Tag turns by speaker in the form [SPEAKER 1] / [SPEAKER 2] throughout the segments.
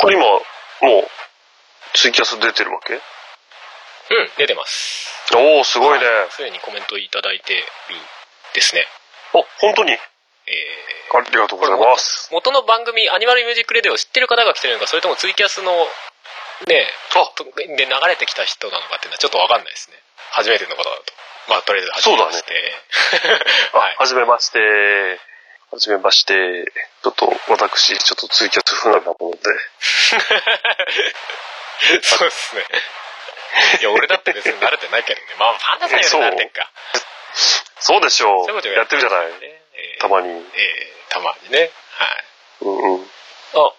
[SPEAKER 1] これ今、もう、ツイキャス出てるわけ
[SPEAKER 2] うん、出てます。
[SPEAKER 1] おー、すごいね。
[SPEAKER 2] すでにコメントいただいてるですね。
[SPEAKER 1] あ、本当に
[SPEAKER 2] え
[SPEAKER 1] ありがとうございます。
[SPEAKER 2] ー、元の番組、アニマルミュージックレディオを知ってる方が来てるのか、それともツイキャスの、ね、
[SPEAKER 1] あ、
[SPEAKER 2] とで流れてきた人なのかっていうのはちょっとわかんないですね。初めての方だと。まあ、とりあえず初めまして。
[SPEAKER 1] あ
[SPEAKER 2] はい
[SPEAKER 1] はじめまして。はじめまして。ちょっと、私、ちょっとツイキャス不慣れなもので。
[SPEAKER 2] そうですね。いや、俺だって別に慣れてないけどね。まあ、パンダさんより慣れてんか。
[SPEAKER 1] そうでしょう。
[SPEAKER 2] そういうこと
[SPEAKER 1] やってるじゃない。
[SPEAKER 2] ねえー
[SPEAKER 1] たまに。
[SPEAKER 2] えーたまにね。はい。
[SPEAKER 1] うんうん。
[SPEAKER 2] あ、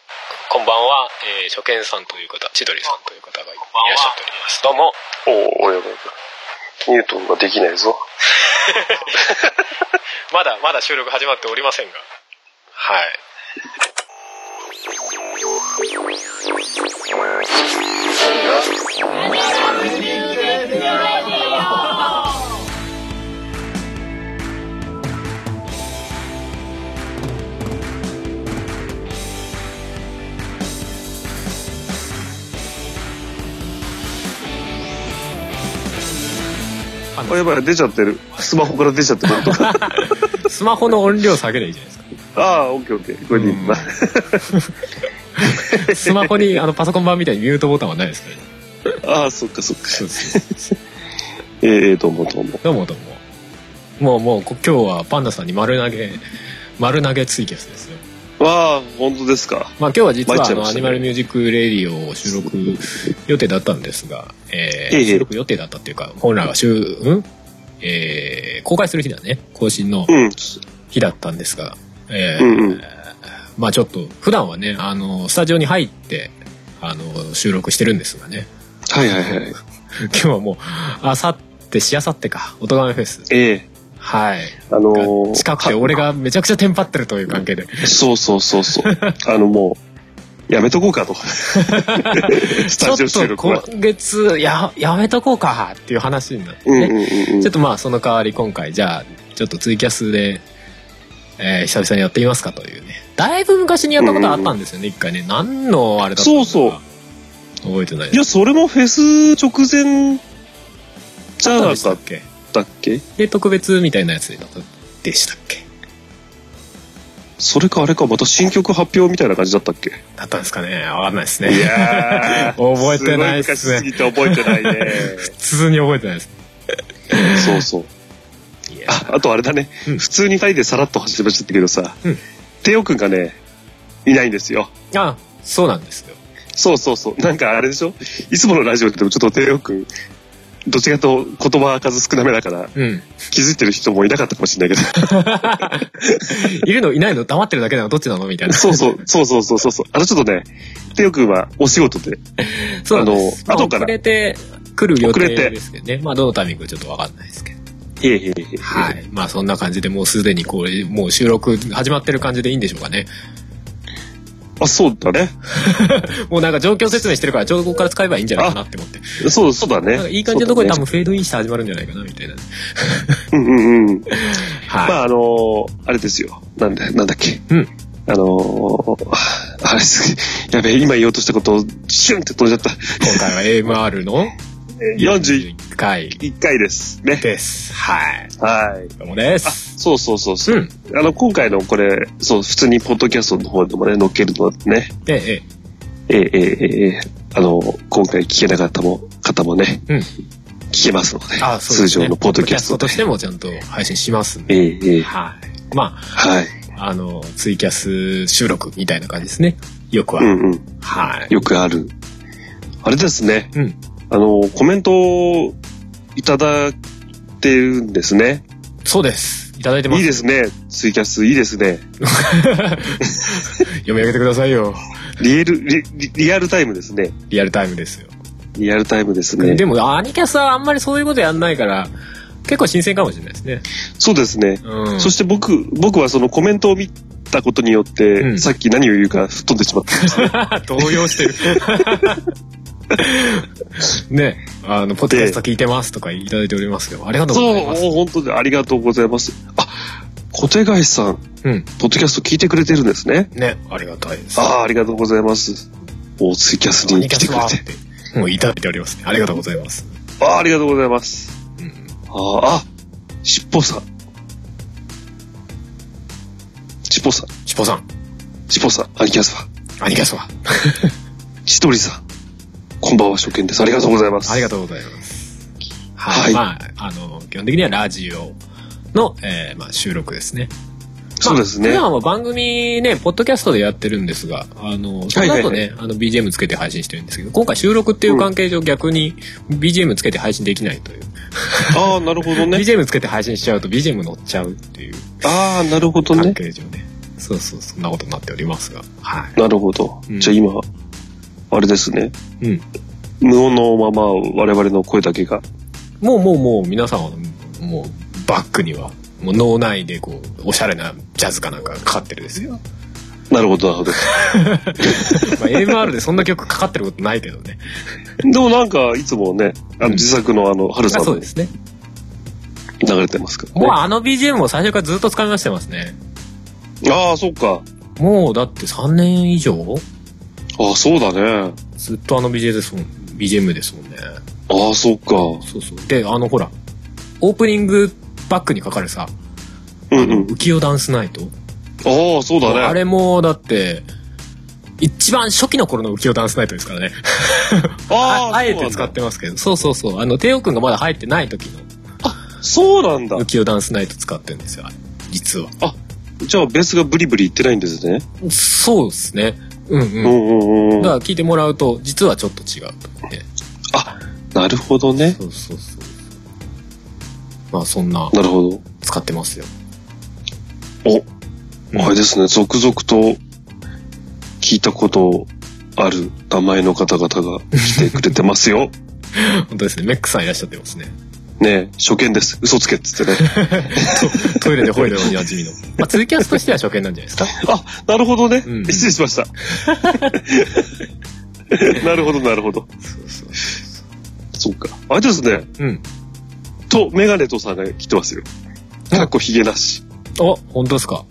[SPEAKER 2] こんばんは、えー初見さんという方、千鳥さんという方がいらっしゃっております。どうも。
[SPEAKER 1] おー、おやばいやばい。ニュートンができないぞ。
[SPEAKER 2] まだ、まだ収録始まっておりませんが。はい。
[SPEAKER 1] あ、やばい、出ちゃってる。スマホから出ちゃってる。
[SPEAKER 2] スマホの音量下げりゃいいじゃないです
[SPEAKER 1] ああ、オッケーオッケー。これでいいんだ。
[SPEAKER 2] か。スマホに、あの、パソコン版みたいにミュートボタンはないですからね。
[SPEAKER 1] ああ、そっかそっか。
[SPEAKER 2] そうです。
[SPEAKER 1] えーえー、どうもどうも。
[SPEAKER 2] どうもどうも。もうもう、こ今日はパンダさんに丸投げ、丸投げツイキャスですよ。
[SPEAKER 1] わあ、本当ですか。
[SPEAKER 2] まあ今日は実は、
[SPEAKER 1] 参っち
[SPEAKER 2] あ
[SPEAKER 1] ゃいま
[SPEAKER 2] の、ア
[SPEAKER 1] した
[SPEAKER 2] ニ
[SPEAKER 1] ね
[SPEAKER 2] マルミュージックレディオを収録予定だったんですが、えー
[SPEAKER 1] ええ
[SPEAKER 2] 収録予定だったっていうか、本来は週、うんえー公開する日だね。更新の
[SPEAKER 1] うん。
[SPEAKER 2] 日だったんですが、えー
[SPEAKER 1] うんうん。
[SPEAKER 2] まあちょっと、普段はね、あの、スタジオに入って、あの、収録してるんですがね、
[SPEAKER 1] はいはいはい。
[SPEAKER 2] 今日はもう、あさって、しあさってか、おとがめフェス。
[SPEAKER 1] ええ
[SPEAKER 2] はい。
[SPEAKER 1] あのー、
[SPEAKER 2] が近くて、俺がめちゃくちゃテンパってるという関係で。
[SPEAKER 1] そうそうそう そう。あのもう、やめとこうかと。ス
[SPEAKER 2] ちょ
[SPEAKER 1] タ
[SPEAKER 2] っ
[SPEAKER 1] ジオ収
[SPEAKER 2] と
[SPEAKER 1] 録は。
[SPEAKER 2] 今月、や、やめとこうか、っていう話になって
[SPEAKER 1] うん
[SPEAKER 2] ね。
[SPEAKER 1] うんうん
[SPEAKER 2] ちょっとまあその代わり今回じゃあちょっとツイキャスで、えー久々にやってみますかというねだいぶ昔にやったことあったんですよね一回ね何のあれだったのか
[SPEAKER 1] そうそう
[SPEAKER 2] 覚えてない
[SPEAKER 1] いや、それもフェス直前じゃ
[SPEAKER 2] 何
[SPEAKER 1] な
[SPEAKER 2] でし
[SPEAKER 1] か
[SPEAKER 2] た
[SPEAKER 1] っ
[SPEAKER 2] っけ
[SPEAKER 1] たっけ
[SPEAKER 2] で特別みたいなやつだったでしたっけ
[SPEAKER 1] それかあれか、また新曲発表みたいな感じだったっけ
[SPEAKER 2] だったんですかねわかんないです
[SPEAKER 1] い
[SPEAKER 2] ね
[SPEAKER 1] や
[SPEAKER 2] 覚えてないっすね
[SPEAKER 1] すごい昔すぎて覚えてない ね。
[SPEAKER 2] 普通に覚えてないです
[SPEAKER 1] そうそう。
[SPEAKER 2] いや
[SPEAKER 1] あ、あとあれだね。
[SPEAKER 2] うん
[SPEAKER 1] 普通にタイでさらっと走りましたけどさ、
[SPEAKER 2] うん
[SPEAKER 1] テオくんがね、いないんですよ。
[SPEAKER 2] あそうなんですよ
[SPEAKER 1] そうそうそう。なんかあれでしょいつものラジオでもちょっとテオくん、どっちかと言葉数少なめだから、
[SPEAKER 2] うん
[SPEAKER 1] 気づいてる人もいなかったかもしれない け
[SPEAKER 2] いるのいないの黙ってるだけなのどっちなのみたい
[SPEAKER 1] ど。
[SPEAKER 2] な
[SPEAKER 1] そうそう、そうそうそうそうそう。あのちょっとね、テオくんはお仕事で、
[SPEAKER 2] そうなんです、
[SPEAKER 1] あの
[SPEAKER 2] まあ
[SPEAKER 1] 後から
[SPEAKER 2] 遅れて来る予
[SPEAKER 1] 遅れて
[SPEAKER 2] 定ですけどねまあどのタイミングかちょっとわかんないですけど
[SPEAKER 1] いえいえいえ。
[SPEAKER 2] はい。まあそんな感じでもうすでにこれ、もう収録始まってる感じでいいんでしょうかね。
[SPEAKER 1] あ、そうだね。
[SPEAKER 2] もうなんか状況説明してるから、情報から使えばいいんじゃないかなって思って。
[SPEAKER 1] そう、そうだね。
[SPEAKER 2] なんかいい感じのところで多
[SPEAKER 1] そう
[SPEAKER 2] 分フェードインして始まるんじゃないかな、みたいな。
[SPEAKER 1] だねうんうんうん。
[SPEAKER 2] はい。
[SPEAKER 1] まああのーあれですよ。なんだ、なんだっけ。
[SPEAKER 2] うん
[SPEAKER 1] あのーあれす、やべえ、今言おうとしたことを、シュンって飛んじゃった。
[SPEAKER 2] 今回は AMR の
[SPEAKER 1] 41
[SPEAKER 2] 1回
[SPEAKER 1] 回です。ね。
[SPEAKER 2] です。はい。
[SPEAKER 1] はい。
[SPEAKER 2] どうもで
[SPEAKER 1] あ、
[SPEAKER 2] す。
[SPEAKER 1] そうそうそうそうう、
[SPEAKER 2] ん。
[SPEAKER 1] あの、今回のこれ、そう、普通にポッドキャストの方でもね、載っけるのでね、
[SPEAKER 2] ええ、え
[SPEAKER 1] え
[SPEAKER 2] え。
[SPEAKER 1] えええええあの、今回聞けなかったも方もね、
[SPEAKER 2] うん
[SPEAKER 1] 聞けますので、
[SPEAKER 2] あそう
[SPEAKER 1] 通
[SPEAKER 2] ですね
[SPEAKER 1] 常のポッドキャスト
[SPEAKER 2] ポ
[SPEAKER 1] で
[SPEAKER 2] ッドキャと。してもちゃんと配信しますんで。
[SPEAKER 1] ええええ
[SPEAKER 2] はい。ま
[SPEAKER 1] はい。
[SPEAKER 2] あ、あの、ツイキャス収録みたいな感じですね。よくは。
[SPEAKER 1] うんうん。
[SPEAKER 2] はい。
[SPEAKER 1] よくある。あれですね。
[SPEAKER 2] うん。
[SPEAKER 1] あの、コメントをいただいてるんですね。
[SPEAKER 2] そうです。いただいてま
[SPEAKER 1] いい
[SPEAKER 2] す。
[SPEAKER 1] ですね。ツイキャス、いいですね。
[SPEAKER 2] 読み上げてくださいよ。
[SPEAKER 1] リエル、リ、リリアルタイムですね。
[SPEAKER 2] リアルタイムですよ。
[SPEAKER 1] リアルタイムですね
[SPEAKER 2] で。も、アニキャスはあんまりそういうことやんないから、結構新鮮かもしれないですね。
[SPEAKER 1] そうですね。
[SPEAKER 2] うん。
[SPEAKER 1] そして僕、僕はそのコメントを見たことによって、
[SPEAKER 2] うん
[SPEAKER 1] さっき何を言うか吹っ飛んでしま った。
[SPEAKER 2] 動揺してる。 ね、あの、ポッドキャスト聞いてますとかいただいておりますけど、ありがとうご
[SPEAKER 1] そう
[SPEAKER 2] ざい、ます。
[SPEAKER 1] 本当にありがとうございます。あ、小手返しさん、
[SPEAKER 2] うん。
[SPEAKER 1] ポッドキャスト聞いてくれてるんですね。
[SPEAKER 2] ね、ありがたいです。
[SPEAKER 1] ああ、ありがとうございます。おツイキャスに
[SPEAKER 2] 何
[SPEAKER 1] 来
[SPEAKER 2] か
[SPEAKER 1] てくれ
[SPEAKER 2] わ
[SPEAKER 1] て
[SPEAKER 2] っ。て、もういただいておりますね。ありがとうございます。
[SPEAKER 1] あーありがとうございます。
[SPEAKER 2] うん。
[SPEAKER 1] あーあ、しっぽさん。しっぽさん。
[SPEAKER 2] しぽさん、
[SPEAKER 1] しっぽさん。アニキャスさん。
[SPEAKER 2] アニキャスは。
[SPEAKER 1] 千鳥さん。こんばんは、初見です。ありがとうございます。
[SPEAKER 2] ありが
[SPEAKER 1] と
[SPEAKER 2] とうございます。はい。
[SPEAKER 1] は
[SPEAKER 2] まあ、あの、基本的にはラジオの、えーまあ、収録ですね。
[SPEAKER 1] うそうですね
[SPEAKER 2] 普。段は番組ね、ポッドキャストでやってるんですが、あの、それだとね、
[SPEAKER 1] はい
[SPEAKER 2] あの、BGM つけて配信してるんですけど、今回収録っていう関係上、逆に BGM つけて配信できないという。
[SPEAKER 1] ああ、なるほどね。
[SPEAKER 2] BGM つけて配信しちゃうと BGM 乗っちゃうっていう
[SPEAKER 1] ああ、なるほど
[SPEAKER 2] 関
[SPEAKER 1] ね。
[SPEAKER 2] 係上ね。そうそう、そんなことになっておりますが。はい。
[SPEAKER 1] なるほど。
[SPEAKER 2] うん
[SPEAKER 1] じゃあ今、あれですね。
[SPEAKER 2] うん。
[SPEAKER 1] 無音のまま我々の声だけが。
[SPEAKER 2] もうもうもう皆さんは、もうバックには、もう脳内でこう、おしゃれなジャズかなんかがかかってるですよ。
[SPEAKER 1] なるほど、なるほ ど。
[SPEAKER 2] まあ、AMR でそんな曲かかってることないけ どね。
[SPEAKER 1] でもなんか、いつもね、あの
[SPEAKER 2] うん
[SPEAKER 1] 自作のあの、春さ
[SPEAKER 2] あ
[SPEAKER 1] ん
[SPEAKER 2] そう
[SPEAKER 1] の
[SPEAKER 2] ですね。
[SPEAKER 1] 流れてますけど
[SPEAKER 2] もう
[SPEAKER 1] ね。
[SPEAKER 2] あの BGM を最初からずっと使いましてますね。
[SPEAKER 1] ああ、そうか。
[SPEAKER 2] もうだって3年以上
[SPEAKER 1] ああ、そうだね。
[SPEAKER 2] ずっとあの BGM ですもん BGM ですもんね。
[SPEAKER 1] ああ、そうか。
[SPEAKER 2] そうそう。で、あのほら、オープニングバックにかかるさ、
[SPEAKER 1] うんうん。
[SPEAKER 2] 浮世ダンスナイト。
[SPEAKER 1] ああ、そうだね。
[SPEAKER 2] あれもだって、一番初期の頃の浮世ダンスナイトですからね。あ
[SPEAKER 1] あー
[SPEAKER 2] あえ
[SPEAKER 1] そうなんだ
[SPEAKER 2] て使ってますけど。そうそうそう。あの、テオくんがまだ入ってない時の
[SPEAKER 1] そうなんだ。
[SPEAKER 2] 浮世ダンスナイト使ってるんですよ、あれ実は。
[SPEAKER 1] じゃあ、ベースがブリブリいってないんですね。
[SPEAKER 2] そうですね。うんうん
[SPEAKER 1] う。んうんうん
[SPEAKER 2] だか
[SPEAKER 1] うん。
[SPEAKER 2] ら聞いてもらうと実はちょっと違うと思って
[SPEAKER 1] あ、なるほどね。
[SPEAKER 2] そうそうそうまあそんな
[SPEAKER 1] なるほど。
[SPEAKER 2] 使ってますようん
[SPEAKER 1] あれですね、続々と聞いたことある名前の方々が来てくれてます よ。
[SPEAKER 2] 本当ですねメックさんいらっしゃってますね
[SPEAKER 1] ねえ初見です。嘘つけっつってね。
[SPEAKER 2] トイレで吠えるのに馴染みの まあツイキャスとしては初見なんじゃないですか
[SPEAKER 1] あ、なるほどね。
[SPEAKER 2] うん
[SPEAKER 1] 失礼しました。なるほど、なるほど。
[SPEAKER 2] そうそう
[SPEAKER 1] そうか。あれですね、
[SPEAKER 2] うん
[SPEAKER 1] と、メガネとさんが来てますよ。かっこひげなし。
[SPEAKER 2] あ本当ですか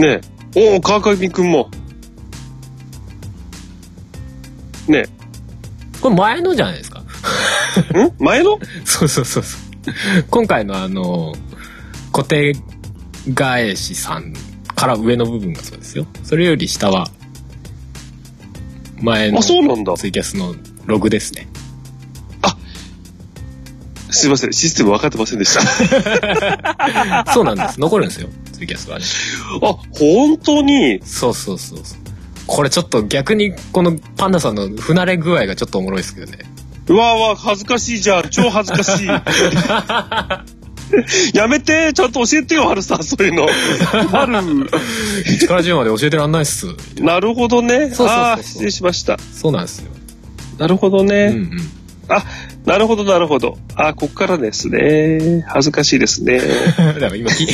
[SPEAKER 1] ねえ。おお、川上くんも。ね
[SPEAKER 2] これ前のじゃないですか
[SPEAKER 1] え。ん前の
[SPEAKER 2] そうそうそうそう今回のあの固定返しさんから上の部分がそうですよそれより下は前の
[SPEAKER 1] あ、
[SPEAKER 2] ツ
[SPEAKER 1] そうなんだ。
[SPEAKER 2] イキャスのログですね
[SPEAKER 1] すいません。システム分かってませんでした。
[SPEAKER 2] そうなんです。残るんですよ。ツイキャスはね。
[SPEAKER 1] あ、本当に。
[SPEAKER 2] そうそうそうそう。これちょっと逆にこのパンダさんの不慣れ具合がちょっとおもろいですけどね。
[SPEAKER 1] うわうわ、恥ずかしいじゃん。超恥ずかしい。 やめて、ちゃんと教えてよ、春さん、そういうの。春。
[SPEAKER 2] 一から十まで教えてらんないっす。
[SPEAKER 1] なるほどね。
[SPEAKER 2] そうそうそうそう
[SPEAKER 1] ああ、失礼しました。
[SPEAKER 2] そうなんですよ。
[SPEAKER 1] なるほど
[SPEAKER 2] うんう
[SPEAKER 1] ね。
[SPEAKER 2] ん。
[SPEAKER 1] なるほど、なるほど。ああ、こっからですね。恥ずかしいですね。
[SPEAKER 2] だから今き、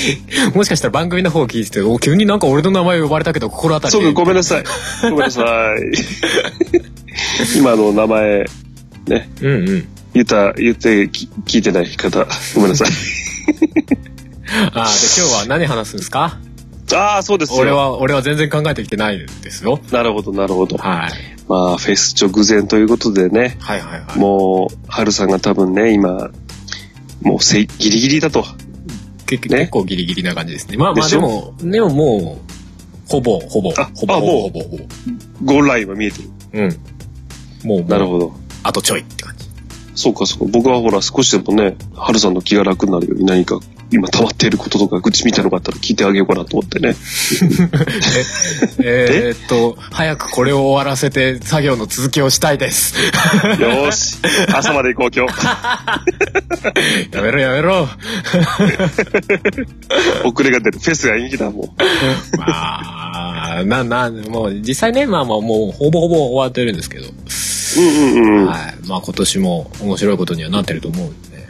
[SPEAKER 2] もしかしたら番組の方を聞いてて、お、急になんか俺の名前呼ばれたけど心当たり
[SPEAKER 1] そう
[SPEAKER 2] で
[SPEAKER 1] か、ごめんなさい。ごめんなさい。 今の名前、
[SPEAKER 2] うんうん。
[SPEAKER 1] 言った、言ってき聞いてない方、ごめんなさい。
[SPEAKER 2] ああ、で今日は何話すんですか
[SPEAKER 1] ああ、そうですよ。
[SPEAKER 2] 俺。は、俺は全然考えてきてないですよ。
[SPEAKER 1] なるほど、なるほど。
[SPEAKER 2] はい。
[SPEAKER 1] まあ、フェス直前ということでね。
[SPEAKER 2] はいはいはい。
[SPEAKER 1] もう、ハルさんが多分ね、今、もうせいギリギリだと。
[SPEAKER 2] 結
[SPEAKER 1] ね
[SPEAKER 2] 結構ギリギリな感じですね。まあま
[SPEAKER 1] で
[SPEAKER 2] あで
[SPEAKER 1] しょ
[SPEAKER 2] も、でももう、ほぼ、ほぼ、
[SPEAKER 1] あ
[SPEAKER 2] ほぼ、
[SPEAKER 1] あ
[SPEAKER 2] ほ
[SPEAKER 1] もう
[SPEAKER 2] ぼ、ほぼ、ほぼ。
[SPEAKER 1] ゴールラインは見えてる。
[SPEAKER 2] うん。もう、
[SPEAKER 1] なる
[SPEAKER 2] ど。
[SPEAKER 1] ほど。
[SPEAKER 2] あとちょいって 感じ。
[SPEAKER 1] そうかそうか。僕はほら、少しでもね、ハルさんの気が楽になるように何か、今溜まっていることとか、愚痴みたいのがあったら聞いてあげようかなと思って ね。
[SPEAKER 2] えーっと、早くこれを終わらせて作業の続きをしたいです。
[SPEAKER 1] よーし、朝まで行こう今 日。
[SPEAKER 2] やめろやめろ。
[SPEAKER 1] 遅れが出る。フェスが延期だ、もう。
[SPEAKER 2] まあ、な、な、もう実際ね、まあまあもうほぼほぼ終わってるんですけど。
[SPEAKER 1] うんうんうん。
[SPEAKER 2] はい。まあ今年も面白いことにはなってると思うんでね。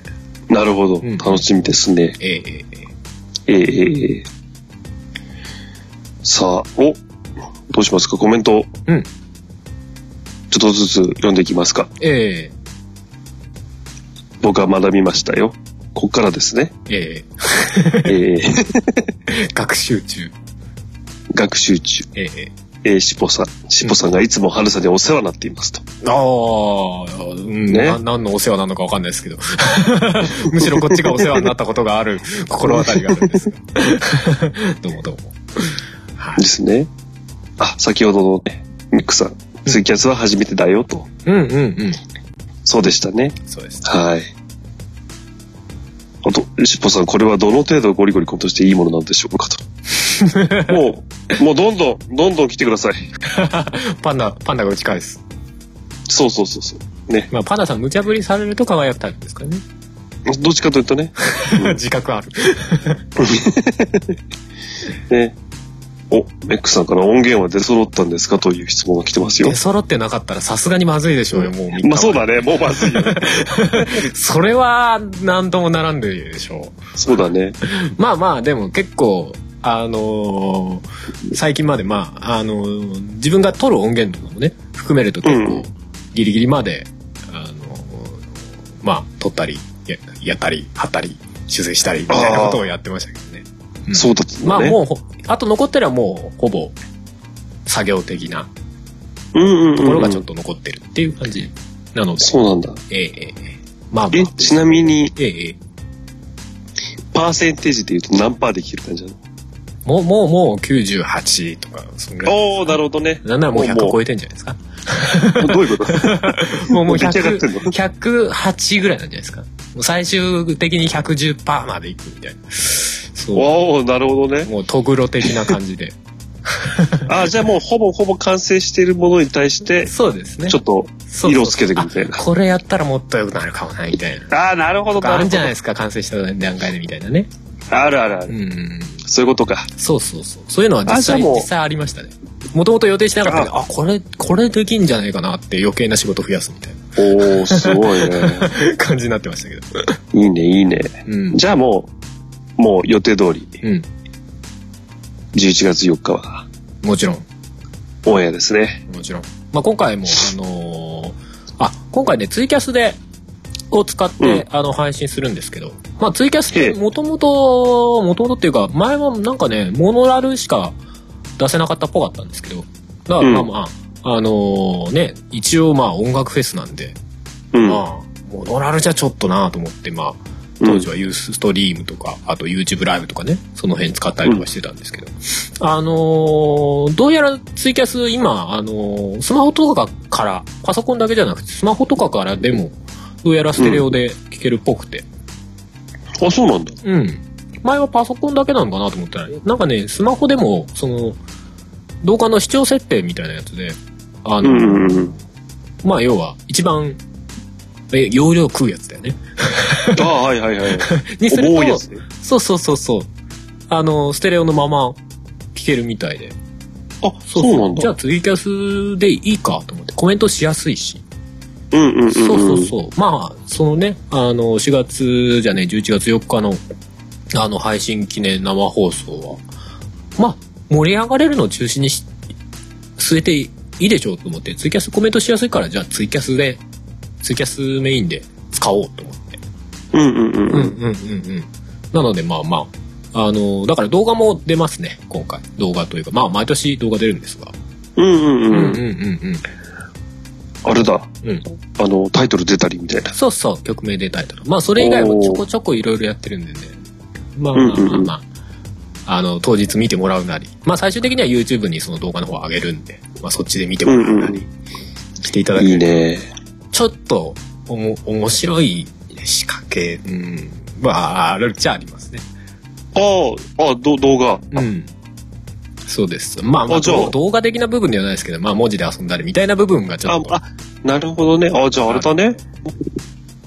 [SPEAKER 1] なるほど。
[SPEAKER 2] うん
[SPEAKER 1] 楽しみですね。
[SPEAKER 2] えええええ
[SPEAKER 1] えーえーえーさあ、お、どうしますかコメント。
[SPEAKER 2] うん
[SPEAKER 1] ちょっとずつ読んでいきますか。
[SPEAKER 2] ええ
[SPEAKER 1] 僕は学びましたよ。こっからですね。
[SPEAKER 2] ええ
[SPEAKER 1] えー
[SPEAKER 2] 学習中。
[SPEAKER 1] 学習中。
[SPEAKER 2] ええ
[SPEAKER 1] えー、しぽさん、しぽさんがいつも春さんにお世話になっていますと。
[SPEAKER 2] ああ、うん、
[SPEAKER 1] ね
[SPEAKER 2] な何のお世話なのかわかんないですけど。 むしろこっちがお世話になったことがある心当たりがあるんですが。 どうもどうも。はい
[SPEAKER 1] で。すね。あ、先ほどのね、ミックさん、ツイキャスは初めてだよと。
[SPEAKER 2] うんうんうん。
[SPEAKER 1] そうでしたね。
[SPEAKER 2] そうですね。
[SPEAKER 1] はい。あと、しっぽさん、これはどの程度ゴリゴリコントしていいものなんでしょうかと。もう、もうどんどん、どんどん来てください。
[SPEAKER 2] パンダ、パンダが打ち返す。
[SPEAKER 1] そうそうそうそう。ね。
[SPEAKER 2] まあ、パンダさん無茶ぶりされると輝くタイプですからね。
[SPEAKER 1] どっちかというとね、
[SPEAKER 2] 自覚ある。
[SPEAKER 1] ね。お、メックさんから音源は出揃ったんですかという質問が来てますよ
[SPEAKER 2] 出。揃ってなかったらさすがにまずいでしょうよ、もう三日前。
[SPEAKER 1] まあそうだね。もうまずいよ ね。
[SPEAKER 2] それは、なんともならんでるでしょ
[SPEAKER 1] そうだね。
[SPEAKER 2] う。まあまあ、でも結構、あのー最近まで、まあ、あのー自分が撮る音源とかもね、含めると結
[SPEAKER 1] う
[SPEAKER 2] 構
[SPEAKER 1] ん、
[SPEAKER 2] ギリギリまで、あのーまあ、撮ったり、ややったり、貼ったり、修正したり、みたいなことをやってましたけどね。うん
[SPEAKER 1] そうだったね。
[SPEAKER 2] まあもうほ、あと残ってるはもう、ほぼ、作業的な
[SPEAKER 1] う、うんうんうん、
[SPEAKER 2] ところがちょっと残ってるっていう感じなので、
[SPEAKER 1] そうなんだ。
[SPEAKER 2] ええええええまあまあ
[SPEAKER 1] え、ちなみに、
[SPEAKER 2] ええええ
[SPEAKER 1] パーセンテージで言うと何パーできてる感じなの
[SPEAKER 2] もう、もう、もう98とか、そんぐらい。
[SPEAKER 1] おー、なるほど ね。
[SPEAKER 2] なんならもう
[SPEAKER 1] もう
[SPEAKER 2] 100超えてんじゃな いですか。
[SPEAKER 1] どういうこと
[SPEAKER 2] もうもう
[SPEAKER 1] 出来上がってんの
[SPEAKER 2] 100 108ぐらいなんじゃないですか。もう最終的に110%までいくみたいな。そ
[SPEAKER 1] おー、なるほどね
[SPEAKER 2] う。。もうトグロ的な感 じで。
[SPEAKER 1] あ、じゃあもうほぼほぼ完成しているものに対して、
[SPEAKER 2] そうですね。
[SPEAKER 1] ちょっと、
[SPEAKER 2] そうそう
[SPEAKER 1] 色をつけていくみたいな
[SPEAKER 2] あこれやったらもっと良くなるかもな、み たいな。
[SPEAKER 1] あー、なるほど、な
[SPEAKER 2] とかあ
[SPEAKER 1] る
[SPEAKER 2] るん
[SPEAKER 1] ほ
[SPEAKER 2] じ
[SPEAKER 1] ど
[SPEAKER 2] ゃない。ですか、完成した段階でみたいなね。
[SPEAKER 1] あるあるあ
[SPEAKER 2] う
[SPEAKER 1] る。
[SPEAKER 2] んうんうん。
[SPEAKER 1] そういうことか。
[SPEAKER 2] そうそうそう。そういうのは実
[SPEAKER 1] あ
[SPEAKER 2] 際、
[SPEAKER 1] じゃあもう
[SPEAKER 2] 実際ありましたね。もともと予定してなかったけど、あ、これ、これできんじゃないかなって余計な仕事増やすみたい
[SPEAKER 1] おー、すごいね。
[SPEAKER 2] な感じになってましたけど。
[SPEAKER 1] いいね、いいね。
[SPEAKER 2] うん。
[SPEAKER 1] じゃあもう、もう予定通り、
[SPEAKER 2] うん。
[SPEAKER 1] 11月4日は、
[SPEAKER 2] もちろん。
[SPEAKER 1] オンエアですね。
[SPEAKER 2] もちろん。まあ、今回も、あのーあ、今回ね、ツイキャスで、を使って、あの、配信するんですけど、まあ、ツイキャスっ
[SPEAKER 1] え
[SPEAKER 2] て、
[SPEAKER 1] え
[SPEAKER 2] もともと、もともとっていうか、前はなんかね、モノラルしか出せなかったっぽかったんですけど、だから
[SPEAKER 1] うん
[SPEAKER 2] まあまあ、あのーね、一応まあ、音楽フェスなんで、
[SPEAKER 1] うん。
[SPEAKER 2] まあ、モノラルじゃちょっとなと思って、まあ、当時はユースストリームとか、あと YouTube ライブとかね、その辺使ったりとかしてたんですけど、あのーどうやらツイキャス今、あのースマホとかから、パソコンだけじゃなくて、スマホとかからでも、どうやらステレオで聴けるっぽくて、
[SPEAKER 1] あ、そうなんだ。
[SPEAKER 2] うん。前はパソコンだけなのかなと思ったら、なんかね、スマホでも、その、動画の視聴設定みたいなやつで、あ
[SPEAKER 1] う
[SPEAKER 2] のー
[SPEAKER 1] んうんうん。
[SPEAKER 2] まあ要は、一番、え、容量食うやつだよね。
[SPEAKER 1] あー、はいはい はい。
[SPEAKER 2] にすると
[SPEAKER 1] 重いやつね。
[SPEAKER 2] そうそうそうそう。あの、ステレオのまま聞けるみたいで。
[SPEAKER 1] あ、そうなん
[SPEAKER 2] じゃあ
[SPEAKER 1] だ。
[SPEAKER 2] ツイキャスでいいかと思って、コメントしやすいし。
[SPEAKER 1] うんうんうんうん。
[SPEAKER 2] そうそうそう。まあ、そのね、あの、4月じゃね、11月4日の、あの、配信記念生放送は、まあ、盛り上がれるのを中心にし、据えていいでしょうと思って、ツイキャスコメントしやすいから、じゃあツイキャスで、ツイキャスメインで使おうと思って。
[SPEAKER 1] うんうんうん
[SPEAKER 2] う
[SPEAKER 1] うんん。
[SPEAKER 2] うんうんうん。なのでまあまあ、あの、だから動画も出ますね、今回。動画というか、まあ毎年動画出るんですが。
[SPEAKER 1] うんう
[SPEAKER 2] うんうん
[SPEAKER 1] うん。
[SPEAKER 2] うん
[SPEAKER 1] あれだ。
[SPEAKER 2] うん。うん。
[SPEAKER 1] あの、タイトル出たりみたいな。
[SPEAKER 2] そうそう、曲名出たりとか。まあそれ以外もちょこちょこいろいろやってるんでね。まあ
[SPEAKER 1] うん
[SPEAKER 2] まあ
[SPEAKER 1] うんうん
[SPEAKER 2] まあまあ。あの、当日見てもらうなり。まあ最終的には YouTube にその動画の方を上げるんで、まあそっちで見てもらうなりしていただけ
[SPEAKER 1] いいね。
[SPEAKER 2] ちょっと、おも、面白い仕掛け、うん。まあ、あるっちゃありますね。
[SPEAKER 1] ああ、あ、ど動画。
[SPEAKER 2] うん。そうです。まあ、まあ、
[SPEAKER 1] あじゃあ
[SPEAKER 2] どう動画的な部分ではないですけど、まあ、文字で遊んだりみたいな部分がちょ
[SPEAKER 1] あ
[SPEAKER 2] っ、と。
[SPEAKER 1] あ、なるほどね。あ、じゃああれだね。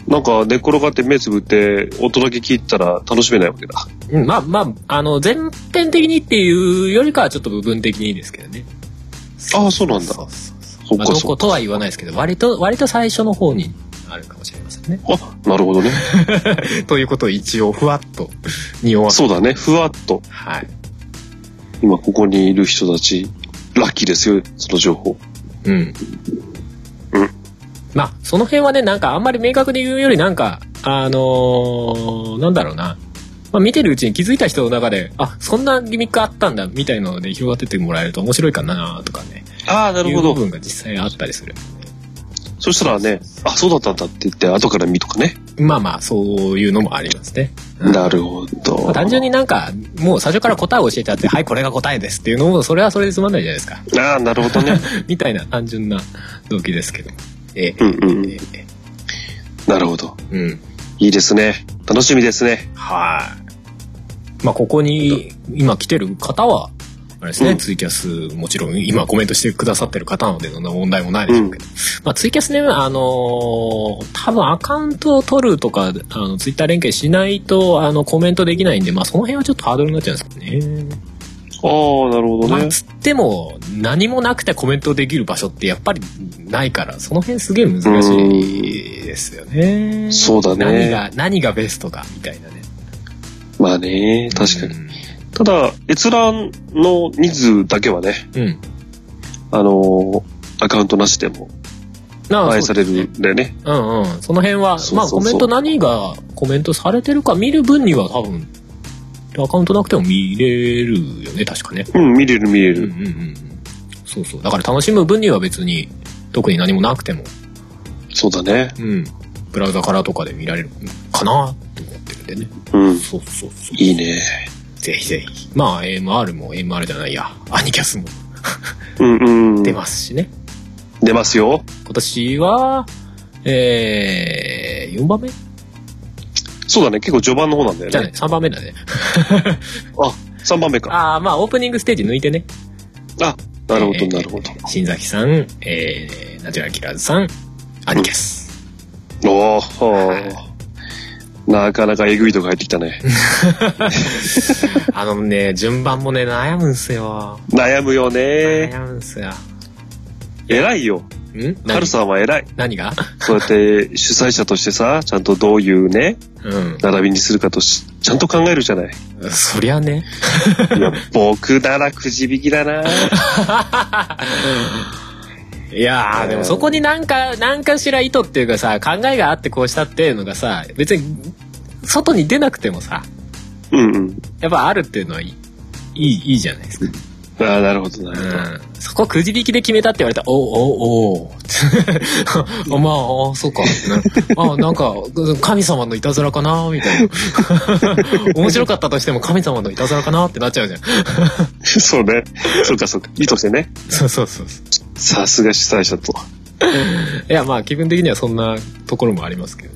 [SPEAKER 1] なんか寝っ転がって目つぶって音だけ聞いたら楽しめないわけだ。
[SPEAKER 2] うん、まあ、まあ、あの、全編的にっていうよりかはちょっと部分的にですけどね。
[SPEAKER 1] ああ、そうなんだ。
[SPEAKER 2] そうそうそう
[SPEAKER 1] そっ
[SPEAKER 2] ま
[SPEAKER 1] か
[SPEAKER 2] あ、ど
[SPEAKER 1] そ
[SPEAKER 2] こ
[SPEAKER 1] っ
[SPEAKER 2] とは言わないですけど、割と、割と最初の方にあるかもしれませんね。
[SPEAKER 1] か。あ、なるほ どね。
[SPEAKER 2] ということを一応、ふわっと、匂わせ。
[SPEAKER 1] そうだね。ふわっと。
[SPEAKER 2] はい。
[SPEAKER 1] 今ここにいる人たち、ラッキーですよ。その情報。
[SPEAKER 2] うん。
[SPEAKER 1] うん
[SPEAKER 2] まあ、その辺はね、なんかあんまり明確に言うより、なんか、あのーなんだろうな。まあ、見てるうちに気づいた人の中で、あ、そんなギミックあったんだ、みたいなので広がってってもらえると面白いかなとかね。
[SPEAKER 1] ああ、なるほ
[SPEAKER 2] いう部
[SPEAKER 1] ど。
[SPEAKER 2] 分が実際あったりする。
[SPEAKER 1] そしたらね、あ、そうだったんだって言って、後から見とかね。
[SPEAKER 2] まあまあ、そういうのもありますね。うん
[SPEAKER 1] なるほど。
[SPEAKER 2] まあ単純になんか、もう最初から答えを教えてあって、はい、これが答えですっていうのも、それはそれでつまんないじゃないですか。
[SPEAKER 1] ああ、なるほど ね。
[SPEAKER 2] みたいな単純な動機ですけど。ええ
[SPEAKER 1] うんうんうん
[SPEAKER 2] ええ
[SPEAKER 1] なるほど。
[SPEAKER 2] うん。
[SPEAKER 1] いいですね。楽しみですね。
[SPEAKER 2] はい。まあ、ここに今来てる方は、あれですね、
[SPEAKER 1] うん
[SPEAKER 2] ツイキャス、もちろん今コメントしてくださってる方なのでの問題もないでしょうけど、まあ、ツイキャスね、あのー多分アカウントを取るとか、あの、ツイッター連携しないと、あの、コメントできないんで、まあ、その辺はちょっとハードルになっちゃうんですけどね。
[SPEAKER 1] ああ、なるほど
[SPEAKER 2] まあ、
[SPEAKER 1] ね。
[SPEAKER 2] つっても、何もなくてコメントできる場所ってやっぱりないから、その辺すげえ難しいですよね。
[SPEAKER 1] そうだね
[SPEAKER 2] 何が、何がベストか、みたいなね。
[SPEAKER 1] まあね、確かに。
[SPEAKER 2] に。
[SPEAKER 1] ただ、閲覧の人数だけはね、
[SPEAKER 2] うん。
[SPEAKER 1] あのーアカウントなしでも
[SPEAKER 2] な
[SPEAKER 1] 反映されるんだよね。
[SPEAKER 2] うんうん。その辺は、
[SPEAKER 1] そうそうそう
[SPEAKER 2] まあコメント何がコメントされてるか見る分には多分、アカウントなくても見れるよね、確かね。
[SPEAKER 1] うん、見れる見れ
[SPEAKER 2] うんう
[SPEAKER 1] る。
[SPEAKER 2] んうん。そうそう。だから楽しむ分には別に、特に何もなくても、
[SPEAKER 1] そうだね。
[SPEAKER 2] うん。ブラウザからとかで見られるかなって思ってるんでね。
[SPEAKER 1] うん。
[SPEAKER 2] そうそうそう。
[SPEAKER 1] いいね。
[SPEAKER 2] ぜひぜひ。まあ AMR も AMR じゃないや、アニキャスも
[SPEAKER 1] うんうん。
[SPEAKER 2] 出ますしね。
[SPEAKER 1] 出ますよ。
[SPEAKER 2] 今年は、えー、4番目
[SPEAKER 1] そうだね、結構序盤の方なんだよ
[SPEAKER 2] じゃあ
[SPEAKER 1] ね。
[SPEAKER 2] ね、3番目だね。
[SPEAKER 1] あ、3番目か。
[SPEAKER 2] ああ、まあオープニングステージ抜いてね。
[SPEAKER 1] あ、なるほ
[SPEAKER 2] え
[SPEAKER 1] ど、
[SPEAKER 2] ー
[SPEAKER 1] なるほど。
[SPEAKER 2] 新崎さん、えー、ナチュラルキラーズさん、アニキャス。
[SPEAKER 1] おー
[SPEAKER 2] は
[SPEAKER 1] なかなかえぐいとこ入ってきたね。
[SPEAKER 2] あのね、順番もね、悩むんすよ。
[SPEAKER 1] 悩むよね。
[SPEAKER 2] 悩むんすよ。
[SPEAKER 1] 偉いよ。
[SPEAKER 2] ん
[SPEAKER 1] ハル
[SPEAKER 2] 何
[SPEAKER 1] さんは偉い。
[SPEAKER 2] 何が
[SPEAKER 1] そうやって主催者としてさ、ちゃんとどういうね、
[SPEAKER 2] うん。
[SPEAKER 1] 並びにするかとし、ちゃんと考えるじゃ ない。
[SPEAKER 2] そりゃね。
[SPEAKER 1] いや、僕ならくじ引きだな。
[SPEAKER 2] いやー、でもそこになんか、なんかしら意図っていうかさ、考えがあってこうしたっていうのがさ、別に、外に出なくてもさ、
[SPEAKER 1] うんうん。
[SPEAKER 2] やっぱあるっていうのはいい、いい、いいじゃないですか。
[SPEAKER 1] ああ、なるほど、なるほど。
[SPEAKER 2] うんそこくじ引きで決めたって言われたら、おおお あまあ、あそうか。なあなんか、神様のいたずらかなみたいな。 面白かったとしても神様のいたずらかなってなっちゃうじゃん。
[SPEAKER 1] そうね。そうか、そうか。意図してね。
[SPEAKER 2] そうそうそうそ
[SPEAKER 1] さすが主催者と。
[SPEAKER 2] う。いや、まあ、気分的にはそんなところもありますけ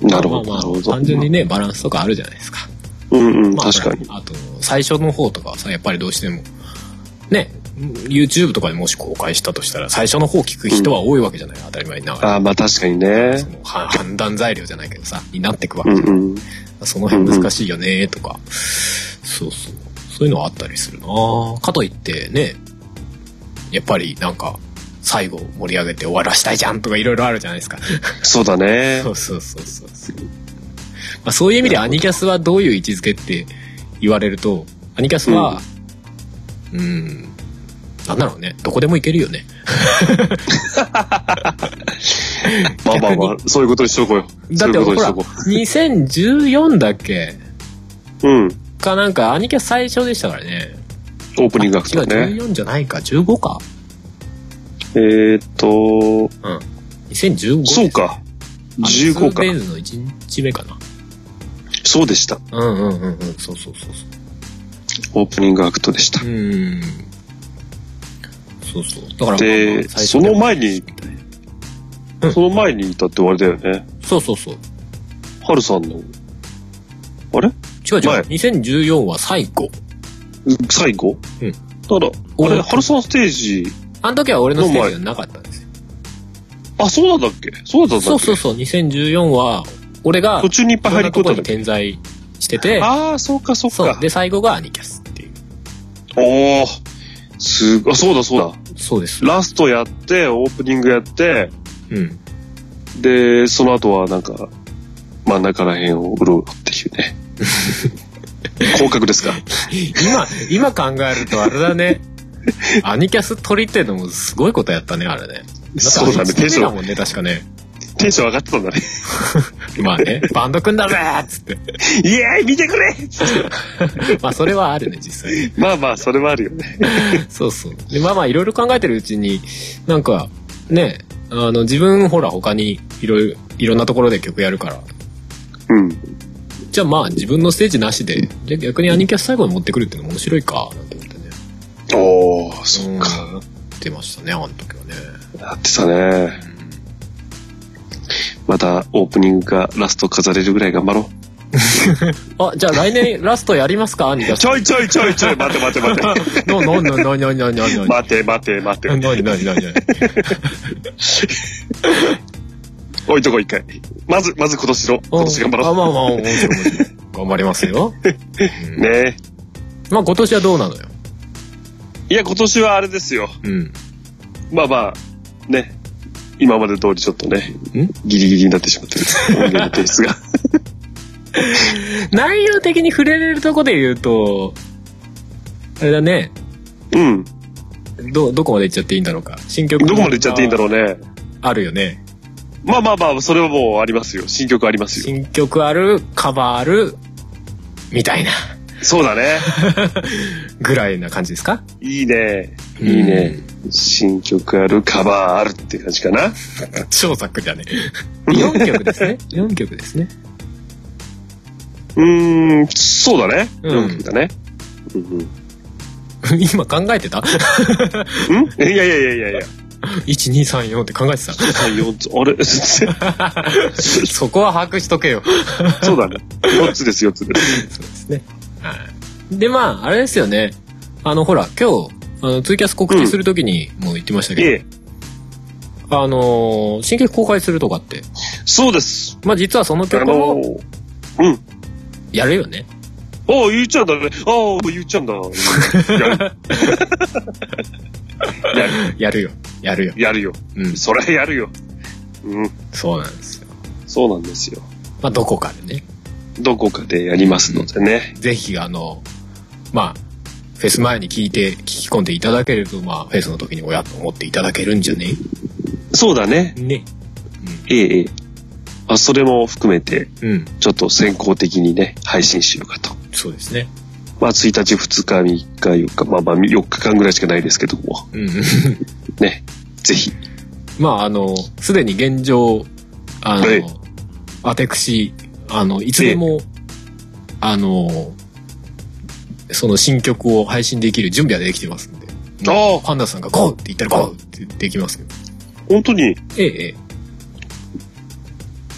[SPEAKER 2] どね。
[SPEAKER 1] なるほど、
[SPEAKER 2] まあ
[SPEAKER 1] なる
[SPEAKER 2] ま
[SPEAKER 1] ほ
[SPEAKER 2] あ、
[SPEAKER 1] ど。
[SPEAKER 2] 単純にね、バランスとかあるじゃないですか。
[SPEAKER 1] うんうん、
[SPEAKER 2] まあ、
[SPEAKER 1] 確かに。
[SPEAKER 2] あと、最初の方とかはさ、やっぱりどうしても、ね、YouTube とかでもし公開したとしたら、最初の方聞く人は多いわけじゃない、当たり前にながら。
[SPEAKER 1] ああ、まあ確かにね
[SPEAKER 2] そ。のは判断材料じゃないけどさになってくわ
[SPEAKER 1] う
[SPEAKER 2] け、
[SPEAKER 1] んうん。
[SPEAKER 2] その辺難しいよねとか、そうそうそういうのはあったりするなかといってねやっぱりなんか最後盛り上げて終わらしたいじゃんとかいろいろあるじゃないですか
[SPEAKER 1] そうだね
[SPEAKER 2] そ。うそうそうそうそう、まあ、そういう意味でアニキャスはどういう位置づけって言われるとアニキャスはうんなんだろうねどこでもいけるよね
[SPEAKER 1] まあまあまあ、そういうことにしとこうよ。
[SPEAKER 2] だって
[SPEAKER 1] そういうこ
[SPEAKER 2] ほ
[SPEAKER 1] とにし
[SPEAKER 2] ら
[SPEAKER 1] とこ
[SPEAKER 2] 2014だっけ
[SPEAKER 1] う。うん。
[SPEAKER 2] かなんかアニキャス最初でしたからね
[SPEAKER 1] オープニングアク
[SPEAKER 2] 違う
[SPEAKER 1] トだね。
[SPEAKER 2] 14じゃないか15か
[SPEAKER 1] えーっと、
[SPEAKER 2] うん2015
[SPEAKER 1] そうか。15
[SPEAKER 2] ベー
[SPEAKER 1] か。
[SPEAKER 2] ズの1日目かな
[SPEAKER 1] そうでした。
[SPEAKER 2] うんうんうんうんそうそうそうそ
[SPEAKER 1] オープニングアクトでした
[SPEAKER 2] うう。ーんそうそうだから
[SPEAKER 1] で
[SPEAKER 2] まあまあ最初
[SPEAKER 1] その前に
[SPEAKER 2] うん
[SPEAKER 1] その前にいたってあれだよね。
[SPEAKER 2] そうそうそう
[SPEAKER 1] ハルさんの。あれ
[SPEAKER 2] 違う違
[SPEAKER 1] 前
[SPEAKER 2] う2014は最後
[SPEAKER 1] 最後
[SPEAKER 2] うん
[SPEAKER 1] だから、あれ、
[SPEAKER 2] お
[SPEAKER 1] ハルさんステージ、
[SPEAKER 2] あの時は俺のステージはなかったんですよ
[SPEAKER 1] あ、そうなんだっけそうだったんだ
[SPEAKER 2] そ
[SPEAKER 1] っ
[SPEAKER 2] う
[SPEAKER 1] け
[SPEAKER 2] そうそう2014は俺が
[SPEAKER 1] 途中にいっぱい
[SPEAKER 2] いろ
[SPEAKER 1] 入
[SPEAKER 2] ん
[SPEAKER 1] り込
[SPEAKER 2] なと
[SPEAKER 1] んだんだ
[SPEAKER 2] こに
[SPEAKER 1] っけ
[SPEAKER 2] 点在してて
[SPEAKER 1] ああ、そうかそう
[SPEAKER 2] そう
[SPEAKER 1] か。
[SPEAKER 2] で最後がアニキャスっていう
[SPEAKER 1] おおすごあ、そうだそうだ。
[SPEAKER 2] そうです
[SPEAKER 1] ラストやって、オープニングやって、
[SPEAKER 2] うん
[SPEAKER 1] で、その後はなんか、真ん中ら辺をうろうろっていう ね。広角ですか
[SPEAKER 2] 今、今考えるとあれだね。アニキャス取りってのもすごいことやったね、あれね。
[SPEAKER 1] そうだね、テンショ
[SPEAKER 2] だ
[SPEAKER 1] ン、
[SPEAKER 2] もんね、確かね。
[SPEAKER 1] テンション上がってたんだね。
[SPEAKER 2] まあね、バンド組んだぜっつって。
[SPEAKER 1] イエーイ見てくれつって
[SPEAKER 2] まあそれはあるね、実際。
[SPEAKER 1] まあまあ、それはあるよね。
[SPEAKER 2] そうそう。で、まあまあいろいろ考えてるうちに、なんか、ね、あの、自分ほら他にいろいろ、いろんなところで曲やるから、
[SPEAKER 1] うん。
[SPEAKER 2] じゃあまあ自分のステージなしで、じゃあ逆にアニキャス最後に持ってくるっていうのも面白いか、なんて思ってね。
[SPEAKER 1] おー、そっか。
[SPEAKER 2] うん。出ましたね、あの時はね。
[SPEAKER 1] やってたね。またオープニングかラスト飾れるぐらい頑張ろう。
[SPEAKER 2] あ、じゃあ来年ラストやりますかアニキャス
[SPEAKER 1] ち。ょいちょいちょいちょい、待て待て 待て。
[SPEAKER 2] の、の、の、の、の、の、の、の、の、
[SPEAKER 1] 待て待て待て。
[SPEAKER 2] 何何何
[SPEAKER 1] 置いとこう一回。まず、まず今年の、今年頑張
[SPEAKER 2] あ、まあま
[SPEAKER 1] ろ
[SPEAKER 2] あ、もちろんもちろん。頑張りますよ。
[SPEAKER 1] う。ね
[SPEAKER 2] まあ今年はどうなのよ。
[SPEAKER 1] え。いや、今年はあれですよ。
[SPEAKER 2] うん。
[SPEAKER 1] まあまあ、ね。今まで通りちょっとね
[SPEAKER 2] ん、
[SPEAKER 1] ギリギリになってしまってる。音源の提出 が。
[SPEAKER 2] 内容的に触れれるとこで言うと、あれだね、
[SPEAKER 1] うん。
[SPEAKER 2] ど、どこまで行っちゃっていいんだろうか。新曲
[SPEAKER 1] どこまで行っちゃっていいんだろうね。
[SPEAKER 2] あるよね。
[SPEAKER 1] まあまあまあ、それはもうありますよ。新曲ありますよ。
[SPEAKER 2] 新曲ある、カバーある、みたいな、
[SPEAKER 1] そうだね。
[SPEAKER 2] ぐらいな感じですか
[SPEAKER 1] いいね。いいね。新曲ある、カバーあるって感じかな。
[SPEAKER 2] 超ざっくりだね。4曲ですね。4曲ですね。
[SPEAKER 1] うーん、そうだね。
[SPEAKER 2] うん
[SPEAKER 1] 四曲だね。うんうん、
[SPEAKER 2] 今考えてた
[SPEAKER 1] んいやいやいやいやいや。
[SPEAKER 2] ?1234 って考えてた。
[SPEAKER 1] 三四つ、あれ そ
[SPEAKER 2] そこは把握しとけよ。
[SPEAKER 1] うだね。4つです、4つ です。
[SPEAKER 2] そうですね。はい。で、まあ、あれですよね。あの、ほら、今日、あの、ツイキャス告知するときにも言ってました
[SPEAKER 1] い
[SPEAKER 2] けど、
[SPEAKER 1] え、
[SPEAKER 2] あのー新曲公開するとかって、
[SPEAKER 1] そうです。
[SPEAKER 2] まあ実はその
[SPEAKER 1] あ
[SPEAKER 2] 曲
[SPEAKER 1] の
[SPEAKER 2] も
[SPEAKER 1] ー、うん。
[SPEAKER 2] やるよね。
[SPEAKER 1] おう、ゆうちゃんだね。ああ、ゆうちゃんだ。やる。やる
[SPEAKER 2] やるよ。やるよ。
[SPEAKER 1] やる よ。
[SPEAKER 2] うん。
[SPEAKER 1] それやるよ。うん。
[SPEAKER 2] そうなんですよ。
[SPEAKER 1] そうなんですよ。
[SPEAKER 2] まあどこかでね。
[SPEAKER 1] どこかでやりますのでね。
[SPEAKER 2] ぜひ、あの、まあ、フェス前に聞いて、聞き込んでいただけると、まあ、フェスの時に親と思っていただけるんじゃね
[SPEAKER 1] そうだね。
[SPEAKER 2] ね。
[SPEAKER 1] ええ、ええ。あ、それも含めて、
[SPEAKER 2] うん。
[SPEAKER 1] ちょっと先行的にね、配信しようかと。
[SPEAKER 2] そうですね。
[SPEAKER 1] まあ、1日、2日、3日、4日、まあまあ、4日間ぐらいしかないですけども、
[SPEAKER 2] うん。
[SPEAKER 1] ね、ぜひ。
[SPEAKER 2] まあ、あの、すでに現状、あの、
[SPEAKER 1] はい
[SPEAKER 2] アテクシ、あの、いつでも、あの、その新曲を配信できる準備はできてますんで。
[SPEAKER 1] ああ
[SPEAKER 2] パンダさんがゴーって言ったらゴーってできますけど。
[SPEAKER 1] 本当に、
[SPEAKER 2] ええ、え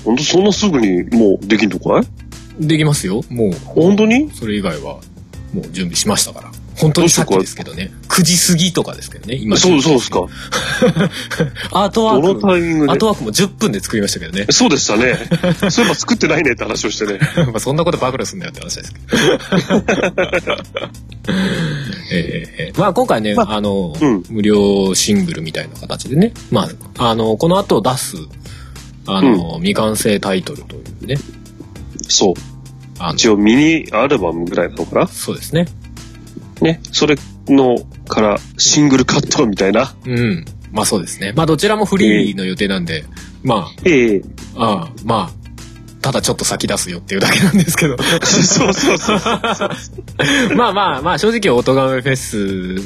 [SPEAKER 1] 本当そんなすぐにもうできんのかい
[SPEAKER 2] え。できますよ。もう、
[SPEAKER 1] 本当に
[SPEAKER 2] それ以外は、もう準備しましたから。本当にさっきですけどね。9時過ぎとかですけどね。今。
[SPEAKER 1] そう、そうですか。。
[SPEAKER 2] アートワ
[SPEAKER 1] どの
[SPEAKER 2] ーク
[SPEAKER 1] タイミング
[SPEAKER 2] アー
[SPEAKER 1] で。
[SPEAKER 2] ト。ワークも10分で作りましたけどね
[SPEAKER 1] そうでしたね。そういえば作ってないねって話をしてね。
[SPEAKER 2] まあそんなこと暴露すんなよって話ですけど。 ええええまあ今回ね、
[SPEAKER 1] ま
[SPEAKER 2] あの、
[SPEAKER 1] うん
[SPEAKER 2] 無料シングルみたいな形でね。まあ、あの、この後出す、あの、未完成タイトルというね。
[SPEAKER 1] そう。
[SPEAKER 2] あの
[SPEAKER 1] 一応ミニアルバムぐらいなのかな
[SPEAKER 2] そうですね。
[SPEAKER 1] ね。それのからシングルカットみたいな。
[SPEAKER 2] うん。まあそうですね。まあどちらもフリーの予定なんで、まあ、
[SPEAKER 1] ええ。
[SPEAKER 2] ああ、まあ、ただちょっと先出すよっていうだけなんですけ ど。
[SPEAKER 1] そうそうそうそう。
[SPEAKER 2] まあまあまあ、正直、オトガメフェス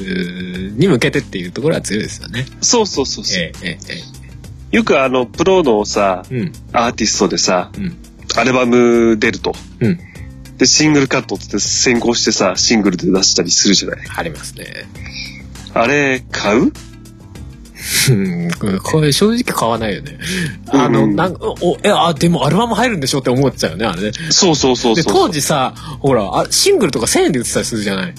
[SPEAKER 2] に向けてっていうところは強いですよね。
[SPEAKER 1] そうそうそうそう。
[SPEAKER 2] ええ、え
[SPEAKER 1] よくあの、プロのさ、
[SPEAKER 2] え、うん、
[SPEAKER 1] アーティストでさ、
[SPEAKER 2] うん、
[SPEAKER 1] アルバム出ると。
[SPEAKER 2] うん。
[SPEAKER 1] で、シングルカットっつって先行してさ、シングルで出したりするじゃない。
[SPEAKER 2] ありますね。
[SPEAKER 1] あれ、買う
[SPEAKER 2] うん、これ正直買わないよね。あの、
[SPEAKER 1] うん
[SPEAKER 2] なんか、お、え、あ、でもアルバム入るんでしょって思っちゃうよね、あれね。
[SPEAKER 1] そうそうそう
[SPEAKER 2] で、
[SPEAKER 1] そ
[SPEAKER 2] 当
[SPEAKER 1] う。
[SPEAKER 2] 時さ、ほら、あシングルとか1000円で売ってたりするじゃない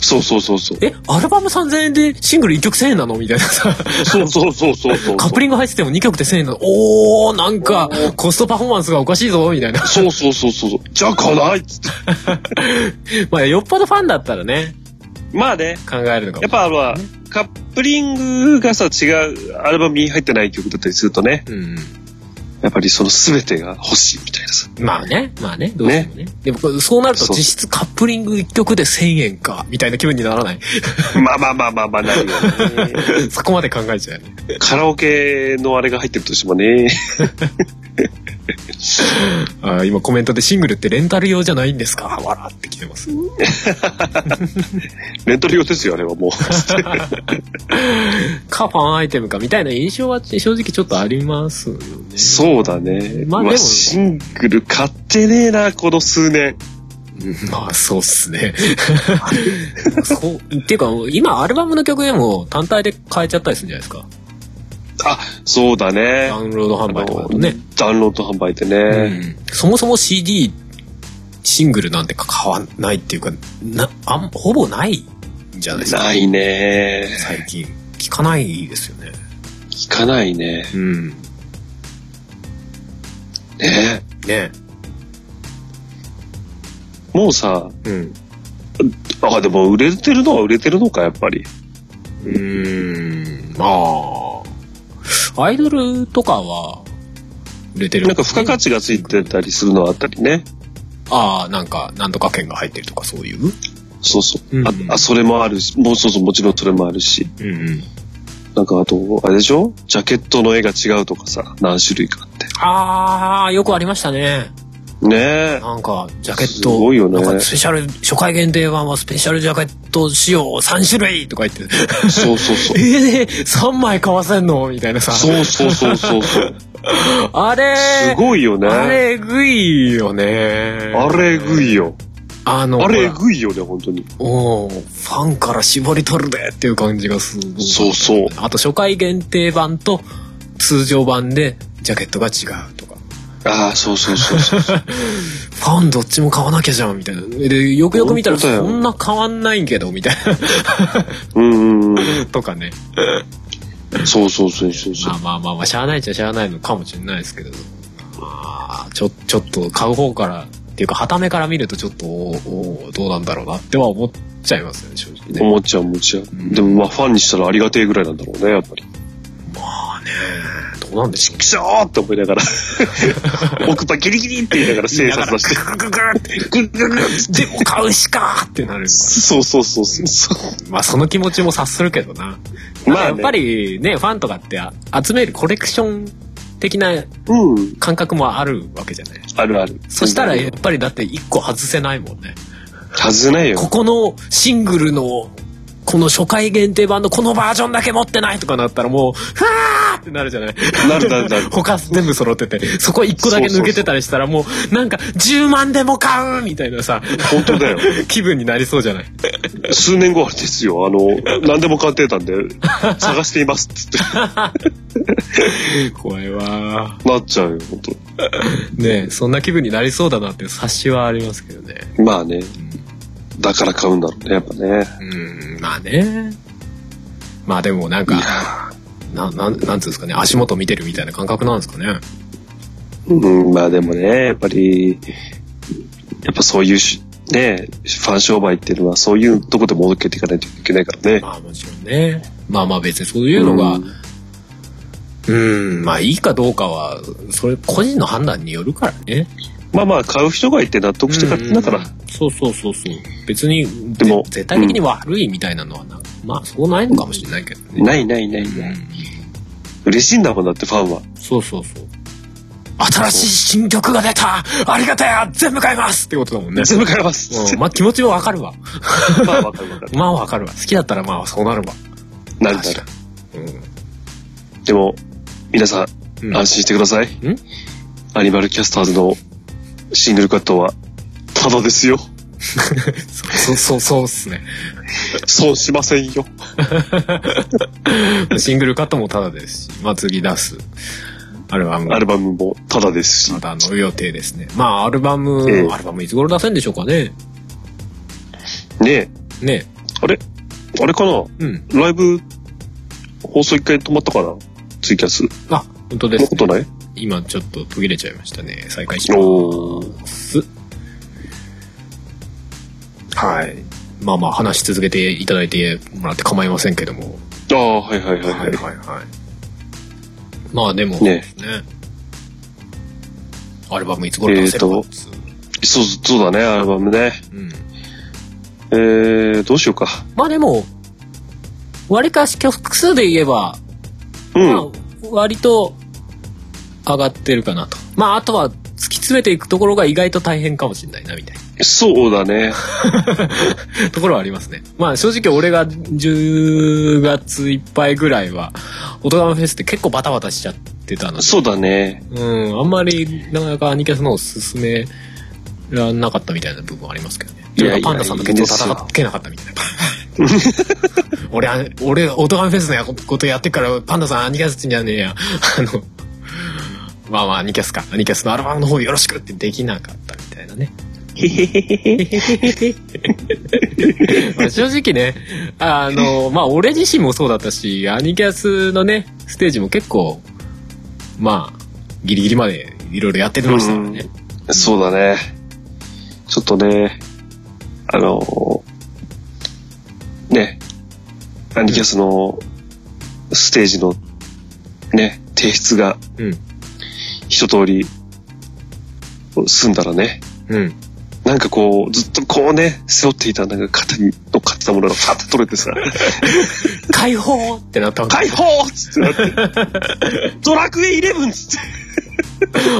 [SPEAKER 1] そうそうそうそう。
[SPEAKER 2] え、アルバム3000円でシングル1曲1000円なのみたいなさ。
[SPEAKER 1] そうそうそうそうそう。
[SPEAKER 2] カップリング入ってても2曲で1000円なの。おー、なんか、コストパフォーマンスがおかしいぞ、みたいな。
[SPEAKER 1] そうそうそうそう。じゃあ買わないっつって。
[SPEAKER 2] まあ、よっぽどファンだったらね、
[SPEAKER 1] まあね、
[SPEAKER 2] 考えるのかも。
[SPEAKER 1] やっぱあの、カップリングがさ、違うアルバムに入ってない曲だったりするとね、
[SPEAKER 2] うん
[SPEAKER 1] やっぱりその全てが欲しいみたいな さ。
[SPEAKER 2] うん。まあね、まあね、どうしてもね。でもこれ、そうなると
[SPEAKER 1] そう
[SPEAKER 2] 実質カップリング1曲で1000円か、みたいな気分になら ない。
[SPEAKER 1] まあまあまあまあまあ、なるよね。
[SPEAKER 2] そこまで考えちゃうよね。
[SPEAKER 1] カラオケのあれが入ってるとしてもね。
[SPEAKER 2] あ今コメントでシングルってレンタル用じゃないんですか笑ってきてま す。
[SPEAKER 1] レンタル用ですよ、あれはもう。
[SPEAKER 2] かファンアイテムかみたいな印象は正直ちょっとありますよね。
[SPEAKER 1] そうだね。ま
[SPEAKER 2] まあ
[SPEAKER 1] あ、
[SPEAKER 2] でも
[SPEAKER 1] シングル買ってねえな、この数年。
[SPEAKER 2] うんまあそうっす ね。そう、っていうか今アルバムの曲でも単体で変えちゃったりするんじゃないですか。
[SPEAKER 1] あ、そうだね
[SPEAKER 2] ダ。ウンロード販売とかだとね。
[SPEAKER 1] ダウンロード販売って
[SPEAKER 2] う
[SPEAKER 1] ね。
[SPEAKER 2] ん、そもそも CD シングルなんて買わないっていうかなあんほぼないんじゃないですか
[SPEAKER 1] ないね。
[SPEAKER 2] 最近聞かないですよね
[SPEAKER 1] 聞かないね。
[SPEAKER 2] うん
[SPEAKER 1] ね
[SPEAKER 2] ね
[SPEAKER 1] もうさ、
[SPEAKER 2] うん
[SPEAKER 1] あ、でも売れてるのは売れてるのか、やっぱり。
[SPEAKER 2] うーんまあアイドルとかは売れてる
[SPEAKER 1] なんか付加価値がついてたりするのはあったりね。
[SPEAKER 2] ああなんかなんとか券が入ってるとかそういう
[SPEAKER 1] そうそう。
[SPEAKER 2] うんうん
[SPEAKER 1] あ、あそれもあるし、もうそうそう、もちろんそれもあるし。
[SPEAKER 2] うんうん
[SPEAKER 1] なんかあと、あれでしょジャケットの絵が違うとかさ、何種類かあって。
[SPEAKER 2] ああよくありましたね
[SPEAKER 1] ねえ。
[SPEAKER 2] なんかジャケッ
[SPEAKER 1] す
[SPEAKER 2] ト
[SPEAKER 1] ごいよね
[SPEAKER 2] なんかスペシャル初回限定版はスペシャルジャケット仕様3種類とか言って。
[SPEAKER 1] そうそうそう
[SPEAKER 2] ええ3枚買わせんのみたいなさ。
[SPEAKER 1] そうそうそうそうそう。
[SPEAKER 2] あれ
[SPEAKER 1] すごいよね。
[SPEAKER 2] あ
[SPEAKER 1] あれ
[SPEAKER 2] れ、えぐいよね。
[SPEAKER 1] えぐいよ。
[SPEAKER 2] あの、
[SPEAKER 1] あれえ
[SPEAKER 2] ほら
[SPEAKER 1] ぐいよね、本当に。
[SPEAKER 2] おうファンから絞り取るでっていう感じがすごい。
[SPEAKER 1] そうそう。
[SPEAKER 2] あと、初回限定版と通常版でジャケットが違うとか。
[SPEAKER 1] ああ、そうそうそう そう。
[SPEAKER 2] ファンどっちも買わなきゃじゃんみたいな。で、よくよく見たら
[SPEAKER 1] 本当だよ
[SPEAKER 2] そんな変わんないけど、みたい
[SPEAKER 1] うんうんう
[SPEAKER 2] な。 とかね。
[SPEAKER 1] ん。そうそうそうそうそ
[SPEAKER 2] ま
[SPEAKER 1] う
[SPEAKER 2] あ。まあまあまあ、しゃあないっちゃしゃあないのかもしれないですけど。まあ、ちょ、ちょっと買う方から、っていうか、はためから見るとちょっと、おーおーどうなんだろうなっては思っちゃいますよね、正直ね。
[SPEAKER 1] 思っちゃう思っちゃ
[SPEAKER 2] ん
[SPEAKER 1] う。でもまあファンにしたらありがてえぐらいなんだろうね、やっぱり。
[SPEAKER 2] まあね、どうなんでしょう
[SPEAKER 1] くしょーって思いなが ら。奥歯ギリギリって言いながら精査出して。
[SPEAKER 2] ググググって、
[SPEAKER 1] ぐっぐっぐっ
[SPEAKER 2] でも買うしかってなる。
[SPEAKER 1] そうそうそうそう。
[SPEAKER 2] まあ、その気持ちも察するけどな。ま
[SPEAKER 1] まあ
[SPEAKER 2] あ、
[SPEAKER 1] ね
[SPEAKER 2] やっぱりね、ファンとかってあ集めるコレクション的な
[SPEAKER 1] うん。
[SPEAKER 2] 感覚もあるわけじゃない。
[SPEAKER 1] あるある。
[SPEAKER 2] そしたら、やっぱりだって一個外せないもんね。
[SPEAKER 1] 外せないよ
[SPEAKER 2] こ。このシングルの、この初回限定版のこのバージョンだけ持ってないとかなったらもう、ふわーってなるじゃない
[SPEAKER 1] なるなるなる
[SPEAKER 2] 他全部揃ってて、そこ1個だけ抜けてたりしたらもう、なんか10万でも買うみたいなさ、
[SPEAKER 1] 本当だよ。
[SPEAKER 2] 気分になりそうじゃない
[SPEAKER 1] 数年後あれですよ。あの、何でも買ってたんで、探していますっつって。
[SPEAKER 2] 怖いわ
[SPEAKER 1] なっちゃうよ、本当
[SPEAKER 2] ーねえ、そんな気分になりそうだなっていう察しはありますけどね。
[SPEAKER 1] まあね。だから買うんだろうね、やっぱね。
[SPEAKER 2] うん、まあね。まあでもなんか、な、なん、なんつうんですかね、足元見てるみたいな感覚なんですかね。
[SPEAKER 1] うん、まあでもね、やっぱり、やっぱそういうし、ね、ファン商売っていうのはそういうとこで儲けていかないといけないからね。
[SPEAKER 2] まあもちろんね。まあまあ別にそういうのが、
[SPEAKER 1] うん
[SPEAKER 2] うん、まあいいかどうかは、それ個人の判断によるからね。
[SPEAKER 1] まあまあ、買う人がいて納得して買ってんだから。
[SPEAKER 2] そうそうそうそう。別に、
[SPEAKER 1] でも
[SPEAKER 2] ぜ絶対的に悪いみたいなのはな、まあそうないのかもしれないけどね。
[SPEAKER 1] ないないな
[SPEAKER 2] う
[SPEAKER 1] いない。
[SPEAKER 2] ん。
[SPEAKER 1] 嬉しいんだもんだってファンは。
[SPEAKER 2] そうそうそう。新しい新曲が出たありがたい全部買いますってことだもんね。
[SPEAKER 1] 全部買います。
[SPEAKER 2] うん、まあ気持ちはわかるわ。
[SPEAKER 1] まあわかるわかる。
[SPEAKER 2] まあわかるわ。好きだったらまあそうなるわ。
[SPEAKER 1] なるな
[SPEAKER 2] 確
[SPEAKER 1] る
[SPEAKER 2] か。に
[SPEAKER 1] でも、皆さ、
[SPEAKER 2] うんん
[SPEAKER 1] 安心してください。
[SPEAKER 2] ん
[SPEAKER 1] アニマルキャスターズのシングルカットは、ただ ですよ。
[SPEAKER 2] そう そうそうっすね。
[SPEAKER 1] 損しませんよ。
[SPEAKER 2] シングルカットもタダですし、まあ次出す。アルバム
[SPEAKER 1] アルバムもただですし
[SPEAKER 2] ま。たの予定ですね。まあ、アルバム、
[SPEAKER 1] ええ
[SPEAKER 2] アルバムいつ頃出せんでしょうかね。
[SPEAKER 1] ねえ、
[SPEAKER 2] ね。
[SPEAKER 1] あれあれかな
[SPEAKER 2] うん。
[SPEAKER 1] ライブ、放送一回止まったかなツイキャス。
[SPEAKER 2] あ、本当で
[SPEAKER 1] そんなこ
[SPEAKER 2] す、
[SPEAKER 1] と
[SPEAKER 2] ね。
[SPEAKER 1] ない
[SPEAKER 2] 今ちょっと途切れちゃいましたね。再開し
[SPEAKER 1] おー
[SPEAKER 2] ます。はい。まあまあ、話し続けていただいてもらって構いませんけども。
[SPEAKER 1] ああ、はいはいはい
[SPEAKER 2] は
[SPEAKER 1] はいい。
[SPEAKER 2] はいはい。まあでも、ね
[SPEAKER 1] ね。
[SPEAKER 2] アルバムいつ頃出せるかっつう
[SPEAKER 1] そう、そうだね、アルバムね。
[SPEAKER 2] うん。
[SPEAKER 1] えー、どうしようか。
[SPEAKER 2] まあでも、割かし曲数で言えば、
[SPEAKER 1] うん。
[SPEAKER 2] まあ、割と上がってるかなと。まあ、あとは、突き詰めていくところが意外と大変かもしれないな、みたい
[SPEAKER 1] そうだね。
[SPEAKER 2] な ところはありますね。まあ、正直俺が10月いっぱいぐらいは、オトガメフェスって結構バタバタしちゃってたので、
[SPEAKER 1] そうだね。
[SPEAKER 2] うん、あんまり、なかなかアニキャスの方を進めらんなかったみたいな部分はありますけどね。
[SPEAKER 1] いやいや
[SPEAKER 2] パンダさんのケツを叩けなかったみたいな。俺、あ俺、オトガメフェスのことやってっから、パンダさんアニキャスじゃねえや。あの、まあまあ、アニキャスか。アニキャスのアルバムの方よろしくってできなかったみたいなね。まあ正直ね、あの、まあ俺自身もそうだったし、アニキャスのね、ステージも結構、まあ、ギリギリまでいろいろやってましたからね。
[SPEAKER 1] そうだね。ちょっとね、あのね、アニキャスのステージのね、提出が
[SPEAKER 2] うん。
[SPEAKER 1] 一通り済んだらね、
[SPEAKER 2] うん。
[SPEAKER 1] なんかこう、ずっとこうね、背負っていたなんか肩に乗っかってたものがパッと取れてさ、
[SPEAKER 2] 解放ってなったわけ。
[SPEAKER 1] 解放っつってな って、ドラクエイレブンっつっ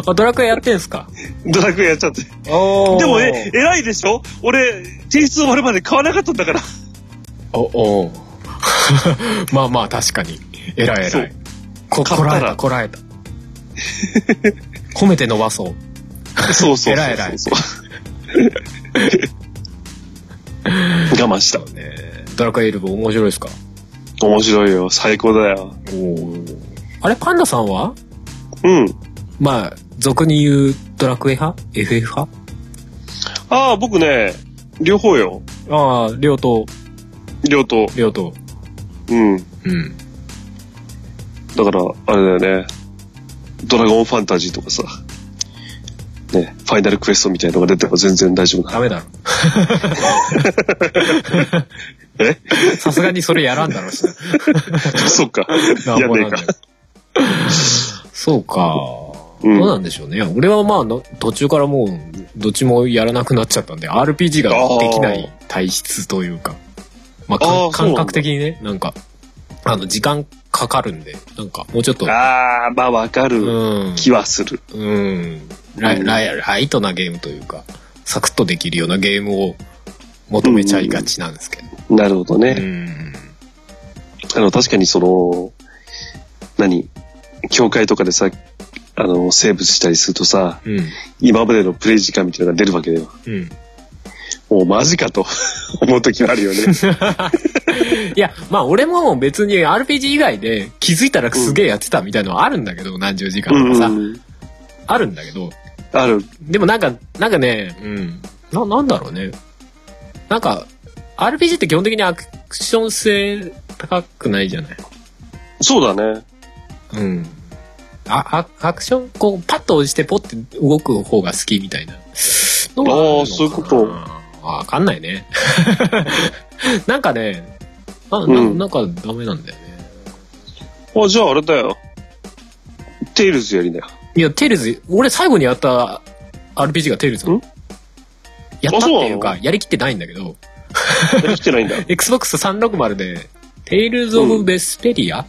[SPEAKER 2] あ、ドラクエやってんすか
[SPEAKER 1] て、ドラクエやっちゃって。
[SPEAKER 2] おー
[SPEAKER 1] でもえ、偉いでしょ俺、提出終わるまで買わなかったんだから。
[SPEAKER 2] お、おー まあまあ、確かに。えらいえ
[SPEAKER 1] そ
[SPEAKER 2] ら
[SPEAKER 1] う
[SPEAKER 2] い。こ、
[SPEAKER 1] 買
[SPEAKER 2] こ
[SPEAKER 1] った
[SPEAKER 2] ら
[SPEAKER 1] ら
[SPEAKER 2] えた、こらえた。褒めて伸ばそう。
[SPEAKER 1] そうそうそうそう。
[SPEAKER 2] 偉い偉い
[SPEAKER 1] 我慢した。
[SPEAKER 2] ねドラクエイルブ面白いですか
[SPEAKER 1] 面白いよ。最高だよ。
[SPEAKER 2] おーあれ、パンダさんは
[SPEAKER 1] うん。
[SPEAKER 2] まあ、俗に言うドラクエ派 ?FF 派
[SPEAKER 1] ああ、僕ね、両方よ。
[SPEAKER 2] ああ、両党、
[SPEAKER 1] 両党。
[SPEAKER 2] 両党。
[SPEAKER 1] うん。
[SPEAKER 2] うん。
[SPEAKER 1] だから、あれだよね。ドラゴンファンタジーとかさ。ね、ファイナルクエストみたいのが出ても全然大丈夫
[SPEAKER 2] ダ
[SPEAKER 1] な。
[SPEAKER 2] メだろ。
[SPEAKER 1] え
[SPEAKER 2] さすがにそれやらんだろうしな。
[SPEAKER 1] そっか。
[SPEAKER 2] なん
[SPEAKER 1] やん
[SPEAKER 2] ぼ
[SPEAKER 1] ねえ
[SPEAKER 2] なんだ
[SPEAKER 1] か
[SPEAKER 2] よ。そうか。
[SPEAKER 1] う
[SPEAKER 2] ど
[SPEAKER 1] ん
[SPEAKER 2] うなんでしょうね。俺はまあの、途中からもう、どっちもやらなくなっちゃったんで、RPG ができない体質というか、まあ、か
[SPEAKER 1] あーそうなん
[SPEAKER 2] 感
[SPEAKER 1] だ
[SPEAKER 2] 覚的にね、なんか、あの、時間かかるんで、なんか、もうちょっと、
[SPEAKER 1] ああ、まあわか
[SPEAKER 2] う
[SPEAKER 1] る
[SPEAKER 2] ん、
[SPEAKER 1] 気はする。
[SPEAKER 2] うん、ライライライトなゲームというか、サクッとできるようなゲームを求めちゃいがちなんですけど。
[SPEAKER 1] なるほどね。
[SPEAKER 2] うん。
[SPEAKER 1] あの、確かにその、何教会とかでさ、あの、セーブしたりするとさ、
[SPEAKER 2] うん。
[SPEAKER 1] 今までのプレイ時間みたいなのが出るわけだよ。
[SPEAKER 2] うん。
[SPEAKER 1] もうマジかと 思う時はあるよね。
[SPEAKER 2] いや、まあ俺も別に RPG 以外で気づいたらすげえやってたみたいのはあるんだけど、何十時間
[SPEAKER 1] う
[SPEAKER 2] と
[SPEAKER 1] ん
[SPEAKER 2] かさ、
[SPEAKER 1] うん。
[SPEAKER 2] あるんだけど、
[SPEAKER 1] ある。
[SPEAKER 2] でもなんか、なんかね、うん、な、なんだろうね。なんか、RPG って基本的にアクション性高くないじゃない
[SPEAKER 1] そうだね。
[SPEAKER 2] うん。あ、アアクション、こう、パッと押してポッて動く方が好きみたいな。ああ、
[SPEAKER 1] あーそういうこと
[SPEAKER 2] あわかんないね。 なんかね、な、な
[SPEAKER 1] うん
[SPEAKER 2] なんかダメなんだよね。
[SPEAKER 1] あ、じゃああれだよ。テイルズやりなよ。
[SPEAKER 2] いや、テイルズ、俺最後にやった RPG がテイルズなの
[SPEAKER 1] ん
[SPEAKER 2] やったっていう
[SPEAKER 1] あそう
[SPEAKER 2] か、やりきってないんだけど、
[SPEAKER 1] できてないんだ。
[SPEAKER 2] Xbox 360で、テイルズ・オブ・ベスペリア、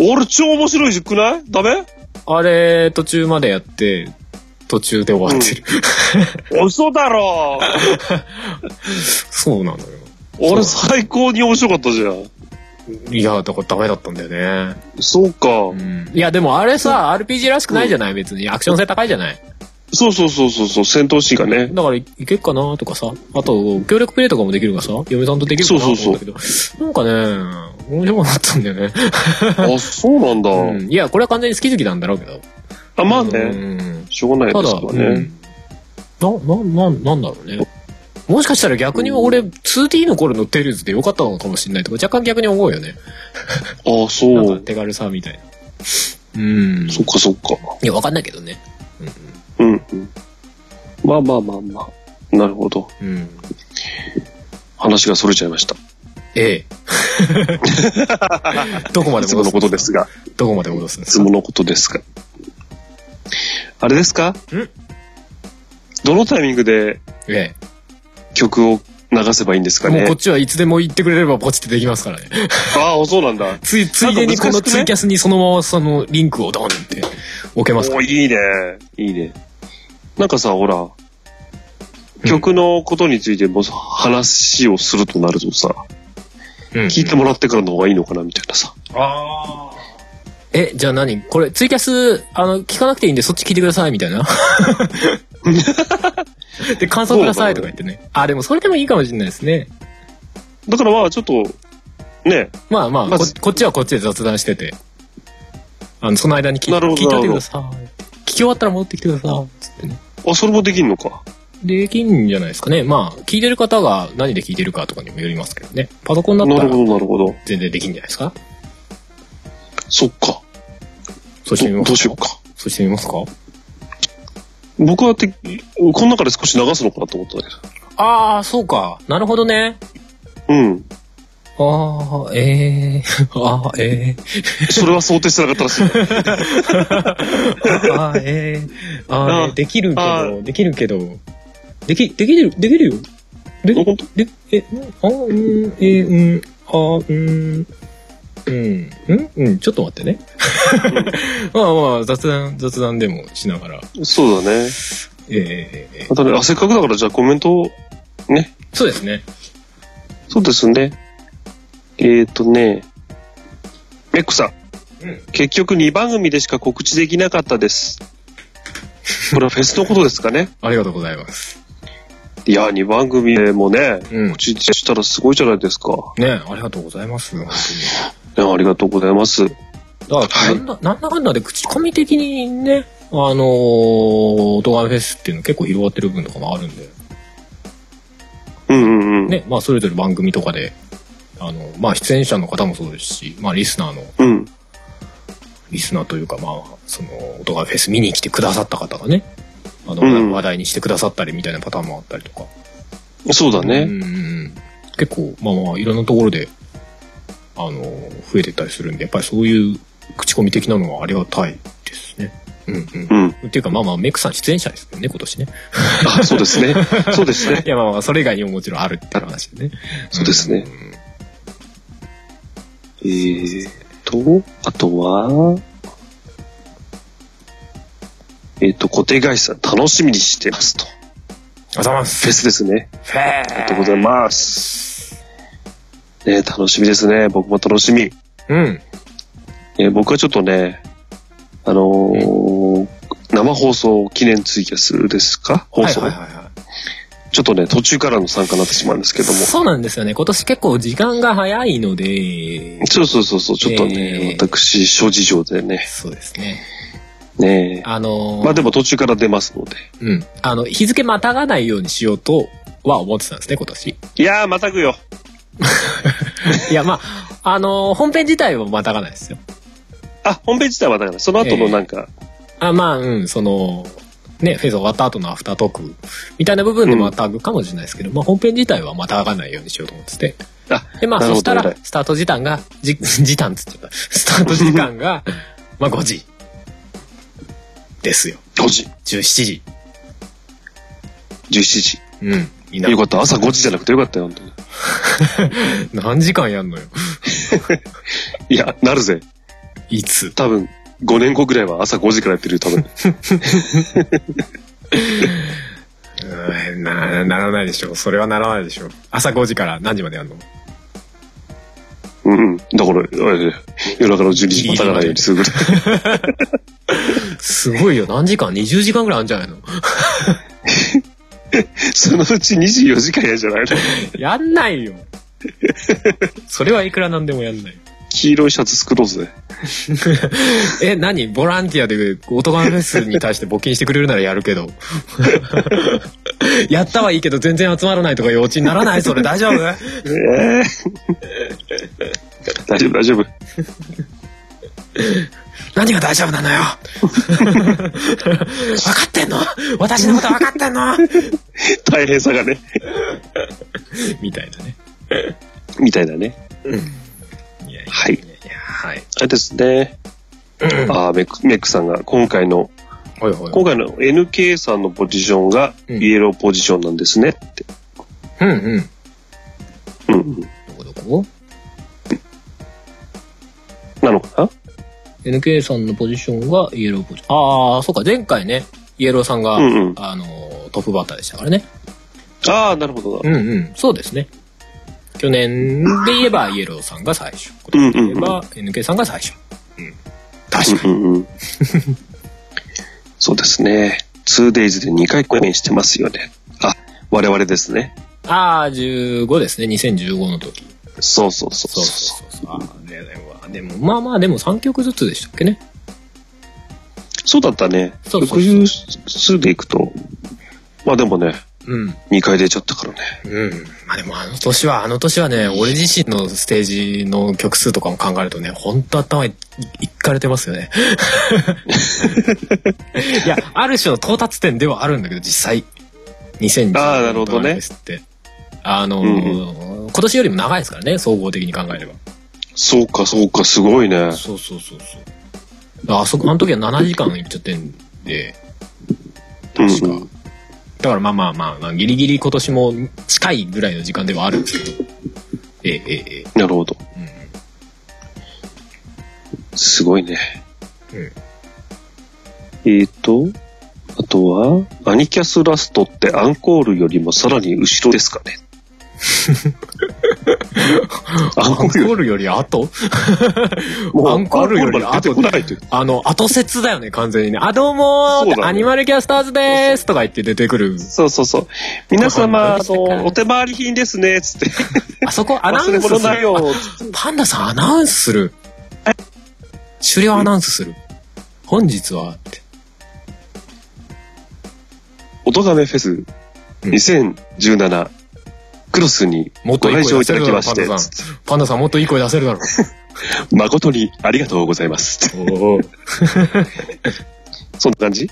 [SPEAKER 1] 俺超面白いくないダメ
[SPEAKER 2] あれ、途中までやって、途中で終わってる。
[SPEAKER 1] 嘘だろ
[SPEAKER 2] そうなのよ。
[SPEAKER 1] 俺最高に面白かったじゃん。
[SPEAKER 2] いや、だからダメだったんだよね。
[SPEAKER 1] そうか。
[SPEAKER 2] うん。いや、でもあれさ、RPG らしくないじゃない別に。アクション性高いじゃない
[SPEAKER 1] そうそうそうそうそう、戦闘シーンがね。
[SPEAKER 2] だからいけっかなとかさ。あと、協力プレイとかもできるからさ。嫁さんとできるかなと思うんだけど。なんかね、面白くなかったんだよね。
[SPEAKER 1] あ、そうなんだ。
[SPEAKER 2] うん。いや、これは完全に好き好きなんだろうけど。
[SPEAKER 1] あ、まあ
[SPEAKER 2] う
[SPEAKER 1] ね。
[SPEAKER 2] ん。
[SPEAKER 1] しょうがない
[SPEAKER 2] た
[SPEAKER 1] で
[SPEAKER 2] だ、
[SPEAKER 1] すからね。
[SPEAKER 2] うん、な、な、な、なんだろうね。もしかしたら逆に俺、2D の頃のテイルズで良かったのかもしれないとか、若干逆に思うよね。
[SPEAKER 1] あ、そ
[SPEAKER 2] なんか
[SPEAKER 1] う。
[SPEAKER 2] 手軽さみたいな。うん。
[SPEAKER 1] そっかそっか。
[SPEAKER 2] いや、わかんないけどね。うんうん。
[SPEAKER 1] うんうん。まあまあまあまあ。なるほど。
[SPEAKER 2] うん。
[SPEAKER 1] 話がそれちゃいました。
[SPEAKER 2] ええ。どこま
[SPEAKER 1] い
[SPEAKER 2] で
[SPEAKER 1] つもの
[SPEAKER 2] 戻す
[SPEAKER 1] こと
[SPEAKER 2] んで
[SPEAKER 1] ですすが。
[SPEAKER 2] かどこまで戻すん
[SPEAKER 1] い
[SPEAKER 2] です
[SPEAKER 1] つ
[SPEAKER 2] か
[SPEAKER 1] ものことですが。あれですかんどのタイミングで
[SPEAKER 2] え
[SPEAKER 1] 曲を流せばいいんです
[SPEAKER 2] え。
[SPEAKER 1] か
[SPEAKER 2] もう
[SPEAKER 1] ね
[SPEAKER 2] こっちはいつでも言ってくれればポチってできますからね。
[SPEAKER 1] ああ、そうなんだ。
[SPEAKER 2] つい、ついでにこ
[SPEAKER 1] な
[SPEAKER 2] の
[SPEAKER 1] んか難しくない
[SPEAKER 2] ツイキャスにそのままそのリンクをドンって置けますか
[SPEAKER 1] おーいいね。いいね。なんかさ、ほら、曲のことについても話をするとなるとさ、
[SPEAKER 2] うん
[SPEAKER 1] 聞いてもらってからの方がいいのかなみたいなさ。
[SPEAKER 2] ああ。え、じゃあ何これ、ツイキャス、あの、聞かなくていいんで、そっち聞いてください、みた いな。で、感想くださいとか言ってね。あ、でもそれでもいいかもしれないですね。
[SPEAKER 1] だからまあちょっと、ね、
[SPEAKER 2] まあまあ、
[SPEAKER 1] まあ
[SPEAKER 2] ここっちはこっちで雑談してて。あの、その間に聞い
[SPEAKER 1] なるほど
[SPEAKER 2] 聞いておいてください。聞き終わったら戻ってきてください。つってね。
[SPEAKER 1] あ、それもできんのか。
[SPEAKER 2] できんじゃないですかね。まあ、聞いてる方が何で聞いてるかとかにもよりますけどね。パソコンだ
[SPEAKER 1] な
[SPEAKER 2] っ
[SPEAKER 1] る
[SPEAKER 2] たら
[SPEAKER 1] ほど、なるほど。
[SPEAKER 2] 全然できんじゃないですか
[SPEAKER 1] そっか。
[SPEAKER 2] そうしてみ
[SPEAKER 1] ど
[SPEAKER 2] ますか
[SPEAKER 1] どうしようか。
[SPEAKER 2] そうしてみますか
[SPEAKER 1] 僕はて、この中で少し流すのかなと思ったんだけ
[SPEAKER 2] ああ、そうか。なるほどね。
[SPEAKER 1] ど。うん。
[SPEAKER 2] ああ、ええー、ああ、え
[SPEAKER 1] それは想定してなかったらしい。
[SPEAKER 2] えー、ああ、ええー、ああ、
[SPEAKER 1] あ
[SPEAKER 2] できるけ
[SPEAKER 1] あ
[SPEAKER 2] ど、できるけど、でき、できる、できるよ。で、
[SPEAKER 1] 本当
[SPEAKER 2] で、え、あ、うん、え、うん、あ、うん、うん、うん、うん、ちょっと待ってね。まあまあ、雑談、雑談でもしながら、
[SPEAKER 1] そうだね。
[SPEAKER 2] えーえーえー
[SPEAKER 1] あとね、あ、せっかくだからじゃあコメントを、ね。
[SPEAKER 2] そうですね。
[SPEAKER 1] そうですね。えっ、ー、とね、レックさん。
[SPEAKER 2] うん。
[SPEAKER 1] 結局2番組でしか告知できなかったです。これはフェスのことですかね。
[SPEAKER 2] ありがとうございます。
[SPEAKER 1] いや、2番組でもね、
[SPEAKER 2] うん。ね
[SPEAKER 1] 告知したらすごいじゃないですか。
[SPEAKER 2] ありがとうございます。本当に
[SPEAKER 1] ねありがとうございます。
[SPEAKER 2] だから、
[SPEAKER 1] はい
[SPEAKER 2] なんだ、なんだかんだで口コミ的にね、あのー、動画フェスっていうの結構広がってる部分とかもあるんで、
[SPEAKER 1] うんうんうん。
[SPEAKER 2] ね、まあそれぞれ番組とかで、あの、まあ出演者の方もそうですし、まあリスナーの、
[SPEAKER 1] うん。
[SPEAKER 2] リスナーというかまあ、その、動画フェス見に来てくださった方がね、あの、
[SPEAKER 1] うん
[SPEAKER 2] 話題にしてくださったりみたいなパターンもあったりとか、
[SPEAKER 1] そうだ
[SPEAKER 2] うん
[SPEAKER 1] ね。
[SPEAKER 2] うんうん結構、まあまあいろんなところで、あの、増えてったりするんで、やっぱりそういう口コミ的なのはありがたいですね。うんうん
[SPEAKER 1] うん。
[SPEAKER 2] っていうか、まあまあ、メクさん出演者ですよね、今年 ね。
[SPEAKER 1] あ、そうですね。そうですね。
[SPEAKER 2] いや、まあまあ、それ以外にももちろんあるっていう話でね。
[SPEAKER 1] そうですねえ
[SPEAKER 2] ん。
[SPEAKER 1] ーっと、あとは、えーっと、固定会社楽しみにしてますと。
[SPEAKER 2] ありがとうございます。
[SPEAKER 1] フェスですね。
[SPEAKER 2] フェ
[SPEAKER 1] ありがとうございます。ね、楽しみですね。僕も楽しみ。
[SPEAKER 2] うん。
[SPEAKER 1] えー僕はちょっとね、あのー生放送記念ツイキャスですか放送、
[SPEAKER 2] はいはいはいは
[SPEAKER 1] ちょっとね、途中からの参加になってしまうんですけ
[SPEAKER 2] い。
[SPEAKER 1] ども。
[SPEAKER 2] そうなんですよね。今年結構時間が早いので、
[SPEAKER 1] そうそうそうそう、ちょっとね、
[SPEAKER 2] えー
[SPEAKER 1] 私、諸事情でね、
[SPEAKER 2] そうですね。
[SPEAKER 1] ね
[SPEAKER 2] あのー
[SPEAKER 1] まあでも途中から出ますので。
[SPEAKER 2] うん。あの、日付またがないようにしようとは思ってたんですね、今年。
[SPEAKER 1] いやー、またぐよ。
[SPEAKER 2] いや、まあ、あのー本編自体はまたがないですよ。
[SPEAKER 1] あ、ホームページ自体はだから、その後のなんか、
[SPEAKER 2] あまあ、うん、その、ね、フェーズ終わった後のアフタートークみたいな部分でまたぐかもしれないですけど、まあ本編自体はまた上がらないようにしようと思ってて。
[SPEAKER 1] あ、
[SPEAKER 2] で、まあ
[SPEAKER 1] なる
[SPEAKER 2] そ
[SPEAKER 1] ほ
[SPEAKER 2] し
[SPEAKER 1] ど
[SPEAKER 2] たら
[SPEAKER 1] 偉い、
[SPEAKER 2] スタート時間が、じ、 時短っつっちゃった。スタート時間 が、まあ5時。ですよ。
[SPEAKER 1] 5時、
[SPEAKER 2] 17時。
[SPEAKER 1] 17時。
[SPEAKER 2] うん。みんな
[SPEAKER 1] よ、かった。朝5時じゃなくてよかったよ、本当に。
[SPEAKER 2] 何時間やんのよ。
[SPEAKER 1] いや、なるぜ。
[SPEAKER 2] いつ。
[SPEAKER 1] 多分、5年後ぐらいは朝5時からやってるよ、 多分。
[SPEAKER 2] うん、な、ならないでしょ。それはならないでしょ。朝5時から何時までやんの
[SPEAKER 1] うんうん。だから、あれだよ夜中の12時またがないようにするぐら い。
[SPEAKER 2] すごいよ。何時間 ?20 時間ぐらいあるんじゃないの
[SPEAKER 1] そのうち24時間やじゃないの。
[SPEAKER 2] やんないよ。それはいくらなんでもやんない。
[SPEAKER 1] 黄色いシャツ作ろうぜ。
[SPEAKER 2] え、何ボランティアで男のフェスに対して募金してくれるならやるけど。 やったはいいけど全然集まらないとか幼稚にならないそれ大丈夫
[SPEAKER 1] え え大丈夫、大丈夫。
[SPEAKER 2] 何が大丈夫なのよ 分かってんの私のこと分かってんの
[SPEAKER 1] 大変さがね。
[SPEAKER 2] みたいなね。
[SPEAKER 1] みたいなね。
[SPEAKER 2] いやいや
[SPEAKER 1] はい
[SPEAKER 2] い。や、はい。
[SPEAKER 1] あれですね。あーメック、メックさんが今回の、
[SPEAKER 2] ほいほいほ
[SPEAKER 1] 今回
[SPEAKER 2] い。
[SPEAKER 1] の NK さんのポジションが
[SPEAKER 2] うん
[SPEAKER 1] イエローポジションなんですねって。
[SPEAKER 2] うんうん。ど
[SPEAKER 1] うんうん。
[SPEAKER 2] こどこ
[SPEAKER 1] なのかな
[SPEAKER 2] NK さんのポジションはイエローポジション。ああ、そうか、前回ね、イエローさんが、
[SPEAKER 1] うんうん
[SPEAKER 2] あのー、トップバッターでしたからね。
[SPEAKER 1] ああ、なるほどな。
[SPEAKER 2] うんうん、そうですね。去年で言えばイエローさんが最初。今年で言えば NK さんが最初。うん。確か
[SPEAKER 1] う
[SPEAKER 2] に。
[SPEAKER 1] んうん、そうですね。2days で2回公演してますよね。あ、我々ですね。
[SPEAKER 2] ああ、15ですね、2015の時。
[SPEAKER 1] そうそうそう
[SPEAKER 2] そ
[SPEAKER 1] そう。
[SPEAKER 2] うそうそうそう。あーででもでも、まあまあ、でも3曲ずつでしたっけね。
[SPEAKER 1] そうだったね。
[SPEAKER 2] そうそうそう
[SPEAKER 1] 60数でいくと。まあでもね、
[SPEAKER 2] うん。
[SPEAKER 1] 2回出ちゃったからね。
[SPEAKER 2] うん。まあでもあの年は、あの年はね、俺自身のステージの曲数とかも考えるとね、ほんと頭いいっかれてますよね。 いや、ある種の到達点ではあるんだけど、実際。2020年
[SPEAKER 1] あーなるほどね
[SPEAKER 2] のですって。あのー今年よりも長いですからね、総合的に考えれば。
[SPEAKER 1] そうか、そうか、すごいね。
[SPEAKER 2] そうそうそうそう。あそこ、あの時は7時間いっちゃってんで、確か。
[SPEAKER 1] うん
[SPEAKER 2] だからまあまあまあ、まあ、ギリギリ今年も近いぐらいの時間ではあるんですけど。 ええええええ。
[SPEAKER 1] なるほど。
[SPEAKER 2] うん
[SPEAKER 1] すごいね。
[SPEAKER 2] うん
[SPEAKER 1] えーと、あとは、アニキャスラストってアンコールよりもさらに後ろですか ね。アンコ
[SPEAKER 2] アン
[SPEAKER 1] ー
[SPEAKER 2] コ
[SPEAKER 1] ルよ
[SPEAKER 2] ールより後
[SPEAKER 1] りも
[SPEAKER 2] アンコールより
[SPEAKER 1] アンコールまで出てこ
[SPEAKER 2] 後で
[SPEAKER 1] ないという。
[SPEAKER 2] あの、後説だよね、完全にね。あ、どうもー、
[SPEAKER 1] そうだね
[SPEAKER 2] アニマルキャスターズでーすとか言って出てくる。
[SPEAKER 1] そうそうそう。皆様、
[SPEAKER 2] あ
[SPEAKER 1] あの、お手回り品ですね、つって。
[SPEAKER 2] あそこアナウ
[SPEAKER 1] 忘れ
[SPEAKER 2] ンス
[SPEAKER 1] 物
[SPEAKER 2] す
[SPEAKER 1] ない
[SPEAKER 2] る。
[SPEAKER 1] よ
[SPEAKER 2] あ、
[SPEAKER 1] つって
[SPEAKER 2] パンダさんアナウンスする。終了アナウンスする。本日は、って。
[SPEAKER 1] おとがめフェス2017、クロスに
[SPEAKER 2] もっと
[SPEAKER 1] ご
[SPEAKER 2] いい
[SPEAKER 1] 来場
[SPEAKER 2] 声出
[SPEAKER 1] い
[SPEAKER 2] せ
[SPEAKER 1] ただ
[SPEAKER 2] る
[SPEAKER 1] き
[SPEAKER 2] だろ
[SPEAKER 1] ま
[SPEAKER 2] パ
[SPEAKER 1] し
[SPEAKER 2] ンダ
[SPEAKER 1] て
[SPEAKER 2] さん、。パンダさんもっといい声出 せるだろ。
[SPEAKER 1] 誠にありがとうございます。 つって
[SPEAKER 2] おー
[SPEAKER 1] そんな感じ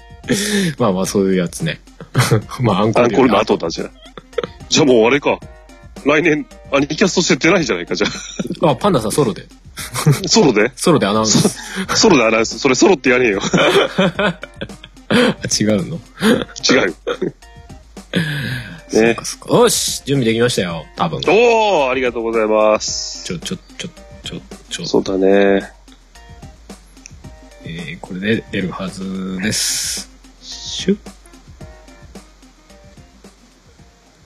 [SPEAKER 2] まあまあ、そういうやつね。 まあ、アンコ
[SPEAKER 1] ア
[SPEAKER 2] ー
[SPEAKER 1] ン
[SPEAKER 2] ル
[SPEAKER 1] コー
[SPEAKER 2] よ
[SPEAKER 1] ル
[SPEAKER 2] り
[SPEAKER 1] の
[SPEAKER 2] 後。
[SPEAKER 1] 後だじゃん。 じゃあもうあれか。来年、アニキャスとして出ないじゃないか、じゃあ。
[SPEAKER 2] あ、パンダさんソロで。
[SPEAKER 1] ソロで
[SPEAKER 2] ソロでアナウン ス。
[SPEAKER 1] ソロでアナウンス。それソロってやねえよ。
[SPEAKER 2] あ違うの
[SPEAKER 1] 違 うよ。ね
[SPEAKER 2] そっかそっかよし準備できましたよ、多分。ち
[SPEAKER 1] おー、ありがとうございます。
[SPEAKER 2] ょ、ちょ、ちょ、ちょ、ちょ、
[SPEAKER 1] そうだね。
[SPEAKER 2] えーこれで出るはずです。シュッ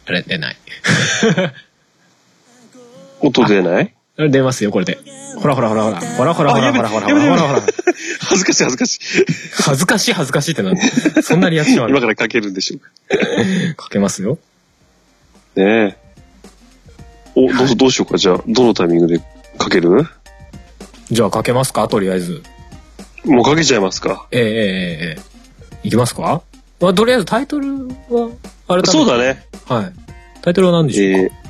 [SPEAKER 2] あれ、出ない。
[SPEAKER 1] 音出ない
[SPEAKER 2] あれ出ますよ、これで。ほらほらほらほら。ほらほらほ
[SPEAKER 1] あや
[SPEAKER 2] ら
[SPEAKER 1] め
[SPEAKER 2] ほ
[SPEAKER 1] て
[SPEAKER 2] らほらほ
[SPEAKER 1] や
[SPEAKER 2] ら
[SPEAKER 1] めて
[SPEAKER 2] ほ
[SPEAKER 1] やめ
[SPEAKER 2] ら
[SPEAKER 1] て
[SPEAKER 2] ほら。
[SPEAKER 1] 恥ずかしい恥ずかしい。
[SPEAKER 2] 恥ずかしい恥ずかしいってなんだ。そんなリアクションあ
[SPEAKER 1] 今
[SPEAKER 2] る
[SPEAKER 1] からかけるんでしょうか。
[SPEAKER 2] かけますよ。
[SPEAKER 1] ねえ。お、どうぞどうしようか。じゃあ、どのタイミングでかける
[SPEAKER 2] じゃあかけますかとりあえず。
[SPEAKER 1] もうかけちゃいますか。
[SPEAKER 2] えー、えーえーえーいきますかまあとりあえずタイトルは、あれ
[SPEAKER 1] そうだ
[SPEAKER 2] ね。
[SPEAKER 1] ね。
[SPEAKER 2] はい。タイトルは何でしょうか、
[SPEAKER 1] えー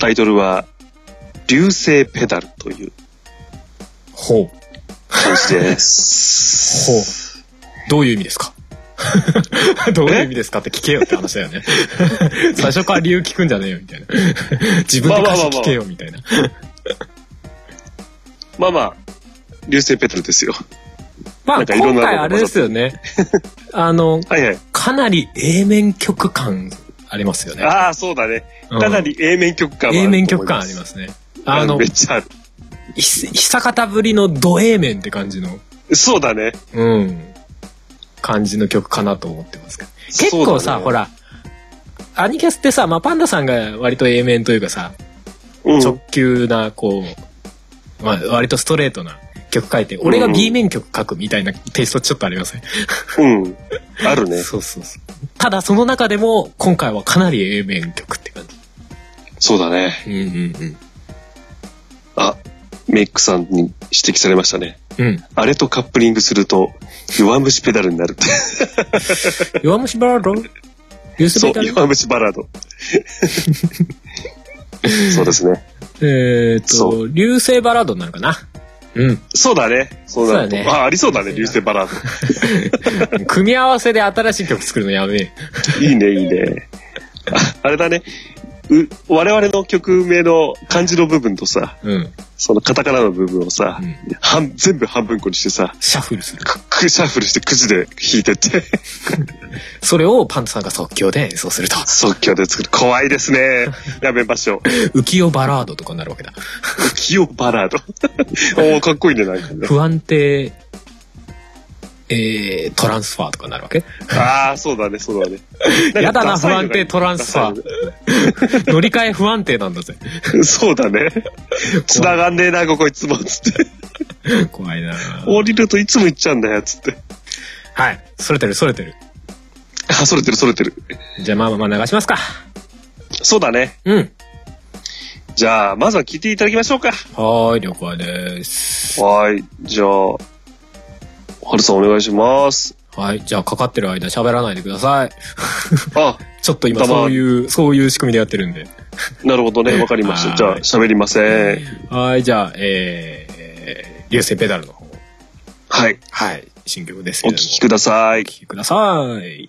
[SPEAKER 1] タイトルは、流星ペダルという
[SPEAKER 2] ほう。
[SPEAKER 1] 感じです。
[SPEAKER 2] ほう。どういう意味ですか どういう意味ですかって聞けよって話だよね。最初から理由聞くんじゃねえよみたいな。自分の歌詞聞けよみたいな。
[SPEAKER 1] まあまあ、流星ペダルですよ。まあまあまあ
[SPEAKER 2] まあ
[SPEAKER 1] なんかいろん
[SPEAKER 2] 今
[SPEAKER 1] な
[SPEAKER 2] 回あれです よね。あの、
[SPEAKER 1] はいはい。
[SPEAKER 2] かなり A 面曲感ありますよね。
[SPEAKER 1] ああ、そうだね。
[SPEAKER 2] うん
[SPEAKER 1] かなり A 面曲感はあると思います
[SPEAKER 2] A 面曲感ありますね。あの
[SPEAKER 1] めっ、ちゃある。
[SPEAKER 2] ひ久方ぶりのド A 面って感じの、
[SPEAKER 1] そうだね。
[SPEAKER 2] うん、感じの曲かなと思ってますけど。結構さ、ほ
[SPEAKER 1] ら、
[SPEAKER 2] ら、アニキャスってさ、まあパンダさんが割と A 面というかさ、
[SPEAKER 1] うん
[SPEAKER 2] 直球な、こう、まあ、割とストレートな曲書いて、俺が B 面曲書くみたいなテイストちょっとありません、
[SPEAKER 1] うん。あるね。
[SPEAKER 2] そうそうそう。ただその中でも、今回はかなり A 面曲って感じ。
[SPEAKER 1] そうだね。
[SPEAKER 2] うんうん
[SPEAKER 1] あ、メイクさんに指摘されましたね。
[SPEAKER 2] うん。うん。
[SPEAKER 1] あれとカップリングすると、弱虫ペダルになるって。
[SPEAKER 2] 弱虫バラードユース
[SPEAKER 1] そ
[SPEAKER 2] ベ
[SPEAKER 1] う、
[SPEAKER 2] タル
[SPEAKER 1] 弱虫バラー ド。そうですね。
[SPEAKER 2] えーっ
[SPEAKER 1] そ
[SPEAKER 2] と、流星バラードになるかな。うん。
[SPEAKER 1] そうだね。そうだ
[SPEAKER 2] そうだ
[SPEAKER 1] ね。
[SPEAKER 2] ね
[SPEAKER 1] あ、ありそうだね。流星バラー
[SPEAKER 2] 組み合わせで新しい曲作るのやべえ。
[SPEAKER 1] ド。いいね、いいね。ああれだね。う我々の曲名の漢字の部分とさ、
[SPEAKER 2] うん。
[SPEAKER 1] そのカタカナの部分をさ、
[SPEAKER 2] うん
[SPEAKER 1] 半全部半分こにしてさ、
[SPEAKER 2] シャッフルする。
[SPEAKER 1] くくシャッフルしてくじで弾いて って、
[SPEAKER 2] それをパンツさんが即興で演奏すると。
[SPEAKER 1] 即興で作る。怖いです ね。やめましょう。
[SPEAKER 2] 浮世バラードとかになるわけだ。
[SPEAKER 1] 浮世バラー ド。おーかっこいいね、なんかね。
[SPEAKER 2] 不安定、えー、トランスファーとかになるわけ
[SPEAKER 1] ああ、そうだね、そうだね。
[SPEAKER 2] やだな、
[SPEAKER 1] んかダ
[SPEAKER 2] 不
[SPEAKER 1] サいのが
[SPEAKER 2] 安定トラン
[SPEAKER 1] ダ
[SPEAKER 2] スフ
[SPEAKER 1] サいの
[SPEAKER 2] ァ
[SPEAKER 1] が
[SPEAKER 2] ー。乗り換え不安定なんだぜ。
[SPEAKER 1] そうだね。繋がんねえな、ここいつも、つって。
[SPEAKER 2] 怖いな
[SPEAKER 1] 降りるといつも行っちゃうんだよ、つって。
[SPEAKER 2] はい。それてる、それてる。
[SPEAKER 1] あ、それてる、それてる。
[SPEAKER 2] じゃあまあまあまあ流しますか。
[SPEAKER 1] そうだね。
[SPEAKER 2] うん。
[SPEAKER 1] じゃあ、まずは聞いていただきましょうか。
[SPEAKER 2] はーい、了解です。
[SPEAKER 1] はい。じゃあ、ハルさんお願いします。
[SPEAKER 2] はい。じゃあかかってる間喋らないでください。
[SPEAKER 1] あ、
[SPEAKER 2] ちょっと今そういう、そういう仕組みでやってるんで。
[SPEAKER 1] なるほどね。わかりまし
[SPEAKER 2] は
[SPEAKER 1] た。
[SPEAKER 2] い
[SPEAKER 1] じゃあ、喋りません。
[SPEAKER 2] はい。じゃあ、えー、流星ペダルの方。
[SPEAKER 1] はい。
[SPEAKER 2] はい。新曲です
[SPEAKER 1] お
[SPEAKER 2] け
[SPEAKER 1] 聞
[SPEAKER 2] ども。
[SPEAKER 1] きください
[SPEAKER 2] お。聞きください。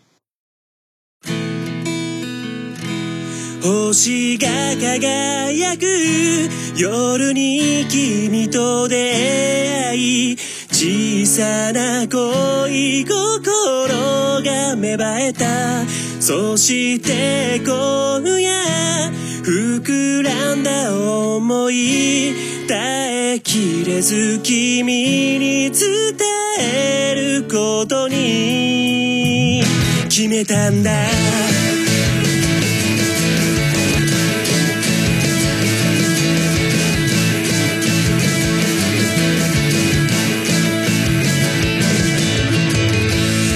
[SPEAKER 3] 星が輝く夜に君と出会い小さな恋心が芽生えたそして今夜膨らんだ思い耐えきれず君に伝えることに決めたんだ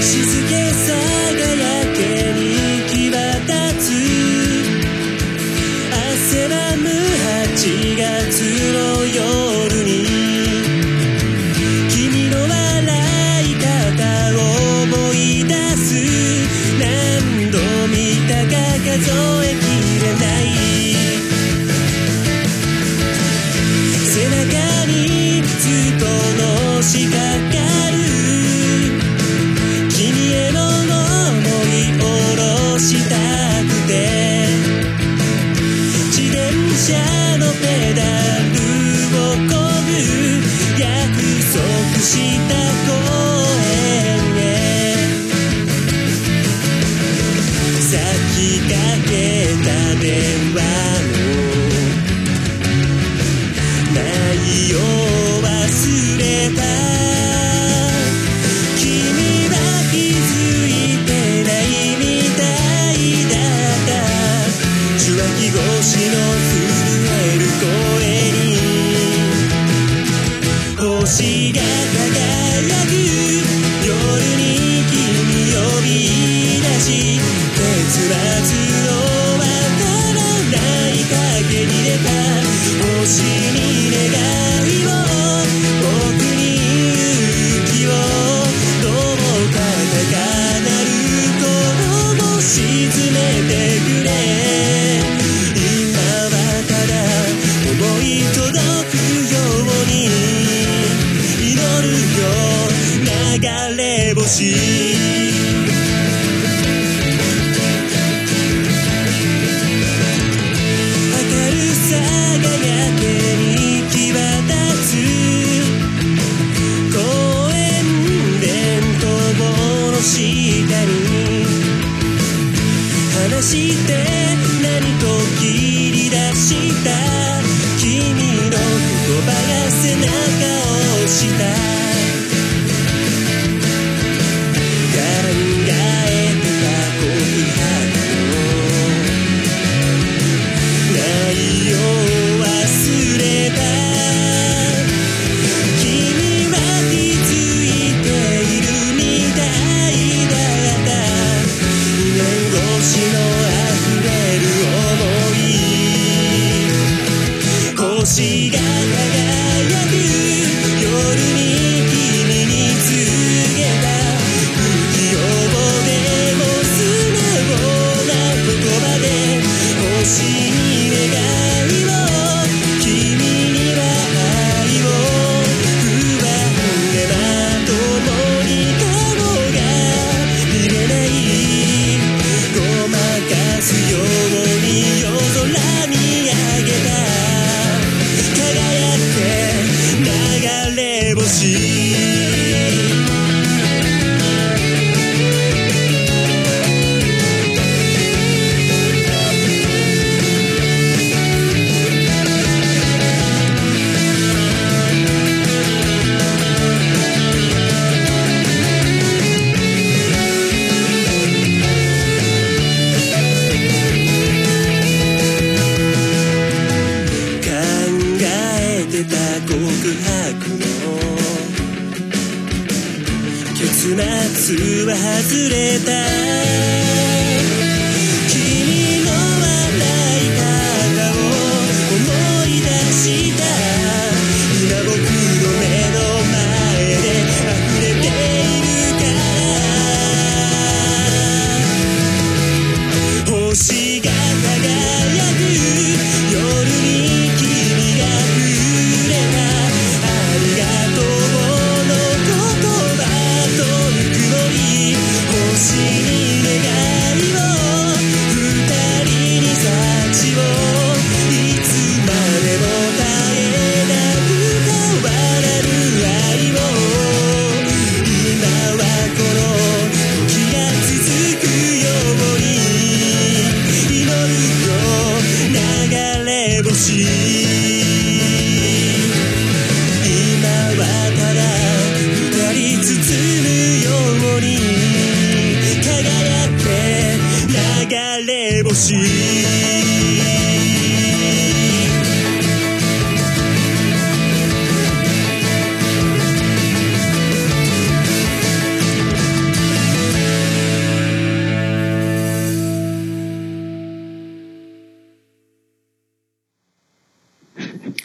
[SPEAKER 3] 静けさがやけに際立つ汗ばむ8月の夜に君の笑い方を思い出す何度見たか数えきれない背中にずっとのしかかる君への想い下ろしたくて自転車のペダルをこぐ約束した公園へ咲きかけた電話の内容忘れた君は気づいてないみたいだった受話器越しの震える声に星が輝く夜に君呼び出し結末のわからない影に出た星に願いを僕に勇気をどうか高鳴るこを沈めてくれ今はただ思い届くように祈るよ流れ星明るさがやけに際立つ公園で灯の下に話して何と切り出した君の言葉が背中を押した考えた告白を内容忘れた君は気づいてないみたいだった2年越しの溢れる想い星が輝く夜に告白の結末は外れた君の笑い方を思い出した今僕の目の前で溢れているから星が輝く夜に君が触れたありがとうの言葉とぬくもり星に願いを二人に幸をいつまでも絶えなく変わらぬ愛を今はこの時が続くように祈るよ流れ星今はただ二人包むように輝け流れ星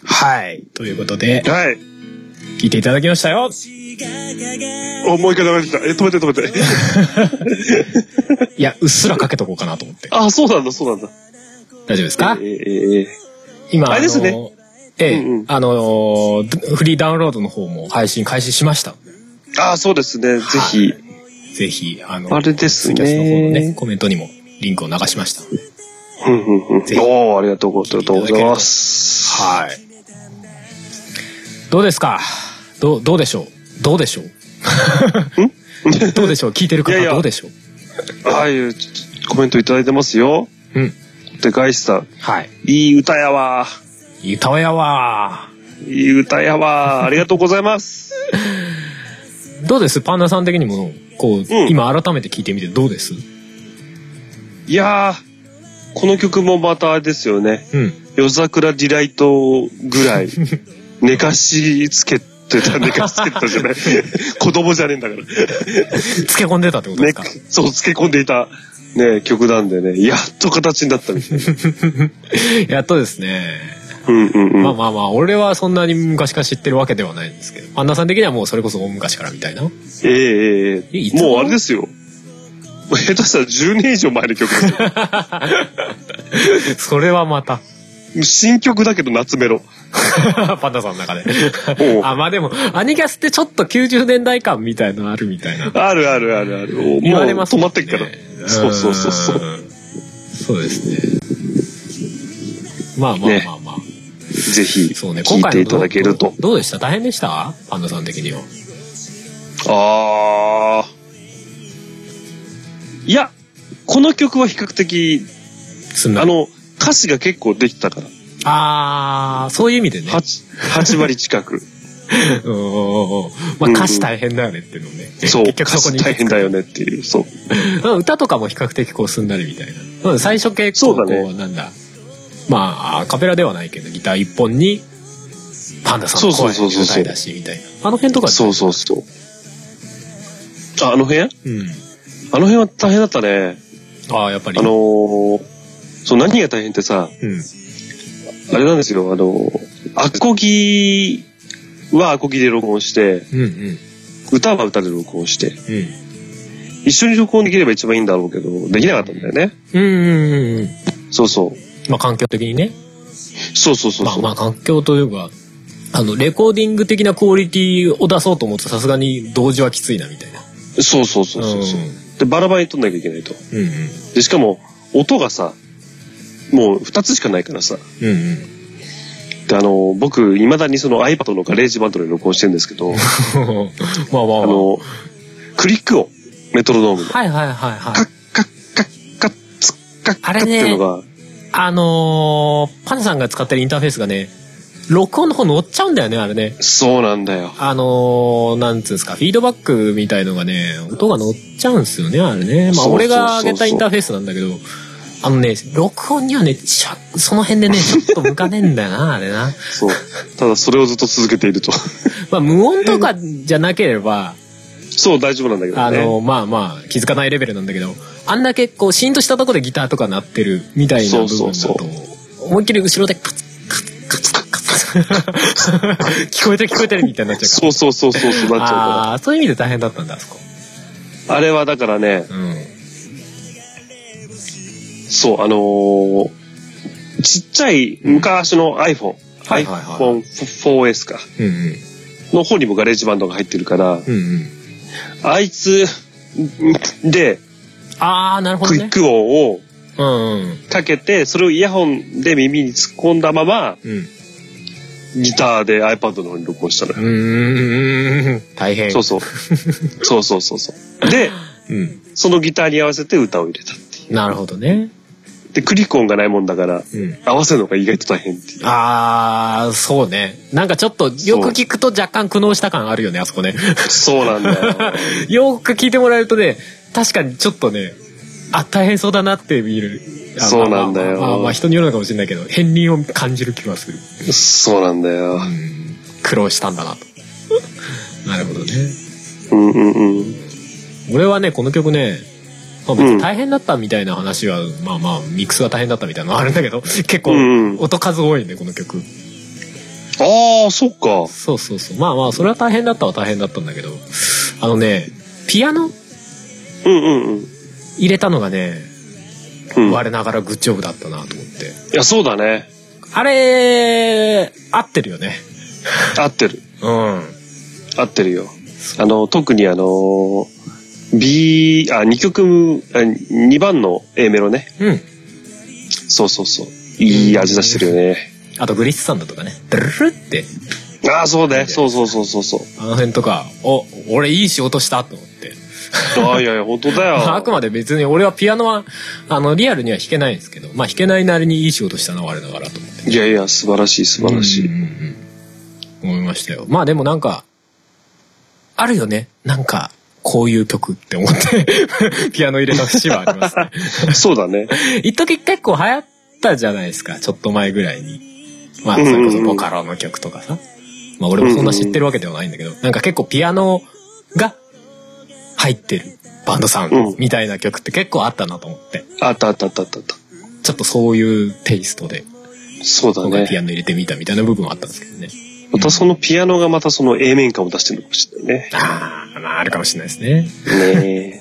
[SPEAKER 2] はい。ということで、
[SPEAKER 1] はい。
[SPEAKER 2] 聞いていただきましたよ。
[SPEAKER 1] お、もう一回流れてきた。え、止めて止めて。
[SPEAKER 2] いや、うっすらかけとこうかなと思って。
[SPEAKER 1] あ、そうなんだ、そうなんだ。
[SPEAKER 2] 大丈夫ですか
[SPEAKER 1] えええ
[SPEAKER 2] 今、
[SPEAKER 1] あれですね
[SPEAKER 2] のええ、
[SPEAKER 1] うんうん
[SPEAKER 2] あの、フリーダウンロードの方も配信開始しました。
[SPEAKER 1] あ、そうですね。ぜひ。
[SPEAKER 2] ぜひ、あの、
[SPEAKER 1] あれですね
[SPEAKER 2] ツイキャスの方のね、コメントにもリンクを流しました。
[SPEAKER 1] うんうんうん
[SPEAKER 2] ぜひ
[SPEAKER 1] おーありがとうございます。
[SPEAKER 2] はい。どうですかどう、どうでしょうどうでしょうどうでしょう聞いてる
[SPEAKER 1] いやい
[SPEAKER 2] 方
[SPEAKER 1] や
[SPEAKER 2] どうでしょう
[SPEAKER 1] ああいうちょっとコメントいただいてますよ。
[SPEAKER 2] うん。
[SPEAKER 1] で、ガイスさん、
[SPEAKER 2] はい。
[SPEAKER 1] いい歌やわ。
[SPEAKER 2] 歌わやわ
[SPEAKER 1] いい歌やわ。ありがとうございます。
[SPEAKER 2] どうですパンダさん的にも、こう、
[SPEAKER 1] ん
[SPEAKER 2] 今改めて聞いてみてどうです
[SPEAKER 1] いやー、この曲もまたあれですよね。
[SPEAKER 2] うん。
[SPEAKER 1] 夜桜ディライトぐらい、寝かしつけてた、寝かしつけてたじゃ ない。子供じゃねえんだから。
[SPEAKER 2] 漬け込んでたってことで
[SPEAKER 1] ね
[SPEAKER 2] すか、、
[SPEAKER 1] そう、つけ込んでいた、ね、曲なんでね、やっと形になったみ たいな。
[SPEAKER 2] やっとですね。
[SPEAKER 1] うんうんうん。
[SPEAKER 2] まあまあまあ、俺はそんなに昔から知ってるわけではないんですけど、パンダさん的にはもうそれこそ大昔からみたいな。
[SPEAKER 1] えええ
[SPEAKER 2] えい
[SPEAKER 1] え
[SPEAKER 2] つ頃
[SPEAKER 1] もうあれですよ。下手したら10年以上前の曲ですよ
[SPEAKER 2] それはまた、
[SPEAKER 1] 新曲だけど夏メロ。
[SPEAKER 2] パンダさんの中で
[SPEAKER 1] お。う
[SPEAKER 2] あ、まあでも、アニキャスってちょっと90年代感みたいのあるみたいな。
[SPEAKER 1] あるあるあるある。もう
[SPEAKER 2] 言われます
[SPEAKER 1] 止
[SPEAKER 2] もん
[SPEAKER 1] ま
[SPEAKER 2] ね
[SPEAKER 1] ってっから。そうそうそうそう。
[SPEAKER 2] んそうですね。まあまあまあまあ。
[SPEAKER 1] ぜひ、
[SPEAKER 2] そうね、
[SPEAKER 1] 聴いて
[SPEAKER 2] の
[SPEAKER 1] いただける
[SPEAKER 2] ど
[SPEAKER 1] と
[SPEAKER 2] う。どうでした大変でしたパンダさん的には。
[SPEAKER 1] ああ。いや、この曲は比較的、
[SPEAKER 2] すんな
[SPEAKER 1] あ
[SPEAKER 2] り。
[SPEAKER 1] の、歌詞が結構できたから。
[SPEAKER 2] ああー、そういう意味でね。
[SPEAKER 1] 8、8割近 く。
[SPEAKER 2] うんうんうんうんまあ
[SPEAKER 1] うん
[SPEAKER 2] 歌詞大変だよねっていうのね。
[SPEAKER 1] そう。
[SPEAKER 2] 結局
[SPEAKER 1] 歌
[SPEAKER 2] そこ
[SPEAKER 1] 詞
[SPEAKER 2] に。
[SPEAKER 1] 大変だよねっていう。そう。
[SPEAKER 2] うん歌とかも比較的こうすんなりみたいなうん。最初結構
[SPEAKER 1] そう
[SPEAKER 2] こう
[SPEAKER 1] だね
[SPEAKER 2] なんだ。まあ、アカペラではないけど、ギター一本に、パンダさんの声で
[SPEAKER 1] そうそうそうそう
[SPEAKER 2] 歌いだし、みたいな。あの辺とかね
[SPEAKER 1] そうそうそう。あ、あの辺あ
[SPEAKER 2] うん。
[SPEAKER 1] の辺は大変だったね。
[SPEAKER 2] ああ、やっぱり。
[SPEAKER 1] あのーそう何が大変ってさ、
[SPEAKER 2] うん。
[SPEAKER 1] あれなんですよ、あのーアコギはアコギで録音して、
[SPEAKER 2] うんうん。
[SPEAKER 1] 歌は歌で録音して、
[SPEAKER 2] うん。
[SPEAKER 1] 一緒に録音できれば一番いいんだろうけど、できなかったんだよね。
[SPEAKER 2] うんうんうんうん。
[SPEAKER 1] そうそう。
[SPEAKER 2] まあ、環境的にね。
[SPEAKER 1] そうそうそう
[SPEAKER 2] まあ
[SPEAKER 1] そう。
[SPEAKER 2] まあ、環境というか、あの、レコーディング的なクオリティを出そうと思うとさすがに同時はきついな、みたいな。
[SPEAKER 1] そうそうそうそうそう。で、バラバラに撮んなきゃいけないと。
[SPEAKER 2] うんうん。
[SPEAKER 1] で、しかも、音がさ、もう二つしかないからさ。
[SPEAKER 2] うんうん。
[SPEAKER 1] で、あのー僕、未だにその iPad のガレージバンドで録音してるんですけど、あ
[SPEAKER 2] まあまあまあ。
[SPEAKER 1] のークリック音、メトロノームの。
[SPEAKER 2] はいはいはいはい
[SPEAKER 1] カ。ッカッカッカッツッカッカッっていうのが、
[SPEAKER 2] あのー、パンさんが使ってるインターフェースがね、録音の方乗っちゃうんだよね、あれね。
[SPEAKER 1] そうなんだよ。
[SPEAKER 2] あのー、なんつうんですか、フィードバックみたいのがね、音が乗っちゃうんですよね、あれね。ま
[SPEAKER 1] そうそうそ
[SPEAKER 2] あ、
[SPEAKER 1] うそう
[SPEAKER 2] 俺が上げたインターフェースなんだけど、あのね、録音にはね、ちゃその辺でね、ちょっと向かねえんだよな、あれな。
[SPEAKER 1] そう。ただそれをずっと続けていると。
[SPEAKER 2] まあ、無音とかじゃなければ、
[SPEAKER 1] そう、大丈夫なんだけど
[SPEAKER 2] あ
[SPEAKER 1] ね。
[SPEAKER 2] の、まあまあ、気づかないレベルなんだけど、あんだけこう、シーンとしたとこでギターとか鳴ってるみたいな部分だと、
[SPEAKER 1] そうそう
[SPEAKER 2] 思いっきり後ろでカツカツカツカツカツ聞こえてる聞こえてるみたいになっちゃう
[SPEAKER 1] そうそうそうそう、そうなっちゃう
[SPEAKER 2] あ
[SPEAKER 1] か
[SPEAKER 2] あー、そういう意味で大変だったんだ、あそこ。
[SPEAKER 1] ら。あれはだからね、
[SPEAKER 2] うん。
[SPEAKER 1] そう、あのーちっちゃい昔の iPhone、
[SPEAKER 2] はいはいはい
[SPEAKER 1] iPhone4S か、
[SPEAKER 2] うんうん。
[SPEAKER 1] の方にもガレージバンドが入ってるから、
[SPEAKER 2] うんうん。
[SPEAKER 1] あいつで
[SPEAKER 2] ああ、なるほど
[SPEAKER 1] クイ
[SPEAKER 2] ね
[SPEAKER 1] ッ。ク音を
[SPEAKER 2] うんうん。
[SPEAKER 1] かけて、それをイヤホンで耳に突っ込んだまま、
[SPEAKER 2] うん。
[SPEAKER 1] ギターで iPad の方に録音したの
[SPEAKER 2] う
[SPEAKER 1] よ。
[SPEAKER 2] ーん。大変。
[SPEAKER 1] そうそう。そうそうそうそう。で、
[SPEAKER 2] うん。
[SPEAKER 1] そのギターに合わせて歌を入れたってい
[SPEAKER 2] なるほどね。
[SPEAKER 1] う。で、クリック音がないもんだから、
[SPEAKER 2] うん。
[SPEAKER 1] 合わせるのが意外と大変っていう。
[SPEAKER 2] ああ、そうね。なんかちょっと、よく聞くと若干苦悩した感あるよね、あそこね。
[SPEAKER 1] そうなんだよ。
[SPEAKER 2] よく聞いてもらえるとね、確かにちょっとね、あ、大変そうだなって見える。あ
[SPEAKER 1] そうなんだよ
[SPEAKER 2] まあまあまあまあ人によるのかもしれないけど、片鱗を感じる気はする。
[SPEAKER 1] そうなんだよ
[SPEAKER 2] う。ん。苦労したんだな と。なるほどね。
[SPEAKER 1] うんうんうん。
[SPEAKER 2] 俺はねこの曲ね、まあ、別
[SPEAKER 1] うん
[SPEAKER 2] に大変だったみたいな話は、まあまあミックスが大変だったみたいなのはあるんだけど 結構
[SPEAKER 1] うんうん
[SPEAKER 2] 音数多いねこの曲
[SPEAKER 1] ああ、そっか。
[SPEAKER 2] そうそうそうまあまあそれは大変だったは大変だったんだけどあのねピアノ
[SPEAKER 1] うんうんうん。
[SPEAKER 2] 入れたのがね、
[SPEAKER 1] うん、
[SPEAKER 2] 我ながらグッジョブだったなと思って
[SPEAKER 1] いや、そうだね。
[SPEAKER 2] あれ合ってるよね
[SPEAKER 1] 合ってる。
[SPEAKER 2] うん
[SPEAKER 1] 合ってるよ。あの、特にあの、B、あ、2曲、あ2番の A メロね。
[SPEAKER 2] うん
[SPEAKER 1] そうそうそう。いい味出してるよね。
[SPEAKER 2] あとグリッサンドとかねドゥルルルって
[SPEAKER 1] ああ、そうね。そうそうそうそうそう。
[SPEAKER 2] あの辺とかお俺いい仕事したと思って
[SPEAKER 1] あ あ、いやいや、本当だ
[SPEAKER 2] まあ
[SPEAKER 1] よ。
[SPEAKER 2] あくまで別に俺はピアノはあのリアルには弾けないんですけど、まあ、弾けないなりにいい仕事したな我ながらと思って
[SPEAKER 1] いやいや、素晴らしい、素晴らし
[SPEAKER 2] うん
[SPEAKER 1] い。
[SPEAKER 2] うんうん思いましたよまあでもなんかあるよねなんかこういう曲って思って ピアノ入れた節はありますね
[SPEAKER 1] そうだね。
[SPEAKER 2] 一時結構流行ったじゃないですかちょっと前ぐらいにまあそ
[SPEAKER 1] うんうん
[SPEAKER 2] れこそボカロの曲とかさ、まあ、俺もそんな知ってるわけではないんだけど、なんか結構ピアノが入ってるバンドさ
[SPEAKER 1] うん
[SPEAKER 2] んみたいな曲って結構あったなと思って。
[SPEAKER 1] あったあったあったあったあった。
[SPEAKER 2] ちょっとそういうテイストで
[SPEAKER 1] そうだ
[SPEAKER 2] 今回ピ
[SPEAKER 1] ね。
[SPEAKER 2] アノ入れてみたみたいな部分はあったんですけどね。
[SPEAKER 1] またそのピアノがまたその A 面感を出してるのかもしれないね。
[SPEAKER 2] ああ、まああるかもしれないですね。
[SPEAKER 1] ね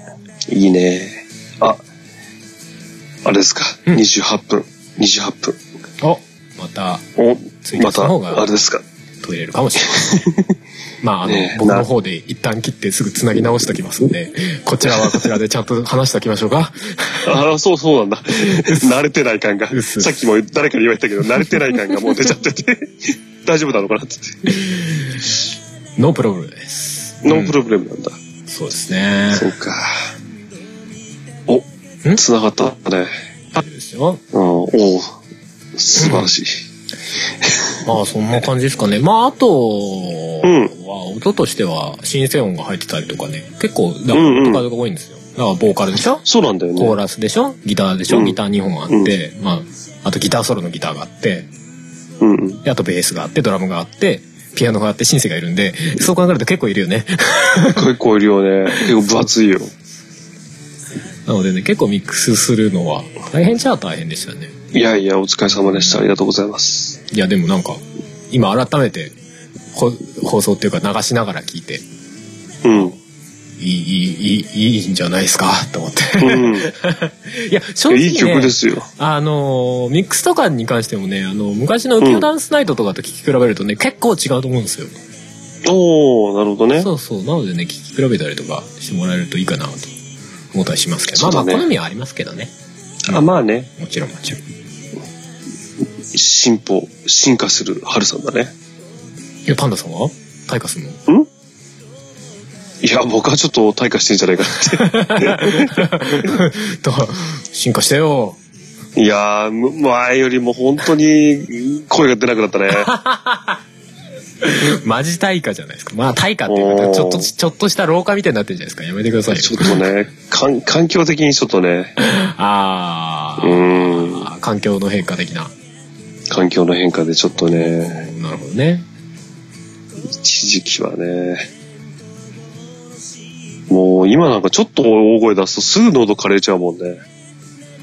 [SPEAKER 1] え。いいね。あ、あれですか。
[SPEAKER 2] うん
[SPEAKER 1] 28分。28
[SPEAKER 2] おまた
[SPEAKER 1] 分。お、
[SPEAKER 2] ツイキャ
[SPEAKER 1] ま
[SPEAKER 2] スの方が
[SPEAKER 1] た、あれですか。
[SPEAKER 2] 途入れるかもしれない。 まああの、
[SPEAKER 1] ねえ
[SPEAKER 2] 僕の方で一旦切ってすぐ繋ぎ直しときますんで、こちらはこちらでちゃんと話しておきましょうか。
[SPEAKER 1] ああ、そうそうなんだ。慣れてない感が。
[SPEAKER 2] うっす
[SPEAKER 1] さっきも誰かに言われたけど、慣れてない感がもう出ちゃって て。大丈夫なのかなってって。
[SPEAKER 2] ノープロブレムです。
[SPEAKER 1] ノープロブレムなんだ。
[SPEAKER 2] そうですね。
[SPEAKER 1] そうか。お、
[SPEAKER 2] ん
[SPEAKER 1] 繋がったね。
[SPEAKER 2] 大丈夫ですよ。
[SPEAKER 1] うん、おう素晴らしい。
[SPEAKER 2] まあそんな感じですかね。まああとは、音としてはシンセ音が入ってたりとかね、結構、だから
[SPEAKER 1] うんうん
[SPEAKER 2] 音数が多いんですよ。だからボーカルでしょ
[SPEAKER 1] そうなんだよね。
[SPEAKER 2] コーラスでしょギターでしょ、
[SPEAKER 1] うん
[SPEAKER 2] ギター2本あって、まあ、あとギターソロのギターがあって、
[SPEAKER 1] うんうん。
[SPEAKER 2] であとベースがあって、ドラムがあって、ピアノがあって、シンセがいるんで、そう考えると結構いるよね。
[SPEAKER 1] 結構いるよね。結構分厚いよ。
[SPEAKER 2] なのでね、結構ミックスするのは、大変じゃあ大変でしたね。
[SPEAKER 1] いやいや、お疲れ様でした。ありがとうございます。
[SPEAKER 2] いや、でもなんか、今改めて、ほ放送っていうか流しながら聞いて、
[SPEAKER 1] うん。
[SPEAKER 2] いい、いい、いい、いいんじゃないですか、 と思って。
[SPEAKER 1] うん。
[SPEAKER 2] いや、正直、ね、
[SPEAKER 1] いい曲ですよ。
[SPEAKER 2] あのー、ミックスとかに関してもね、あの、昔の浮世ダンスナイトとかと聞き比べるとね、結構違うと思うんですよ。
[SPEAKER 1] おおなるほどね。
[SPEAKER 2] そうそうなのでね聞き比べたりとかしてもらえるといいかなと思ったりしますけど、
[SPEAKER 1] そう
[SPEAKER 2] ま
[SPEAKER 1] だ
[SPEAKER 2] あま
[SPEAKER 1] ね
[SPEAKER 2] あ好みはありますけどね
[SPEAKER 1] あまあね、
[SPEAKER 2] もちろんもちろんい
[SPEAKER 1] 進歩、進化する春さんだね。
[SPEAKER 2] やパンダさんは退化す るの
[SPEAKER 1] いや、僕はちょっと退化してんじゃないか
[SPEAKER 2] だから進化してよ
[SPEAKER 1] って。いやー、む前よりも本当に声が出なくなったね。
[SPEAKER 2] マジ退化じゃないですかまあ退化っていうか
[SPEAKER 1] おー
[SPEAKER 2] ちょっとちょっとした老化みたいになってるじゃないですかやめてくださいよ
[SPEAKER 1] ちょっとね、かん環境的にちょっとね、
[SPEAKER 2] ああ
[SPEAKER 1] う
[SPEAKER 2] ー
[SPEAKER 1] ん。
[SPEAKER 2] あー、環境の変化的な。
[SPEAKER 1] 環境の変化でちょっとね、
[SPEAKER 2] なるほどね。
[SPEAKER 1] 一時期はね、もう今なんかちょっと大声出すとすぐ喉枯れちゃうもんね。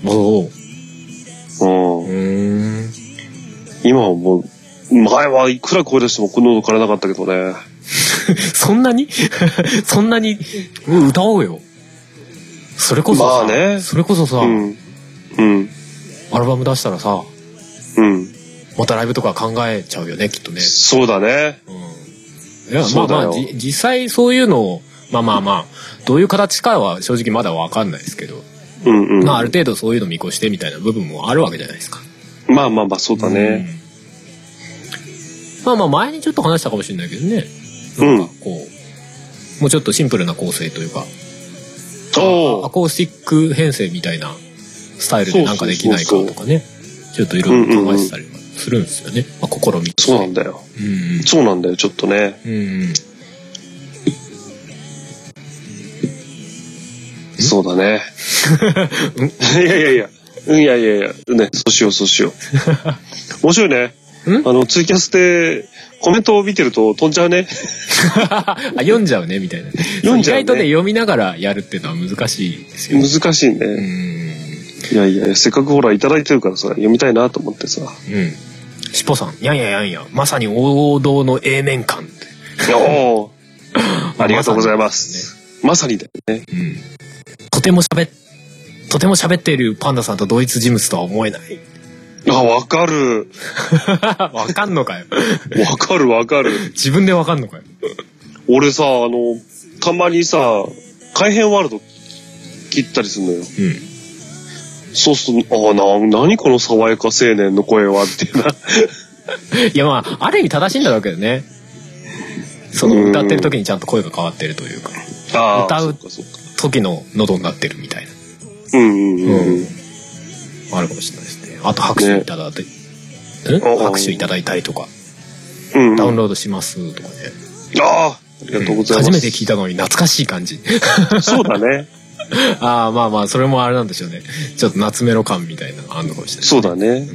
[SPEAKER 2] おお。う
[SPEAKER 1] うん。
[SPEAKER 2] ーん。
[SPEAKER 1] 今はもう、前はいくら声出しても喉枯れなかったけどね。
[SPEAKER 2] そんなに そんなにうん歌おうよ。それこそさ、
[SPEAKER 1] まあね
[SPEAKER 2] それこそさ、
[SPEAKER 1] うん。うん。
[SPEAKER 2] アルバム出したらさ、
[SPEAKER 1] うん。
[SPEAKER 2] またライブとか考えちゃうよね、きっとね。
[SPEAKER 1] そうだね。
[SPEAKER 2] うんいや、ま
[SPEAKER 1] そ
[SPEAKER 2] あ
[SPEAKER 1] うだ
[SPEAKER 2] ま
[SPEAKER 1] よ
[SPEAKER 2] あ、じ実際そういうのを、まあまあまあ、どういう形かは正直まだわかんないですけど、
[SPEAKER 1] うんうん。
[SPEAKER 2] まああ
[SPEAKER 1] ま
[SPEAKER 2] る程度そういうの見越してみたいな部分もあるわけじゃないですか。
[SPEAKER 1] あまあまあ、そうだね。
[SPEAKER 2] うん。まあまあ前にちょっと話したかもしれないけどね。
[SPEAKER 1] うん
[SPEAKER 2] なんかこう、もうちょっとシンプルな構成というか、
[SPEAKER 1] お
[SPEAKER 2] アコースティック編成みたいなスタイルでなんかできないかとかね、ちょっといろいろ考えてたりもするんですよね。まあ試みとして
[SPEAKER 1] そうなんだよ。
[SPEAKER 2] うんうん。
[SPEAKER 1] そうなんだよ、ちょっとね。
[SPEAKER 2] うんうん。
[SPEAKER 1] そうだ ね。いやいやいや。うんいやいやいや。ね、そうしよう、そう しよう。面白いね。
[SPEAKER 2] ん
[SPEAKER 1] あの、ツイキャスでコメントを見てると飛んじゃう ね。
[SPEAKER 2] あ読んじゃうねみたいな
[SPEAKER 1] 読んじゃうね
[SPEAKER 2] 意外とね読みながらやるっていうのは難しいですよね
[SPEAKER 1] 難しいうね。
[SPEAKER 2] ん
[SPEAKER 1] いやいや、せっかくほら、いただいてるからさ、読みたいなと思ってさ。
[SPEAKER 2] うんしっぽさん「やんややんやまさに王道の A 面感」
[SPEAKER 1] おー ありがとうございます。まさにだよね。
[SPEAKER 2] うん、とても喋っとても喋っているパンダさんと同一人物とは思えない
[SPEAKER 1] あ、わかる。
[SPEAKER 2] わかんのかよ
[SPEAKER 1] わかるわかる。
[SPEAKER 2] 自分でわかんのかよ
[SPEAKER 1] 俺さ、あの、たまにさ、改変ワールド切ったりするのよ。
[SPEAKER 2] うん
[SPEAKER 1] そうすると、ああ、な、何この爽やか青年の声はって いうな。
[SPEAKER 2] いやまあある意味正しいんだろうけどねその歌ってる時にちゃんと声が変わってるというか
[SPEAKER 1] あー
[SPEAKER 2] 歌う
[SPEAKER 1] そかそか
[SPEAKER 2] 時の喉になってるみたいな
[SPEAKER 1] うんうんうん。うん、
[SPEAKER 2] あるかもしれないですね。あと拍手いただいて、ん
[SPEAKER 1] お
[SPEAKER 2] 拍手いただいたりとか、
[SPEAKER 1] うんうん
[SPEAKER 2] ダウンロードしますとかね。
[SPEAKER 1] ああ、ありがとうございます。
[SPEAKER 2] 初めて聞いたのに懐かしい感 じ。
[SPEAKER 1] そうだね。
[SPEAKER 2] ああ、まあまあ、それもあれなんでしょうね。ちょっと夏メロ感みたいなのあんのかもしれない。
[SPEAKER 1] そうだね。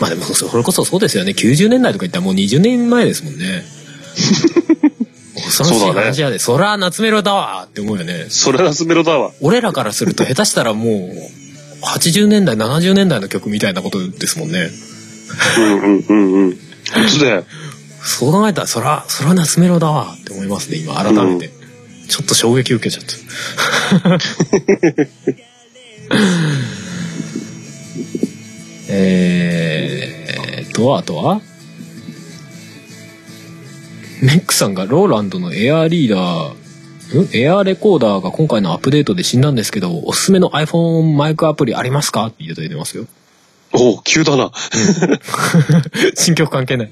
[SPEAKER 2] まあでも、それこそそうですよね。90年代とか言ったらもう20年前ですもんね。恐ろしい話やで、そら夏メロだわって思うよね。
[SPEAKER 1] それはスメロだわ。
[SPEAKER 2] 俺らからすると下手したらもう、80年代、70年代の曲みたいなことですもんね。
[SPEAKER 1] うんうんうんうん。本当だよ。
[SPEAKER 2] そう考えたら、そら、そら夏メロだわって思いますね、今、改めて。ちょっと衝撃受けちゃった。 えーっと、あとはメックさんがローランドのエアーリーダー、んエアーレコーダーが今回のアップデートで死んだんですけど、おすすめの iPhone マイクアプリありますかって言いただいてますよ。
[SPEAKER 1] おう急だな。
[SPEAKER 2] 新曲関係ない。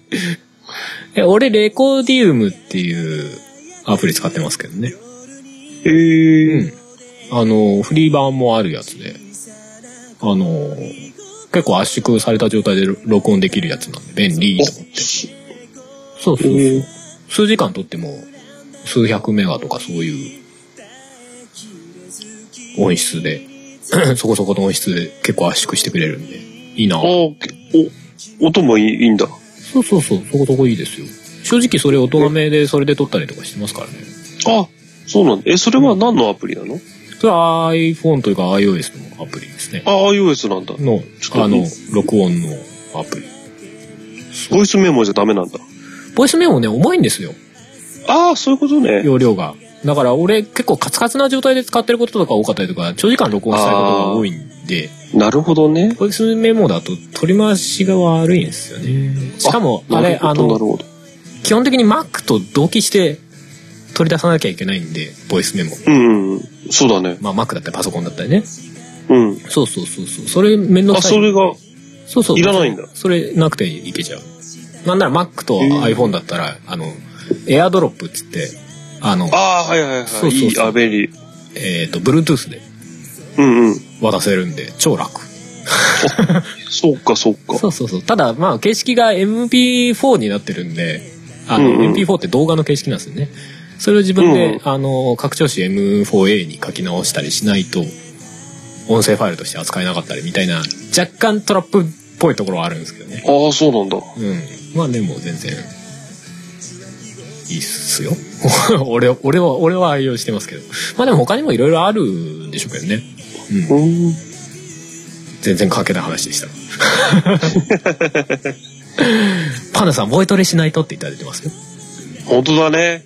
[SPEAKER 2] え、俺、レコーディウムっていうアプリ使ってますけどね。
[SPEAKER 1] えー。
[SPEAKER 2] あの、フリー版もあるやつで。あの、結構圧縮された状態で録音できるやつなんで、便利
[SPEAKER 1] お
[SPEAKER 2] と思って。そうそうそう。数時間撮っても、数百メガとかそういう、音質で、 そこそこの音質で結構圧縮してくれるんで、いいなぁ
[SPEAKER 1] あーお、音もいいいいんだ。
[SPEAKER 2] そうそうそう、そこそこいいですよ。正直それ音がめでそれで撮ったりとかしてますからね。
[SPEAKER 1] あ、そうなんだ。え、それは何のアプリなの
[SPEAKER 2] それは iPhone というか iOS のアプリですね。
[SPEAKER 1] あ、iOS なんだ。
[SPEAKER 2] の
[SPEAKER 1] ちょっ、と
[SPEAKER 2] あの、録音のアプリ。
[SPEAKER 1] ボイスメモじゃダメなんだ。
[SPEAKER 2] ボイスメモね、重いんですよ、
[SPEAKER 1] ああ、そういうことね。
[SPEAKER 2] 容量が。だから俺結構カツカツな状態で使ってることとか多かったりとか、長時間録音したいことが多いんで、
[SPEAKER 1] なるほどね。
[SPEAKER 2] ボイスメモだと取り回しが悪いんですよね。しかも、あれ、あ
[SPEAKER 1] なるほどな
[SPEAKER 2] の、
[SPEAKER 1] るほど。
[SPEAKER 2] 基本的に Mac と同期して取り出さなきゃいけないんで、ボイスメモ。
[SPEAKER 1] うん、うん。そうだね。
[SPEAKER 2] まあ Mac だったりパソコンだったりね。
[SPEAKER 1] うん。
[SPEAKER 2] そうそうそうそう。それ面倒
[SPEAKER 1] あ、
[SPEAKER 2] くさい。
[SPEAKER 1] それが、
[SPEAKER 2] そうそう。
[SPEAKER 1] いらないんだ
[SPEAKER 2] それなくていけちゃう。なんなら Mac と
[SPEAKER 1] へー
[SPEAKER 2] iPhone だったら、あの、AirDrop っつって、あの、
[SPEAKER 1] ああ、はいはいはい。
[SPEAKER 2] そうそうそう
[SPEAKER 1] いい、あ、便利。
[SPEAKER 2] えっ、と、Bluetooth で
[SPEAKER 1] うんうん。
[SPEAKER 2] 渡せるんで、超楽。
[SPEAKER 1] そうか、そうか。
[SPEAKER 2] そうそうそう。ただ、まあ、形式が MP4 になってるんで、あの、
[SPEAKER 1] うんうん
[SPEAKER 2] MP4 って動画の形式なんですよね。それを自分
[SPEAKER 1] う
[SPEAKER 2] で、
[SPEAKER 1] ん
[SPEAKER 2] あの、拡張子 M4A に書き直したりしないと、音声ファイルとして扱えなかったりみたいな、若干トラップっぽいところはあるんですけどね。
[SPEAKER 1] ああ、そうなんだ。
[SPEAKER 2] うん。まあでも全然、いいっすよ。 俺は、俺は、俺は愛用してますけど。まあでも他にもいろいろあるんでしょうけどね。うん。
[SPEAKER 1] うん。
[SPEAKER 2] 全然関係ない話でした。 パナさん、ボイトレしないとっていただいてますよ。
[SPEAKER 1] 本当だね。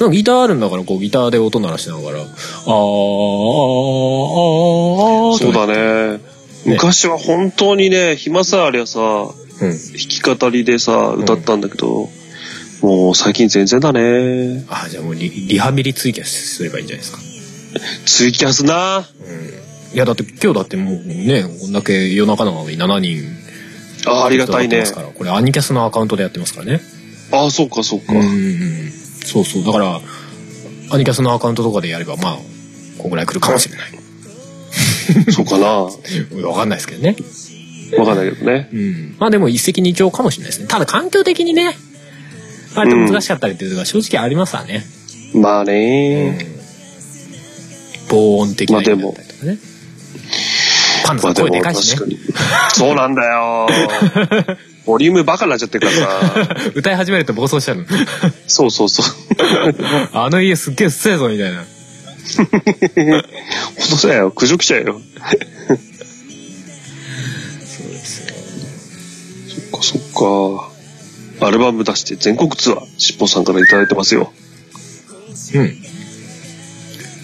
[SPEAKER 2] なんかギターあるんだから、こうギターで音鳴らしながら、あー、あー、あー、あー
[SPEAKER 1] そうだね。昔は本当にね、暇さえありゃさ、
[SPEAKER 2] うん。
[SPEAKER 1] 弾き語りでさ、歌ったんだけど、もう最近全然だね。
[SPEAKER 2] あー、じゃあもうリリハビリツイキャスすればいいんじゃないですか。
[SPEAKER 1] ツイキャスな。
[SPEAKER 2] いやだって今日だってもうねこんだけ夜中なのに7人
[SPEAKER 1] ああ、ありがたい
[SPEAKER 2] やってま
[SPEAKER 1] ね
[SPEAKER 2] す。からこれアニキャスのアカウントでやってますからね
[SPEAKER 1] ああ、そうか、そうか。
[SPEAKER 2] うんそうそうだからアニキャスのアカウントとかでやればまあこんぐらい来るかもしれない
[SPEAKER 1] そうかな。わ
[SPEAKER 2] 分かんないですけどね
[SPEAKER 1] かんないけどね。
[SPEAKER 2] うんまあでも一石二鳥かもしれないですねただ環境的にねあれって難しかったりっていうのが正直ありますわね、
[SPEAKER 1] まあ
[SPEAKER 2] うん
[SPEAKER 1] ね。、
[SPEAKER 2] 防音的な
[SPEAKER 1] まあ
[SPEAKER 2] 意味
[SPEAKER 1] でも
[SPEAKER 2] だったりとかね、パンダ
[SPEAKER 1] ま
[SPEAKER 2] さ
[SPEAKER 1] あ
[SPEAKER 2] ん
[SPEAKER 1] で
[SPEAKER 2] 声
[SPEAKER 1] も
[SPEAKER 2] でか
[SPEAKER 1] 確
[SPEAKER 2] いし
[SPEAKER 1] か
[SPEAKER 2] ね
[SPEAKER 1] に。そうなんだ よ。ボリュームバカになっちゃってるからさ。
[SPEAKER 2] 歌い始めると暴走しちゃうの
[SPEAKER 1] そうそうそう。
[SPEAKER 2] あの家すっげえうっせえぞみたいな。
[SPEAKER 1] 本当だよ。苦情来ちゃうよ。
[SPEAKER 2] そうですよ。
[SPEAKER 1] そっか。アルバム出して全国ツアー、しっぽさんからいただいてますよ。
[SPEAKER 2] うん。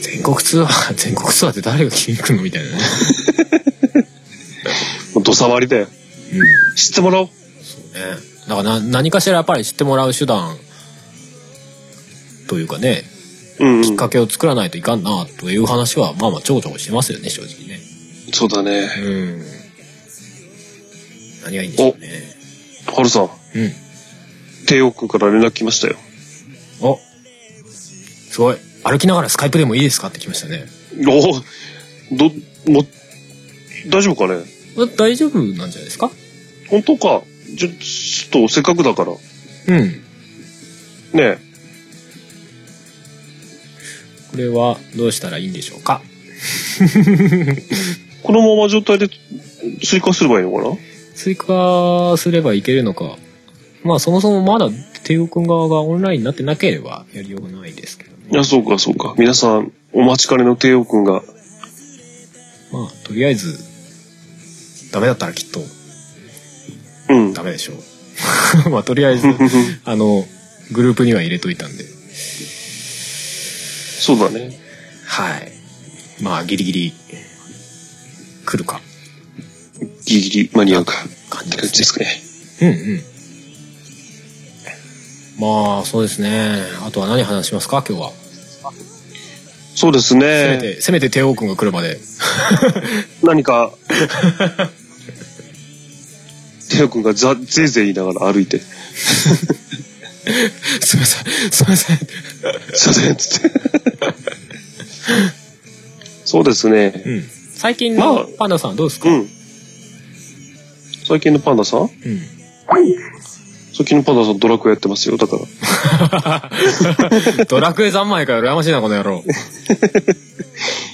[SPEAKER 2] 全国ツアー、 全国ツアーって誰が気に来るのみたいなね。
[SPEAKER 1] もう土佐回りだよ。
[SPEAKER 2] うん。ね。
[SPEAKER 1] 知ってもらおう。
[SPEAKER 2] だからな何かしらやっぱり知ってもらう手段というかね、
[SPEAKER 1] うん、
[SPEAKER 2] きっかけを作らないといかんなという話は、まあまあちょこちょこしてますよね、正直ね。
[SPEAKER 1] そうだね。
[SPEAKER 2] うん。何がいいんでしょうね。
[SPEAKER 1] ハルさん、
[SPEAKER 2] うん。
[SPEAKER 1] 帝王君から連絡来ましたよ。
[SPEAKER 2] おすごい。歩きながらスカイプでもいいですかって来ましたね。
[SPEAKER 1] おど、も、大丈夫かね
[SPEAKER 2] あ大丈夫なんじゃないですか
[SPEAKER 1] 本当か。ちょ、ちょっとせっかくだから。
[SPEAKER 2] うん。
[SPEAKER 1] ね
[SPEAKER 2] これはどうしたらいいんでしょうか
[SPEAKER 1] えこのまま状態で追加すればいいのかな
[SPEAKER 2] 追加すればいけるのかまあそもそもまだ帝王君側がオンラインになってなければやりようがないですけど
[SPEAKER 1] い
[SPEAKER 2] ね
[SPEAKER 1] や、そうか、そうか。皆さん、お待ちかねの帝王君が。
[SPEAKER 2] まあとりあえずダメだったらきっと
[SPEAKER 1] うん。
[SPEAKER 2] ダメでしょう まあとりあえずあのグループには入れといたんで
[SPEAKER 1] そうだね。
[SPEAKER 2] はいまあギリギリ来るか
[SPEAKER 1] ギリギリ間に合うか。
[SPEAKER 2] 感
[SPEAKER 1] っ
[SPEAKER 2] じ
[SPEAKER 1] て
[SPEAKER 2] で
[SPEAKER 1] 感じですすかね。
[SPEAKER 2] ねうんうんまあそうですねあとは何話しますか今日は
[SPEAKER 1] そうです
[SPEAKER 2] せめ
[SPEAKER 1] ね。
[SPEAKER 2] てせめて帝王君が来るまで
[SPEAKER 1] 何か、テオ君がざぜいぜい言いながら歩いて、
[SPEAKER 2] すいません、すいません。
[SPEAKER 1] すいません、つって。そうですね。
[SPEAKER 2] うん。最近
[SPEAKER 1] ま
[SPEAKER 2] の
[SPEAKER 1] あ
[SPEAKER 2] パンダさんどうですか、
[SPEAKER 1] うん。最近のパンダさん
[SPEAKER 2] うん、
[SPEAKER 1] 最近のパンダさんドラクエやってますよ。だから。
[SPEAKER 2] ドラクエ三昧かよ、羨ましいな、この野郎。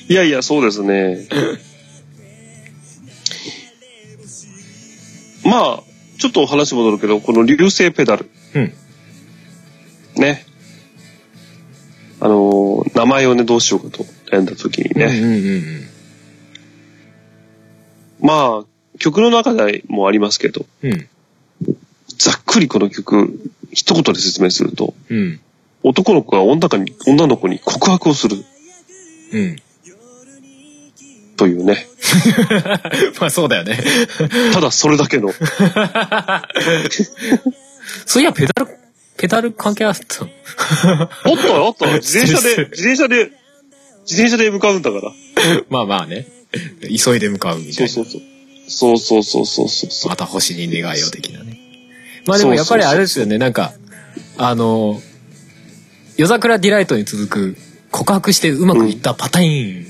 [SPEAKER 1] いやいや、そうですね。まあ、ちょっとお話戻るけど、この流星ペダル。
[SPEAKER 2] うん。
[SPEAKER 1] ね。あのー名前をね、どうしようかと悩んだ時にね。
[SPEAKER 2] うんうんうん
[SPEAKER 1] まあ、曲の中でもありますけど、
[SPEAKER 2] うん。うん。
[SPEAKER 1] ざっくりこの曲、一言で説明すると、
[SPEAKER 2] うん。
[SPEAKER 1] 男の子が女かに女の子に告白をする
[SPEAKER 2] うん。
[SPEAKER 1] というね、
[SPEAKER 2] まあそうだよね。
[SPEAKER 1] ただそれだけの、
[SPEAKER 2] そういや、ペダル、ペダル関係あったの
[SPEAKER 1] おっとよおっと自転車で、自転車で、自転車で向かうんだから。
[SPEAKER 2] まあまあね。急いで向かうみたい
[SPEAKER 1] そう
[SPEAKER 2] な。
[SPEAKER 1] そうそう。そうそうそうそうそうそう。
[SPEAKER 2] また星に願いを的なね。まあでもやっぱりあれですよね、なんか、あの、夜桜ディライトに続く告白してうまくいったパターン、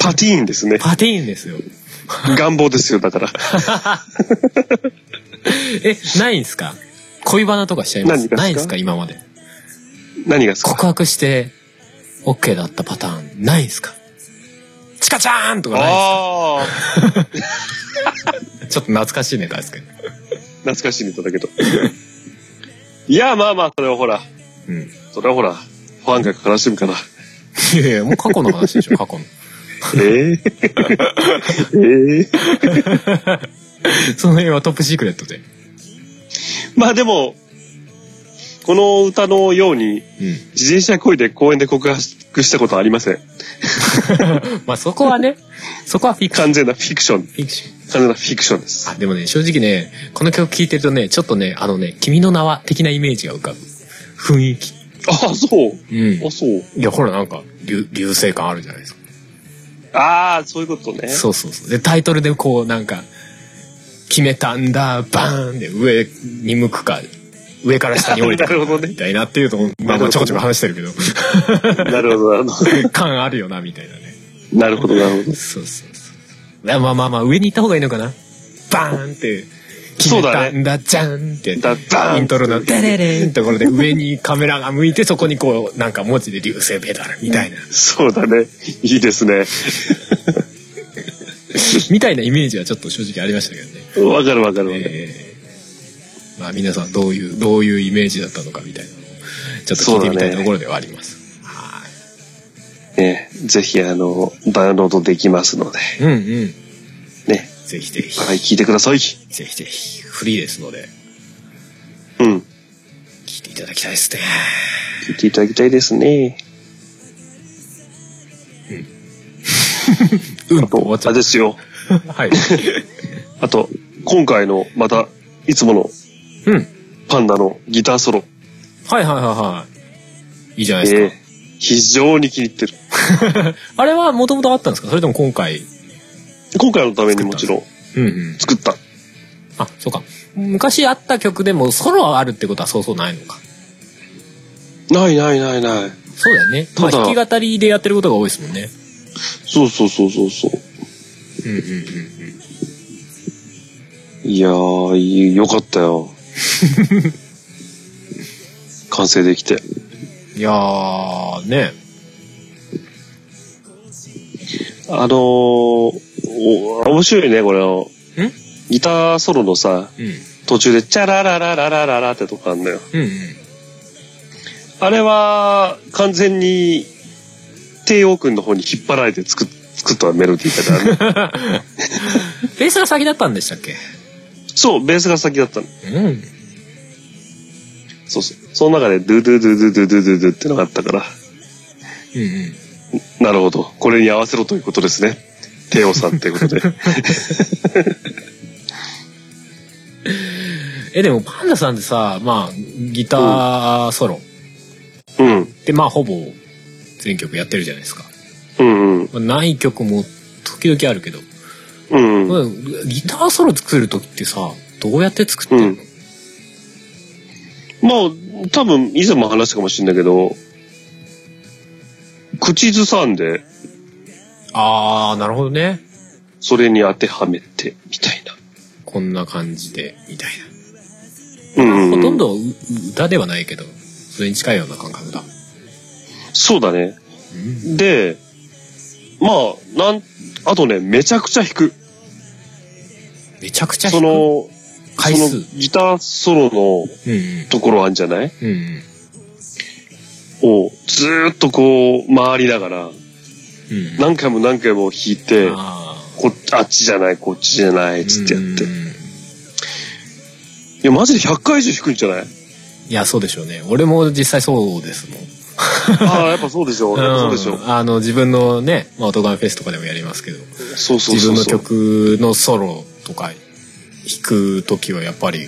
[SPEAKER 1] パティーンですね。
[SPEAKER 2] パティーンですよ。
[SPEAKER 1] 願望ですよ、だから。
[SPEAKER 2] え、 ないんすか恋バナとかしちゃいま
[SPEAKER 1] 何がっす
[SPEAKER 2] す
[SPEAKER 1] か
[SPEAKER 2] ないんすか今まで。
[SPEAKER 1] 何がですか
[SPEAKER 2] 告白して、OK だったパターン、ないんすかチカちゃんとかない
[SPEAKER 1] ああ
[SPEAKER 2] ですかちょっと懐かしいネタですけど。
[SPEAKER 1] 懐かしいネタだけど。いや、まあまあ、それはほら、
[SPEAKER 2] うん。い
[SPEAKER 1] それはほら、ファンが悲しむから。
[SPEAKER 2] やいや、もう過去の話で しょ、過去の。
[SPEAKER 1] えええ え
[SPEAKER 2] その辺はトップシークレットで。
[SPEAKER 1] まあでも、この歌のように、
[SPEAKER 2] う
[SPEAKER 1] 自転車恋で公園で告白したことはありません。
[SPEAKER 2] ん。まあそこはね、そこはフィクション。
[SPEAKER 1] 完全なフィクション。
[SPEAKER 2] フィクション。
[SPEAKER 1] 完全なフィクションです。
[SPEAKER 2] あ、でもね、正直ね、この曲聴いてるとね、ちょっとね、あのね、君の名は的なイメージが浮かぶ。雰囲気。
[SPEAKER 1] あ、そう。
[SPEAKER 2] うん。
[SPEAKER 1] あ、そう。
[SPEAKER 2] いや、ほらなんか、流、流星感あるじゃないですか。
[SPEAKER 1] ああ、そういうことね。
[SPEAKER 2] そうそうそう。で、タイトルでこう、なんか、決めたんだ、バーンで上に向くか、上から下に降りて く
[SPEAKER 1] なるほどね
[SPEAKER 2] みたいなっていうと、まあまあちょこちょこ話してるけど、
[SPEAKER 1] なるほど、なるほど。
[SPEAKER 2] 感あるよな、みたいなね。
[SPEAKER 1] なるほど、なるほど。
[SPEAKER 2] そうそうそう。まあまあまあまあ、上に行った方がいいのかな。バーンって、決
[SPEAKER 1] そう
[SPEAKER 2] め
[SPEAKER 1] だね
[SPEAKER 2] たんだ、じゃんって、
[SPEAKER 1] だバーン
[SPEAKER 2] イントロの、デレレンところで上にカメラが向いて、そこにこう、なんか文字で流星ペダル みたいな、
[SPEAKER 1] そうだね。いいですね。
[SPEAKER 2] みたいなイメージはちょっと正直ありましたけどね。
[SPEAKER 1] わかるわかるわかる。
[SPEAKER 2] えーまあ皆さんどういう、どういうイメージだったのかみたいなのをちょっと聞いてみたいところではあります。は
[SPEAKER 1] ね、ぜひ、あの、ダウンロードできますので、
[SPEAKER 2] い。うんうん。
[SPEAKER 1] ね、
[SPEAKER 2] ぜひぜひ、
[SPEAKER 1] はい、聞いてください。
[SPEAKER 2] ぜひぜひ、フリーですので、
[SPEAKER 1] うん。
[SPEAKER 2] 聞いていただきたいですね。
[SPEAKER 1] 聞いていただきたいですね。
[SPEAKER 2] うん、
[SPEAKER 1] あ
[SPEAKER 2] 終わ
[SPEAKER 1] と、
[SPEAKER 2] っち
[SPEAKER 1] あ
[SPEAKER 2] ゃっ
[SPEAKER 1] れですよ。
[SPEAKER 2] た。 はい。
[SPEAKER 1] あと、今回の、また、いつもの
[SPEAKER 2] うん。はい
[SPEAKER 1] パンダのギターソロ。
[SPEAKER 2] はいはいはい。いいじゃな
[SPEAKER 1] え
[SPEAKER 2] いですか。
[SPEAKER 1] ー非常に気に入ってる。
[SPEAKER 2] あれはもともとあったんですかそれとも今回。
[SPEAKER 1] 今回のためにもちろん
[SPEAKER 2] うんうん。
[SPEAKER 1] 作った。
[SPEAKER 2] あ、そうか。昔あった曲でもソロはあるってことはそうそうないのか。
[SPEAKER 1] ないないないない。
[SPEAKER 2] そうだよね。まあ
[SPEAKER 1] ただ
[SPEAKER 2] 弾き語りでやってることが多いですもんね。
[SPEAKER 1] そうそうそうそうそう。
[SPEAKER 2] うんうんうんうん。
[SPEAKER 1] いやー、いいよかったよ。 完成できて。
[SPEAKER 2] いやー、ね。
[SPEAKER 1] あのー、お面白いね、これの。
[SPEAKER 2] ん
[SPEAKER 1] ギターソロのさ、
[SPEAKER 2] うん。
[SPEAKER 1] 途中で、チャラララララララってとこあんのよ。
[SPEAKER 2] うんうん。
[SPEAKER 1] あれは、完全に、帝王君の方に引っ張られて作っ作ったメロディーだから ね。
[SPEAKER 2] ベースが先だったんでしたっけ
[SPEAKER 1] そう、ベースが先だったの。
[SPEAKER 2] うん。
[SPEAKER 1] そうそう。その中で、ドゥドゥドゥドゥドゥドゥドゥドゥってのがあったから、
[SPEAKER 2] うんうん。
[SPEAKER 1] なるほど。これに合わせろということですね。帝王さんっていうこと で。
[SPEAKER 2] え、でもパンダさんってさ、まあ、ギターソロ
[SPEAKER 1] うん。
[SPEAKER 2] で、まあ、ほぼ全曲やってるじゃないですか。
[SPEAKER 1] うん
[SPEAKER 2] まあ、ない曲も時々あるけど。
[SPEAKER 1] うん。うん。
[SPEAKER 2] うんギターソロ作る時ってさ、どうやって作ってるの、
[SPEAKER 1] うんまあ、多分、以前も話したかもしれないけど、口ずさんで、
[SPEAKER 2] あー、なるほどね。
[SPEAKER 1] それに当てはめて、みたいな。
[SPEAKER 2] こんな感じで、みたい
[SPEAKER 1] うん、
[SPEAKER 2] な。ほとん。どうう歌ではないけど、それに近いような感覚だ。
[SPEAKER 1] そうだね。
[SPEAKER 2] うん
[SPEAKER 1] で、まあ、なん、あとね、めちゃくちゃ弾く。
[SPEAKER 2] めちゃくちゃ弾
[SPEAKER 1] そ
[SPEAKER 2] く。
[SPEAKER 1] の、
[SPEAKER 2] 回数
[SPEAKER 1] そのギターソロの
[SPEAKER 2] うんうん。
[SPEAKER 1] ところあんじゃない
[SPEAKER 2] うんうん。
[SPEAKER 1] を、ずーっとこう、回りながら、
[SPEAKER 2] うんうん。
[SPEAKER 1] 何回も何回も弾いて、
[SPEAKER 2] あ
[SPEAKER 1] こっち、あっちじゃない、こっちじゃない、
[SPEAKER 2] ー
[SPEAKER 1] つってやっ
[SPEAKER 2] う
[SPEAKER 1] て。
[SPEAKER 2] んうんうん
[SPEAKER 1] いや、マジで100回以上弾くんじゃない
[SPEAKER 2] いや、そうでしょうね。俺も実際そうです もん。
[SPEAKER 1] ああ、やっぱそうでしょ。やっぱそうでしょ
[SPEAKER 2] ん。あの、自分のね、まあ、オトガンフェスとかでもやりますけど、
[SPEAKER 1] そうそう
[SPEAKER 2] 自
[SPEAKER 1] そうそう。
[SPEAKER 2] 分の曲のソロとか弾く時はやっぱり、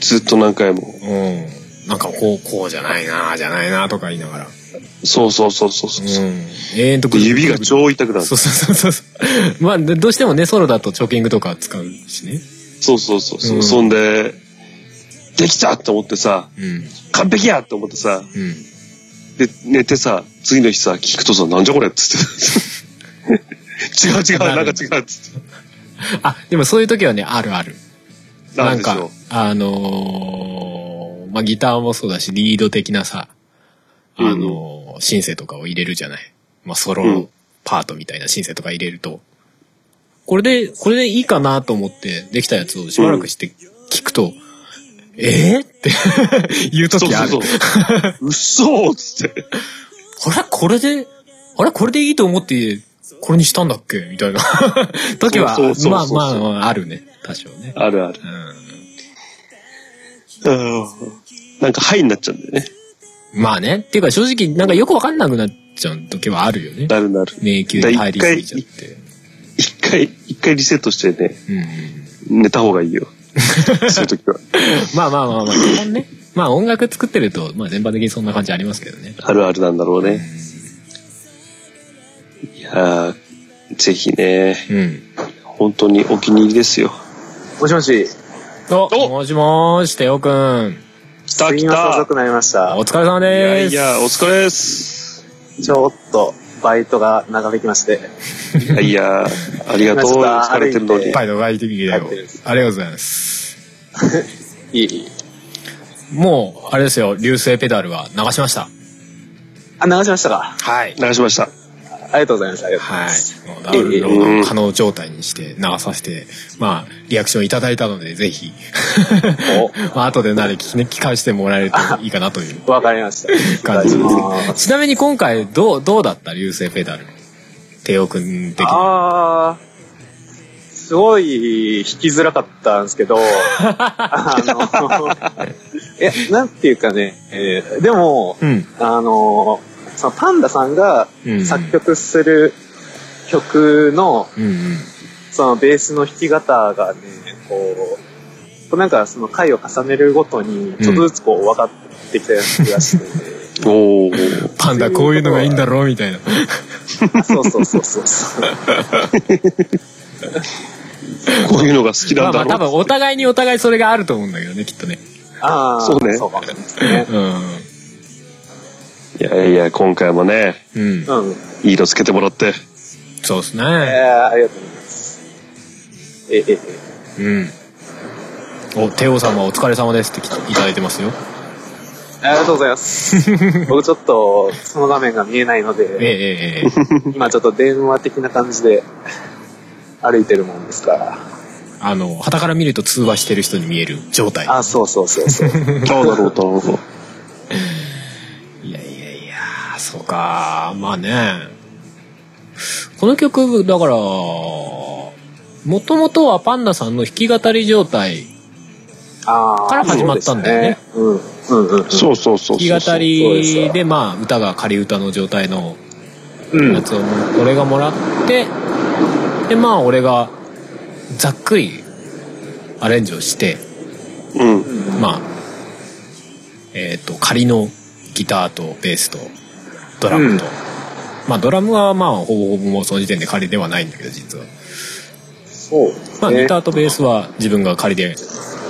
[SPEAKER 1] ずっと何回も。
[SPEAKER 2] うん。なんかこう、こうじゃないな、じゃないな、とか言いながら。
[SPEAKER 1] そうそうそうそうそうう。
[SPEAKER 2] ん。永遠と
[SPEAKER 1] で指が超痛くなる。
[SPEAKER 2] そ
[SPEAKER 1] そう
[SPEAKER 2] そうそうそう。まあ、どうしてもね、ソロだとチョーキングとか使うしね。
[SPEAKER 1] うそうそうそう。
[SPEAKER 2] うん
[SPEAKER 1] そんで、できたと思ってさ、
[SPEAKER 2] うん。
[SPEAKER 1] 完璧やと思ってさ、
[SPEAKER 2] うん。
[SPEAKER 1] で、寝てさ、次の日さ、聞くとさ、なんじゃこれっつって。 違う違う、なんか違うっつって。
[SPEAKER 2] あ、でもそういう時はね、あるある。
[SPEAKER 1] な
[SPEAKER 2] なんん
[SPEAKER 1] でし
[SPEAKER 2] か
[SPEAKER 1] ょ、
[SPEAKER 2] あのーまあ、ギターもそうだし、リード的なさ、あのーシンセとかを入れるじゃない。まあ、ソロ、
[SPEAKER 1] うん
[SPEAKER 2] パートみたいなシンセとか入れると、これで、これでいいかなと思ってできたやつをしばらくして聞くと、えー、って 言う
[SPEAKER 1] そう
[SPEAKER 2] 時ある。
[SPEAKER 1] そうそう。嘘っつ って。
[SPEAKER 2] あれこれで、あれこれでいいと思って、これにしたんだっけみたいな 時は
[SPEAKER 1] そうそ、う
[SPEAKER 2] ま
[SPEAKER 1] そう
[SPEAKER 2] あ
[SPEAKER 1] そう
[SPEAKER 2] まあまあ、あるね。多少ね。
[SPEAKER 1] あるある。
[SPEAKER 2] うん。
[SPEAKER 1] うんなんか、はいになっちゃうんだよね。
[SPEAKER 2] まあね。っていうか正直、なんかよくわかんなくなっちゃう時はあるよね。
[SPEAKER 1] なるなる。
[SPEAKER 2] 迷宮に入りすぎちゃって。
[SPEAKER 1] 一回、一回リセットしてね、
[SPEAKER 2] うんうん。
[SPEAKER 1] 寝た方がい いよ。そういう時は。
[SPEAKER 2] まあまあまあまあ、基本ね。まあ音楽作ってると、まあ全般的にそんな感じありますけどね。
[SPEAKER 1] あるあるなんだろうね。いやーぜひね、
[SPEAKER 2] うん。
[SPEAKER 1] 本当にお気に入りですよ。
[SPEAKER 4] もしもし、
[SPEAKER 2] お、もしもーし、ておくん。
[SPEAKER 1] 来た
[SPEAKER 4] 睡
[SPEAKER 1] 来
[SPEAKER 4] 眠が
[SPEAKER 1] た
[SPEAKER 4] 遅くなりまし
[SPEAKER 2] お
[SPEAKER 4] た。
[SPEAKER 2] 疲れ
[SPEAKER 1] いや
[SPEAKER 2] 様でー
[SPEAKER 1] い
[SPEAKER 2] す。
[SPEAKER 1] や、お疲れです。
[SPEAKER 4] ちょっと、バイトが長引きまして。
[SPEAKER 1] いやいや、ありがとう。
[SPEAKER 4] 今ちょっと
[SPEAKER 1] 疲れてるの
[SPEAKER 4] 歩い
[SPEAKER 1] に
[SPEAKER 4] て。
[SPEAKER 2] バイトがいてきてよ。あ
[SPEAKER 4] 帰ってる
[SPEAKER 2] りがとうございます。
[SPEAKER 4] いい
[SPEAKER 2] もう、あれですよ、流星ペダルは流しました。
[SPEAKER 4] あ、流しましたか。
[SPEAKER 2] はい。
[SPEAKER 1] 流しました。
[SPEAKER 4] ありがとうございます。ありがとうござい
[SPEAKER 2] は
[SPEAKER 4] ます。
[SPEAKER 2] い。もうダウンロード可能状態にして流させて、まあ、リアクションいただいたので、ぜひ。 まあ、後でなり聞き、ね、聞かせてもらえるといいかなという
[SPEAKER 4] わかりました。
[SPEAKER 2] 感じ
[SPEAKER 4] お
[SPEAKER 2] で。
[SPEAKER 4] 願いします
[SPEAKER 2] ちなみに今回、どう、どうだった流星ペダル。テオくん的に。
[SPEAKER 4] あー、すごい引きづらかったんですけど、あの、いや、なんていうかね、えーでも、
[SPEAKER 2] うん。
[SPEAKER 4] あの、そのパンダさんが
[SPEAKER 2] うん
[SPEAKER 4] 作曲する曲の、
[SPEAKER 2] うんうん。
[SPEAKER 4] そのベースの弾き方がね、こう、こうなんかその回を重ねるごとに、ちょっとずつこう分かってきたような気がして、
[SPEAKER 1] おー。
[SPEAKER 2] パンダこういうのがいいんだろうみたいな。
[SPEAKER 4] あそうそうそうそうそう。
[SPEAKER 1] こういうのが好き
[SPEAKER 2] ま
[SPEAKER 1] な
[SPEAKER 2] あ
[SPEAKER 1] んだ
[SPEAKER 2] まあ、
[SPEAKER 1] ろ
[SPEAKER 2] 多分
[SPEAKER 1] う。
[SPEAKER 2] お互いにお互いそれがあると思うんだけどね、きっとね。
[SPEAKER 4] ああ、
[SPEAKER 1] そうね
[SPEAKER 4] そうかもしれないですね。
[SPEAKER 2] うん。
[SPEAKER 1] いやいや、今回もね、
[SPEAKER 2] うん。
[SPEAKER 4] うん。
[SPEAKER 1] いい色つけてもらって。
[SPEAKER 2] そうです
[SPEAKER 4] え
[SPEAKER 2] ね。
[SPEAKER 4] ー、ありがとうございます。え、え、え、
[SPEAKER 2] うん。お、帝王様お疲れ様ですって来ていただいてますよ。
[SPEAKER 4] ありがとうございます。僕ちょっと、その画面が見えない
[SPEAKER 2] え
[SPEAKER 4] の
[SPEAKER 2] え
[SPEAKER 4] で、
[SPEAKER 2] ええええ。
[SPEAKER 4] 今ちょっと電話的な感じで歩いてるもんですから。
[SPEAKER 2] あの、旗から見ると通話してる人に見える状態。
[SPEAKER 4] あ、そうそうそうそう。
[SPEAKER 1] ああ、なるほど、なるほど。
[SPEAKER 2] いやいやいや、そうか。まあね。この曲、だから、もともとはパンダさんの弾き語り状態、
[SPEAKER 4] ああ。
[SPEAKER 2] から始まったんだよね
[SPEAKER 4] そうですね。うん。うんうんうん。
[SPEAKER 1] そうそうそうそう。
[SPEAKER 2] 弾き語
[SPEAKER 4] そうです
[SPEAKER 2] り
[SPEAKER 4] よ
[SPEAKER 2] で、まあ、歌が仮歌の状態の
[SPEAKER 4] うん。う
[SPEAKER 2] や
[SPEAKER 4] ん。
[SPEAKER 2] つを俺がもらって、で、まあ、俺が、ざっくり、アレンジをして、
[SPEAKER 1] うん。
[SPEAKER 2] まあ、えっ、と、仮のギターとベースとドラムと。
[SPEAKER 4] う
[SPEAKER 2] まあ、ドラムはまあ、ほぼほぼもうその時点で仮ではないんだけど、実は。
[SPEAKER 4] そうですね。
[SPEAKER 2] まあ、ギターとベースは自分が仮で、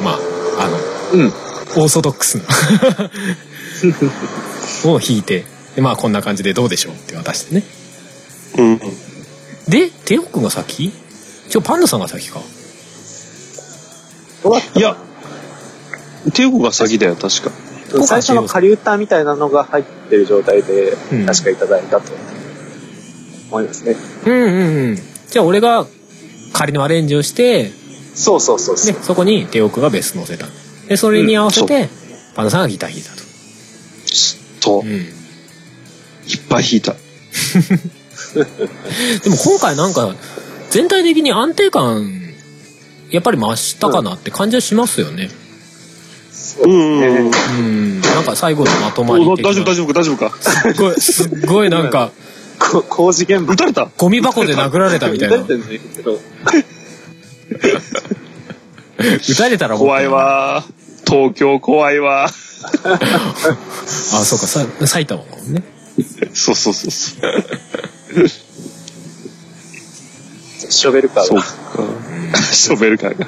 [SPEAKER 2] まあ、あの、
[SPEAKER 4] うん。
[SPEAKER 2] オーソドック スなを弾いて、でまあ、こんな感じでどうでしょうって渡してね。
[SPEAKER 1] うん。
[SPEAKER 2] で、テオくんが先今日パンダさんが先か。
[SPEAKER 4] どうだっ
[SPEAKER 1] いや、テオが先だよ、確か。
[SPEAKER 4] た最初の仮歌みたいなのが入ってる状態で、
[SPEAKER 2] うん
[SPEAKER 4] 確かいただいたと思いますね。
[SPEAKER 2] うんうんうん。じゃあ、俺が仮のアレンジをして、
[SPEAKER 4] そうそうそうそ
[SPEAKER 2] で
[SPEAKER 4] う。
[SPEAKER 2] そこにテオクがベース乗せたでそれに合わせて、パンダさんがギター弾いたと、
[SPEAKER 1] そうう。
[SPEAKER 2] ん、
[SPEAKER 1] いっ
[SPEAKER 2] で
[SPEAKER 1] ぱい弾いた。
[SPEAKER 2] も今回なんか全体的に安定感やっぱり増したかなって感じはしますよね
[SPEAKER 4] そう
[SPEAKER 1] うん
[SPEAKER 4] です
[SPEAKER 2] う
[SPEAKER 4] ね。
[SPEAKER 2] んなんか最後のまとまり
[SPEAKER 1] お
[SPEAKER 2] 的な
[SPEAKER 1] 大丈夫、大丈夫か、大丈夫か。
[SPEAKER 2] すっごいすっごいなんか
[SPEAKER 4] こ工事現場
[SPEAKER 1] 撃たれ た
[SPEAKER 2] ゴミ箱で殴られたみたい な
[SPEAKER 4] 撃たれてんだけど
[SPEAKER 2] 撃たれたらもう
[SPEAKER 1] 怖いわー。東京怖いわー。
[SPEAKER 2] あそうかさ埼玉だもんね
[SPEAKER 1] そうそうそうそう。
[SPEAKER 4] ショベルカー
[SPEAKER 1] そう
[SPEAKER 4] が。
[SPEAKER 1] か。ショベルカーが。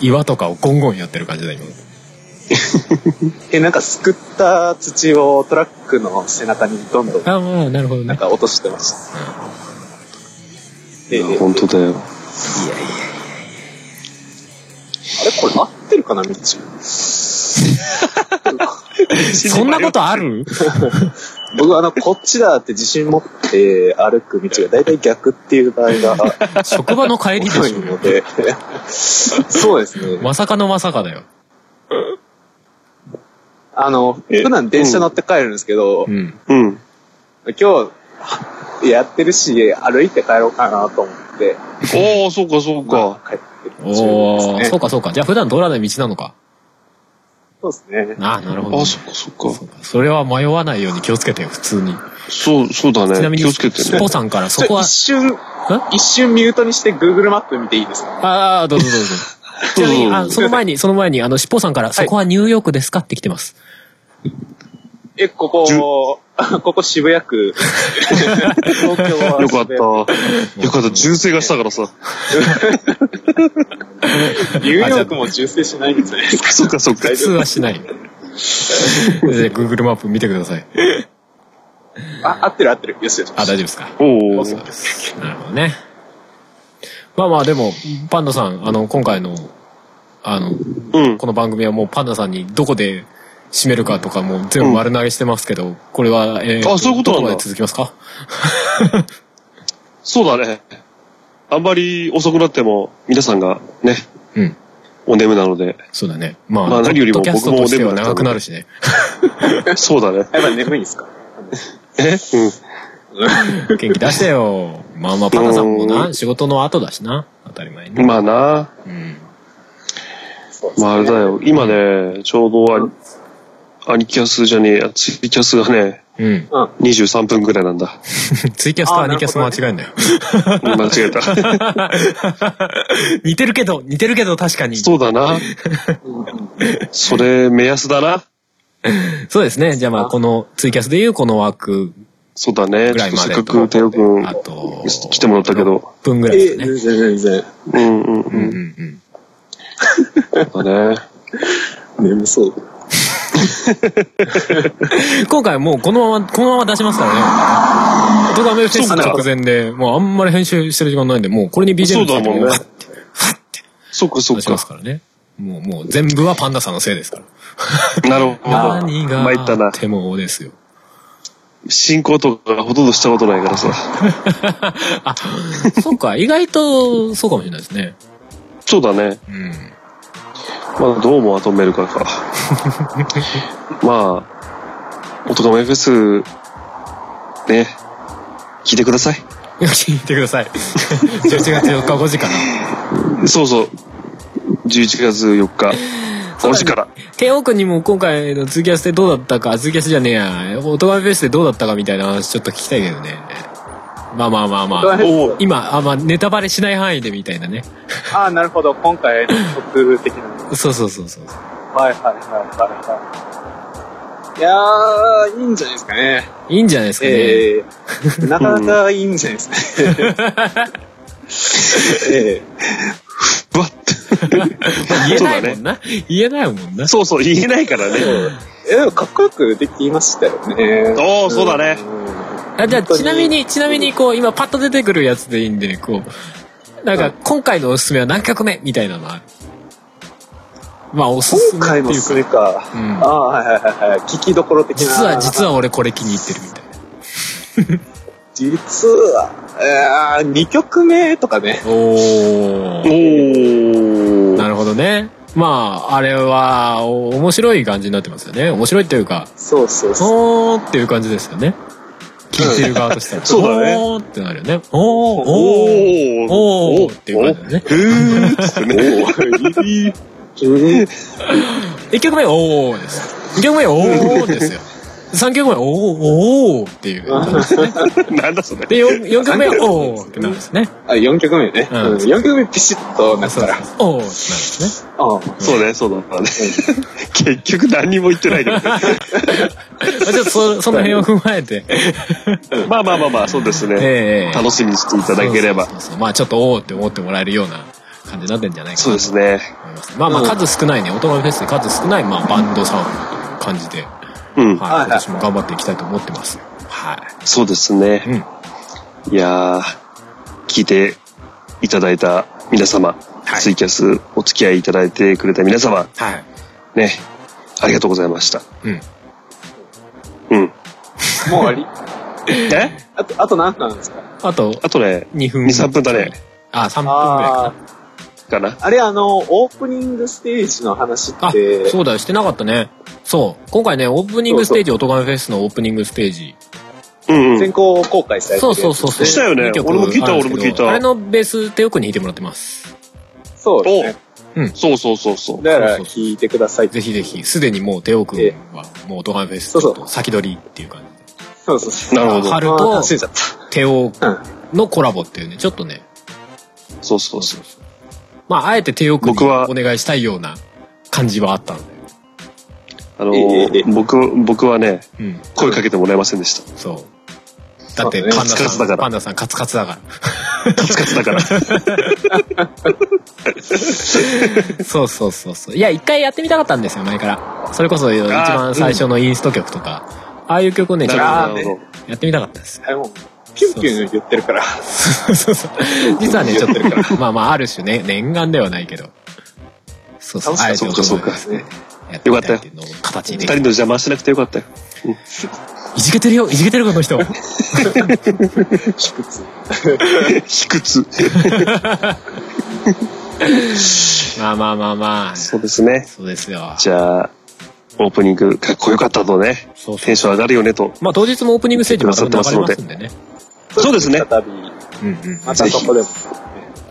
[SPEAKER 2] 岩とかをゴンゴンやってる感じだ今
[SPEAKER 4] え、なんかすくった土をトラックの背中にどんどん
[SPEAKER 2] ああなるほど
[SPEAKER 4] なん
[SPEAKER 2] ね
[SPEAKER 4] か落としてました。ええ
[SPEAKER 1] いや本当だよ。
[SPEAKER 4] あれこれ合ってるかな道。
[SPEAKER 2] そんなことある
[SPEAKER 4] 僕はあの、こっちだって自信持って歩く道が大体逆っていう場合が
[SPEAKER 2] 職場の帰りで
[SPEAKER 4] 多い
[SPEAKER 2] し
[SPEAKER 4] の
[SPEAKER 2] ょ。
[SPEAKER 4] で、 そうですね。
[SPEAKER 2] まさかのまさかだよ。
[SPEAKER 4] あの、
[SPEAKER 1] え
[SPEAKER 4] 普段電車乗って帰るんですけど、
[SPEAKER 2] うん。
[SPEAKER 1] うん。
[SPEAKER 4] 今日、やってるし、歩いて帰ろうかなと思って、
[SPEAKER 1] ああ、そうか、そう
[SPEAKER 4] ま
[SPEAKER 1] か。
[SPEAKER 4] あ帰ってる途中です
[SPEAKER 2] おー、
[SPEAKER 4] ね。
[SPEAKER 2] そうかそうか。じゃあ普段通らない道なのか。
[SPEAKER 4] そうですね。
[SPEAKER 2] ああ、なるほ
[SPEAKER 1] あ
[SPEAKER 2] ど。
[SPEAKER 1] あ、そっか、そっか
[SPEAKER 2] そ。うかそれは迷わないように気をつけてよ、普通に。
[SPEAKER 1] そう、そうだ
[SPEAKER 2] ちな
[SPEAKER 1] ね。
[SPEAKER 2] みに、
[SPEAKER 1] 気をつけて
[SPEAKER 2] ス
[SPEAKER 1] ね
[SPEAKER 2] ポ。さんからそ
[SPEAKER 4] ち
[SPEAKER 2] こ
[SPEAKER 4] ょ
[SPEAKER 2] は
[SPEAKER 4] 一、瞬、一瞬ミュートにして Google マップ見ていいですか
[SPEAKER 2] ああ、どうぞどう ぞ。ちなみに、あその前に、その前に、あの、しっぽさんから、そこはニューヨークですかって来てます。
[SPEAKER 4] え、ここ、 ここ渋谷区。東京は
[SPEAKER 1] よかった。
[SPEAKER 4] 渋谷区
[SPEAKER 1] よかった。純正がしたからさ。
[SPEAKER 4] ニューヨークも銃声しないんですね。
[SPEAKER 1] そっか、そっか
[SPEAKER 2] 普。通は しない。で Google マップ見てください。
[SPEAKER 4] あ、合ってる合ってる。よしよし。
[SPEAKER 2] あ、大丈夫ですか。
[SPEAKER 1] おお。
[SPEAKER 2] なるほどね。まあまあ、でも、パンダさん、あの、今回の、あの、
[SPEAKER 1] うん。
[SPEAKER 2] この番組はもうパンダさんにどこで締めるかとかもう全部丸投げしてますけど、これは、えー
[SPEAKER 1] あそういうことな
[SPEAKER 2] ど
[SPEAKER 1] んだ
[SPEAKER 2] こまで続きますか
[SPEAKER 1] そうだね。あんまり遅くなっても、皆さんがね、
[SPEAKER 2] うん。
[SPEAKER 1] お眠なので。
[SPEAKER 2] そうだね。まあ、
[SPEAKER 1] まあ何よりも
[SPEAKER 2] ポッドキャスト
[SPEAKER 1] 僕も
[SPEAKER 2] としては
[SPEAKER 1] お電話だったの
[SPEAKER 2] 長
[SPEAKER 1] で
[SPEAKER 2] くなるしね。
[SPEAKER 1] そうだね。
[SPEAKER 4] やっぱ眠いんですか
[SPEAKER 1] えうん。
[SPEAKER 2] 元気出して よ。まあまあ、パンダさんも
[SPEAKER 1] う
[SPEAKER 2] な、
[SPEAKER 1] ん
[SPEAKER 2] 仕事の後だしな。当たり前に。
[SPEAKER 1] まあな。
[SPEAKER 2] うん。
[SPEAKER 4] そうですね
[SPEAKER 1] まああれだよ。今ね、ちょうど
[SPEAKER 4] う
[SPEAKER 1] アニアニキャスじゃねえや、ツイキャスがね、
[SPEAKER 2] うん。
[SPEAKER 1] 23分くらいなん だ。
[SPEAKER 2] ツイキャスとアニキャス間違えんなよ。
[SPEAKER 1] 間違えた。
[SPEAKER 2] 似てるけど、似てるけど確かに。
[SPEAKER 1] そうだな。それ、目安だな。
[SPEAKER 2] そうですね。じゃあまあ、このツイキャスでいうこの枠
[SPEAKER 1] そうだね。
[SPEAKER 2] ぐ
[SPEAKER 1] ちょ
[SPEAKER 2] ら
[SPEAKER 1] っ
[SPEAKER 2] い
[SPEAKER 1] と
[SPEAKER 2] ま
[SPEAKER 1] せ
[SPEAKER 2] で
[SPEAKER 1] っ
[SPEAKER 2] と。
[SPEAKER 1] かく、テオ君、
[SPEAKER 2] あと、
[SPEAKER 1] 来てもらったけど。
[SPEAKER 2] 6分ぐらいで
[SPEAKER 4] え、
[SPEAKER 2] すね。
[SPEAKER 4] 全然全然。
[SPEAKER 1] うんうん
[SPEAKER 2] うん
[SPEAKER 1] うん。
[SPEAKER 2] うん
[SPEAKER 1] そうだね。
[SPEAKER 4] 眠そう。
[SPEAKER 2] うん。 今回もうこのまま、このまま出しますからね。音がめフェス直前で、もうあんまり編集してる時間ないんで、もうこれに BGM つ
[SPEAKER 1] そう
[SPEAKER 2] け
[SPEAKER 1] だ
[SPEAKER 2] て
[SPEAKER 1] もん
[SPEAKER 2] も
[SPEAKER 1] ね
[SPEAKER 2] うガッて
[SPEAKER 1] そっかそっ
[SPEAKER 2] 出します
[SPEAKER 1] か。
[SPEAKER 2] からね。もう、もう全部はパンダさんのせいですから。
[SPEAKER 1] なるほど。
[SPEAKER 2] 何が
[SPEAKER 1] 参った
[SPEAKER 2] あ
[SPEAKER 1] な
[SPEAKER 2] っ。てもですよ。
[SPEAKER 1] 進行とかほとんどしたことないからさ。
[SPEAKER 2] あ、そうか、意外とそうかもしれないですね。
[SPEAKER 1] そうだね。
[SPEAKER 2] うん。
[SPEAKER 1] まあ、どうもまとめるからか。まあ、音が FS、ね、聞いてください。
[SPEAKER 2] 聞いてください。11月4日5時から。
[SPEAKER 1] そうそう。11月4日、5時から。
[SPEAKER 2] テオ君にも今回のツイキャスでどうだったか、ツイキャスじゃねえや、オトガメフェスでどうだったかみたいな話ちょっと聞きたいけどね。まあまあまあまあ。
[SPEAKER 1] おお、
[SPEAKER 2] 今、あ、まあ、ネタバレしない範囲でみたいなね。
[SPEAKER 4] ああ、なるほど。今回の曲的な。
[SPEAKER 2] そうそうそうそう。
[SPEAKER 4] はいはいはいはいはい。いやー、いいんじゃないですかね。
[SPEAKER 2] いいんじゃないですかね。
[SPEAKER 4] ええなかなかいいんじゃないですかね。 ええ
[SPEAKER 1] ふわって。
[SPEAKER 2] まあ言えないも
[SPEAKER 1] そ
[SPEAKER 2] んな。言えないもんな。
[SPEAKER 1] そうそう、言えないからね。
[SPEAKER 4] えでもかっこよくできましたよね。
[SPEAKER 1] おーそうだね
[SPEAKER 4] うん。
[SPEAKER 2] あじゃあ
[SPEAKER 4] 本当に
[SPEAKER 2] ちなみにちなみにこう今パッと出てくるやつでいいんでこうなんか今回のおすすめは何曲目みたいなのあるまあおすすめ
[SPEAKER 4] 今
[SPEAKER 2] って
[SPEAKER 4] 回も
[SPEAKER 2] いう
[SPEAKER 4] そ
[SPEAKER 2] か
[SPEAKER 4] れか。
[SPEAKER 2] う
[SPEAKER 4] あ
[SPEAKER 2] ん
[SPEAKER 4] あ、はいはいはいはい。聞きどころ的な。
[SPEAKER 2] 実は実は俺これ気に入ってるみたいな
[SPEAKER 4] 実は、えー、2曲目とかね。
[SPEAKER 2] お
[SPEAKER 1] お
[SPEAKER 2] ー
[SPEAKER 1] お。
[SPEAKER 2] なるほどねまああれはお面白い感じになってますよね面白いっていうか
[SPEAKER 4] そうそうそう。
[SPEAKER 2] おーっていう感じですよね聞いてる側としては
[SPEAKER 1] そうだね
[SPEAKER 2] おーってなるよねおーおー
[SPEAKER 1] お
[SPEAKER 2] おーっていう感じだね
[SPEAKER 1] へーっつってね。
[SPEAKER 2] 1曲目、おーです。2曲目、お ーですよ。3曲目、おー、おーってい う。
[SPEAKER 1] なんだそれ。
[SPEAKER 2] で、4, 四曲目、おーってなるんですね。
[SPEAKER 4] あ、4曲目ね。
[SPEAKER 2] う
[SPEAKER 4] うんん、4曲目ピシッとなっ
[SPEAKER 2] そうそう
[SPEAKER 4] たら。
[SPEAKER 2] お ーってなるんですね。
[SPEAKER 4] うん
[SPEAKER 1] そうね、そうだったね。 結局何にも言ってないけどね。
[SPEAKER 2] まあちょっとそその辺を踏まえて。
[SPEAKER 1] まあまあまあまあ、そうですね。
[SPEAKER 2] ええ
[SPEAKER 1] 楽しみにしていただければ
[SPEAKER 2] そう。そうそうそうまあちょっと、おーって思ってもらえるような感じになってんじゃないか
[SPEAKER 1] そう
[SPEAKER 2] な
[SPEAKER 1] で
[SPEAKER 2] と
[SPEAKER 1] すね。
[SPEAKER 2] 思います。まあまあ数少ないね、オトガメフェスで数少ない、まあバンドさん感じで、はい、
[SPEAKER 1] うん。
[SPEAKER 2] 今年も頑張っていきたいと思ってますよ。はい。
[SPEAKER 1] そうですね。
[SPEAKER 2] うん。
[SPEAKER 1] いやー、聞いていただいた皆様、
[SPEAKER 2] はい
[SPEAKER 1] ツイキャスお付き合いいただいてくれた皆様、
[SPEAKER 2] はい。
[SPEAKER 1] ね、ありがとうございました。
[SPEAKER 2] うん。
[SPEAKER 1] うん。
[SPEAKER 4] もう終わり
[SPEAKER 1] え
[SPEAKER 4] あと、あと何分なんですか
[SPEAKER 2] あと
[SPEAKER 1] あとね、
[SPEAKER 2] 2分
[SPEAKER 1] 2、3分だね。
[SPEAKER 2] あ、3分ぐらい
[SPEAKER 4] あ
[SPEAKER 2] か
[SPEAKER 4] あー、
[SPEAKER 1] かな。
[SPEAKER 4] あれあの、オープニングステージの話
[SPEAKER 2] な。あ
[SPEAKER 4] って、、
[SPEAKER 2] そうだ、してなかったね。そう。今回ね、オープニングステージ、オトガメフェスのオープニングステージ。
[SPEAKER 1] うんうん
[SPEAKER 4] 先。行公開されて
[SPEAKER 2] そ
[SPEAKER 4] る
[SPEAKER 2] う
[SPEAKER 4] やつ
[SPEAKER 2] そうそうそう。
[SPEAKER 1] したよね
[SPEAKER 2] 二曲
[SPEAKER 1] 俺も聞いた
[SPEAKER 2] あるんですけ
[SPEAKER 1] 俺
[SPEAKER 2] ど
[SPEAKER 1] も聞いた
[SPEAKER 2] あれのベース、手奥に弾いてもらってます。
[SPEAKER 4] そうですね。
[SPEAKER 2] うん
[SPEAKER 1] そうそうそうそう。
[SPEAKER 4] だから
[SPEAKER 2] そうそう
[SPEAKER 4] 聞いてください。
[SPEAKER 2] ぜひぜひ、すでにもう手奥
[SPEAKER 4] ええ
[SPEAKER 2] は、もうオトガメフェス、ち
[SPEAKER 4] そう
[SPEAKER 2] ょ
[SPEAKER 4] そう
[SPEAKER 2] っと先取りっていう感じ。
[SPEAKER 4] そうそうそう。
[SPEAKER 1] なるほど。
[SPEAKER 2] 春
[SPEAKER 4] あー
[SPEAKER 2] と
[SPEAKER 4] 楽しんじゃっ
[SPEAKER 2] 手奥
[SPEAKER 4] た。うん。
[SPEAKER 2] のコラボっていうね、ちょっとね、
[SPEAKER 1] そうそうそう。
[SPEAKER 2] まあ、あえて手奥に
[SPEAKER 1] 僕は
[SPEAKER 2] お願いしたいような感じはあったんだよ。
[SPEAKER 1] あの
[SPEAKER 4] えええ
[SPEAKER 1] 僕、僕はね、
[SPEAKER 2] うん、
[SPEAKER 1] 声かけてもらえませんでした。
[SPEAKER 2] そう。だって、
[SPEAKER 4] そうだね
[SPEAKER 2] パンダ
[SPEAKER 1] カツカツ
[SPEAKER 2] さ
[SPEAKER 1] だ
[SPEAKER 2] ん、
[SPEAKER 1] から
[SPEAKER 2] パンダさんカツカツだか
[SPEAKER 1] カツカツだから。
[SPEAKER 2] ら。 そうそうそうそう。いや、一回やってみたかったんですよ、前から。それこそ、一番最初のインスト曲とか、ああいう曲をね、ちょっと
[SPEAKER 1] な
[SPEAKER 4] ラ
[SPEAKER 1] るほど
[SPEAKER 4] ーメ
[SPEAKER 1] な
[SPEAKER 4] ン
[SPEAKER 1] るほど。
[SPEAKER 2] やってみたかったんです よ。
[SPEAKER 4] あれもう、キュンキュン言ってるから。
[SPEAKER 2] そうそう。実はね、ちょ っと、まあまあ、ある種ね、念願ではないけど。そうそう、あえ
[SPEAKER 1] か
[SPEAKER 2] て
[SPEAKER 4] 楽し
[SPEAKER 1] ったそうか
[SPEAKER 2] お
[SPEAKER 4] そ
[SPEAKER 2] 互い
[SPEAKER 4] う
[SPEAKER 2] にね
[SPEAKER 4] か
[SPEAKER 2] やってみたいっていうのを形に
[SPEAKER 1] 二人
[SPEAKER 2] でき
[SPEAKER 1] の
[SPEAKER 2] た
[SPEAKER 1] 邪魔しなくてよかったよ。
[SPEAKER 2] いじけてるよ、いじけてるこの人。
[SPEAKER 4] 卑屈。
[SPEAKER 1] 卑屈。
[SPEAKER 2] まあまあまあまあ。
[SPEAKER 1] そうですね。
[SPEAKER 2] そうですよ。
[SPEAKER 1] じゃあ、オープニングかっこよかったとね、
[SPEAKER 2] そうそ
[SPEAKER 1] テ
[SPEAKER 2] う
[SPEAKER 1] ンション上がるよねと。
[SPEAKER 2] まあ当日もオープニングステージもまた流れますんでね。
[SPEAKER 1] そうですね
[SPEAKER 4] 再び、
[SPEAKER 2] うんうん。
[SPEAKER 4] またそこでも。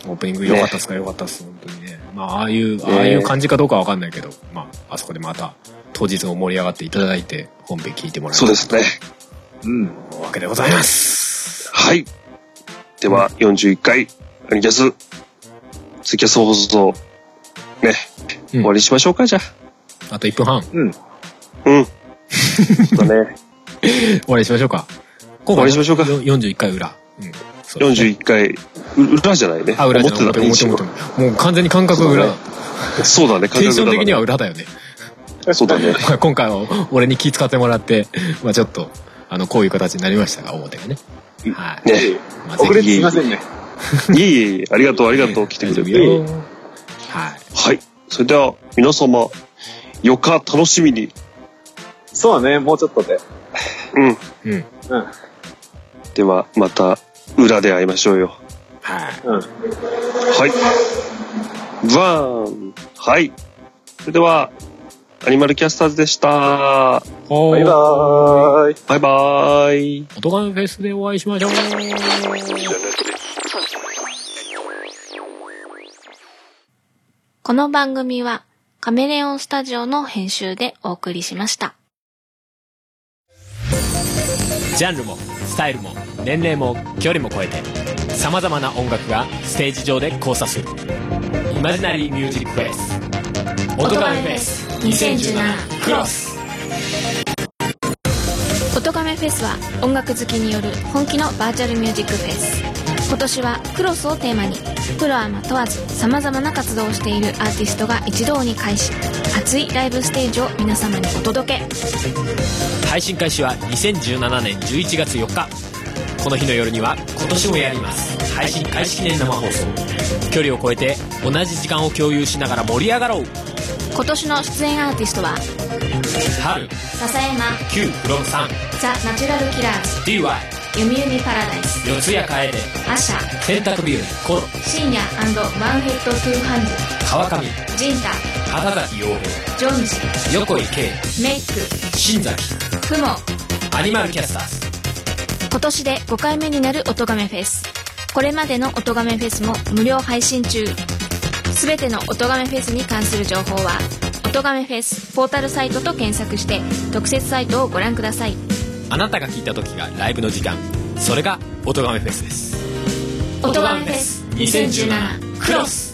[SPEAKER 2] オープニング良かったっすか良かったっす、本当にね。まあああいう、ああいう感じかどうかわかんないけど、まああそこでまた当日も盛り上がっていただいて、本編聞いてもらえ
[SPEAKER 1] そうですね。
[SPEAKER 4] うん。
[SPEAKER 2] というわけでございます。
[SPEAKER 1] はい。では、41回、アニキャス、ツイキャス放送、ね、
[SPEAKER 2] うん
[SPEAKER 1] 終わりにしましょうか、じゃ
[SPEAKER 2] あと1分半、
[SPEAKER 4] うん。
[SPEAKER 1] あ。うん。だね、
[SPEAKER 2] 終わりにしましょうか。
[SPEAKER 1] 終
[SPEAKER 2] 終
[SPEAKER 1] わりにしましょうか
[SPEAKER 2] 41回裏。うん。そうですね
[SPEAKER 1] 41回、う裏じゃないね。
[SPEAKER 2] あ、裏じゃない
[SPEAKER 1] 思ってたね
[SPEAKER 2] 表表表もう完全に感覚裏だ。
[SPEAKER 1] そうだね、感
[SPEAKER 2] テンション的には
[SPEAKER 1] 裏
[SPEAKER 2] 裏だよね。
[SPEAKER 1] だね。そうだね。
[SPEAKER 2] まあ今回は俺に気遣ってもらって、まあちょっと、あの、こういう形になりましたが、表がね。はい。
[SPEAKER 1] ね
[SPEAKER 4] ええ
[SPEAKER 2] まあ
[SPEAKER 4] 遅れてすいませんね。
[SPEAKER 1] いえいえいえ、ありがとう、ありがとう、来て
[SPEAKER 2] 大
[SPEAKER 1] く
[SPEAKER 2] 丈
[SPEAKER 1] れ
[SPEAKER 2] 夫
[SPEAKER 1] て。
[SPEAKER 2] よ。はい。
[SPEAKER 1] はい。それでは、皆様、4日楽しみに。
[SPEAKER 4] そうね、もうちょっとで。
[SPEAKER 1] うん。
[SPEAKER 2] うん。
[SPEAKER 4] うん。
[SPEAKER 1] では、また、裏で会いましょうよ。
[SPEAKER 2] はい。
[SPEAKER 4] うん。
[SPEAKER 1] はい。ワン。はい。それでは、アニマルキャスターズでした。
[SPEAKER 4] バ
[SPEAKER 2] バ
[SPEAKER 4] イバーイ。
[SPEAKER 1] バイバーイ。
[SPEAKER 2] 音ガメフェスでお会いしましょう。
[SPEAKER 5] この番組はカメレオンスタジオの編集でお送りしました。
[SPEAKER 2] ジャンルもスタイルも年齢も距離も超えてさまざまな音楽がステージ上で交差するイマジナリーミュージックフェス音ガメフェス2017クロス
[SPEAKER 5] 音亀フェスは音楽好きによる本気のバーチャルミュージックフェス今年はクロスをテーマにプロアマ問わず様々な活動をしているアーティストが一堂に会し熱いライブステージを皆様にお届け
[SPEAKER 2] 配信開始は2017年11月4日この日の夜には今年もやります配信開始記念生放送距離を超えて同じ時間を共有しながら盛り上がろう
[SPEAKER 5] 今年の出演アーティストは
[SPEAKER 2] 春
[SPEAKER 5] 笹山
[SPEAKER 2] Q フロム3
[SPEAKER 5] ザ・ナチュラルキラー
[SPEAKER 2] DY
[SPEAKER 5] ズ弓弓パラダイス
[SPEAKER 2] 四谷楓
[SPEAKER 5] アシャ
[SPEAKER 2] 洗濯日和コロ
[SPEAKER 5] 深夜ワンヘッドトゥーハ
[SPEAKER 2] 川
[SPEAKER 5] ン
[SPEAKER 2] 上
[SPEAKER 5] ズジンタ
[SPEAKER 2] 花崎陽
[SPEAKER 5] ジョンジ
[SPEAKER 2] 平横井圭
[SPEAKER 5] メイク
[SPEAKER 2] 新崎
[SPEAKER 5] クモ
[SPEAKER 2] アニマルキャスターズ
[SPEAKER 5] 今年で5回目になる音亀フェスこれまでの音亀フェスも無料配信中すべての音亀フェスに関する情報は音亀フェスポータルサイトと検索して特設サイトをご覧ください
[SPEAKER 2] あなたが聞いた時がライブの時間それが音ガメフェスです
[SPEAKER 5] 音亀フェス2017クロス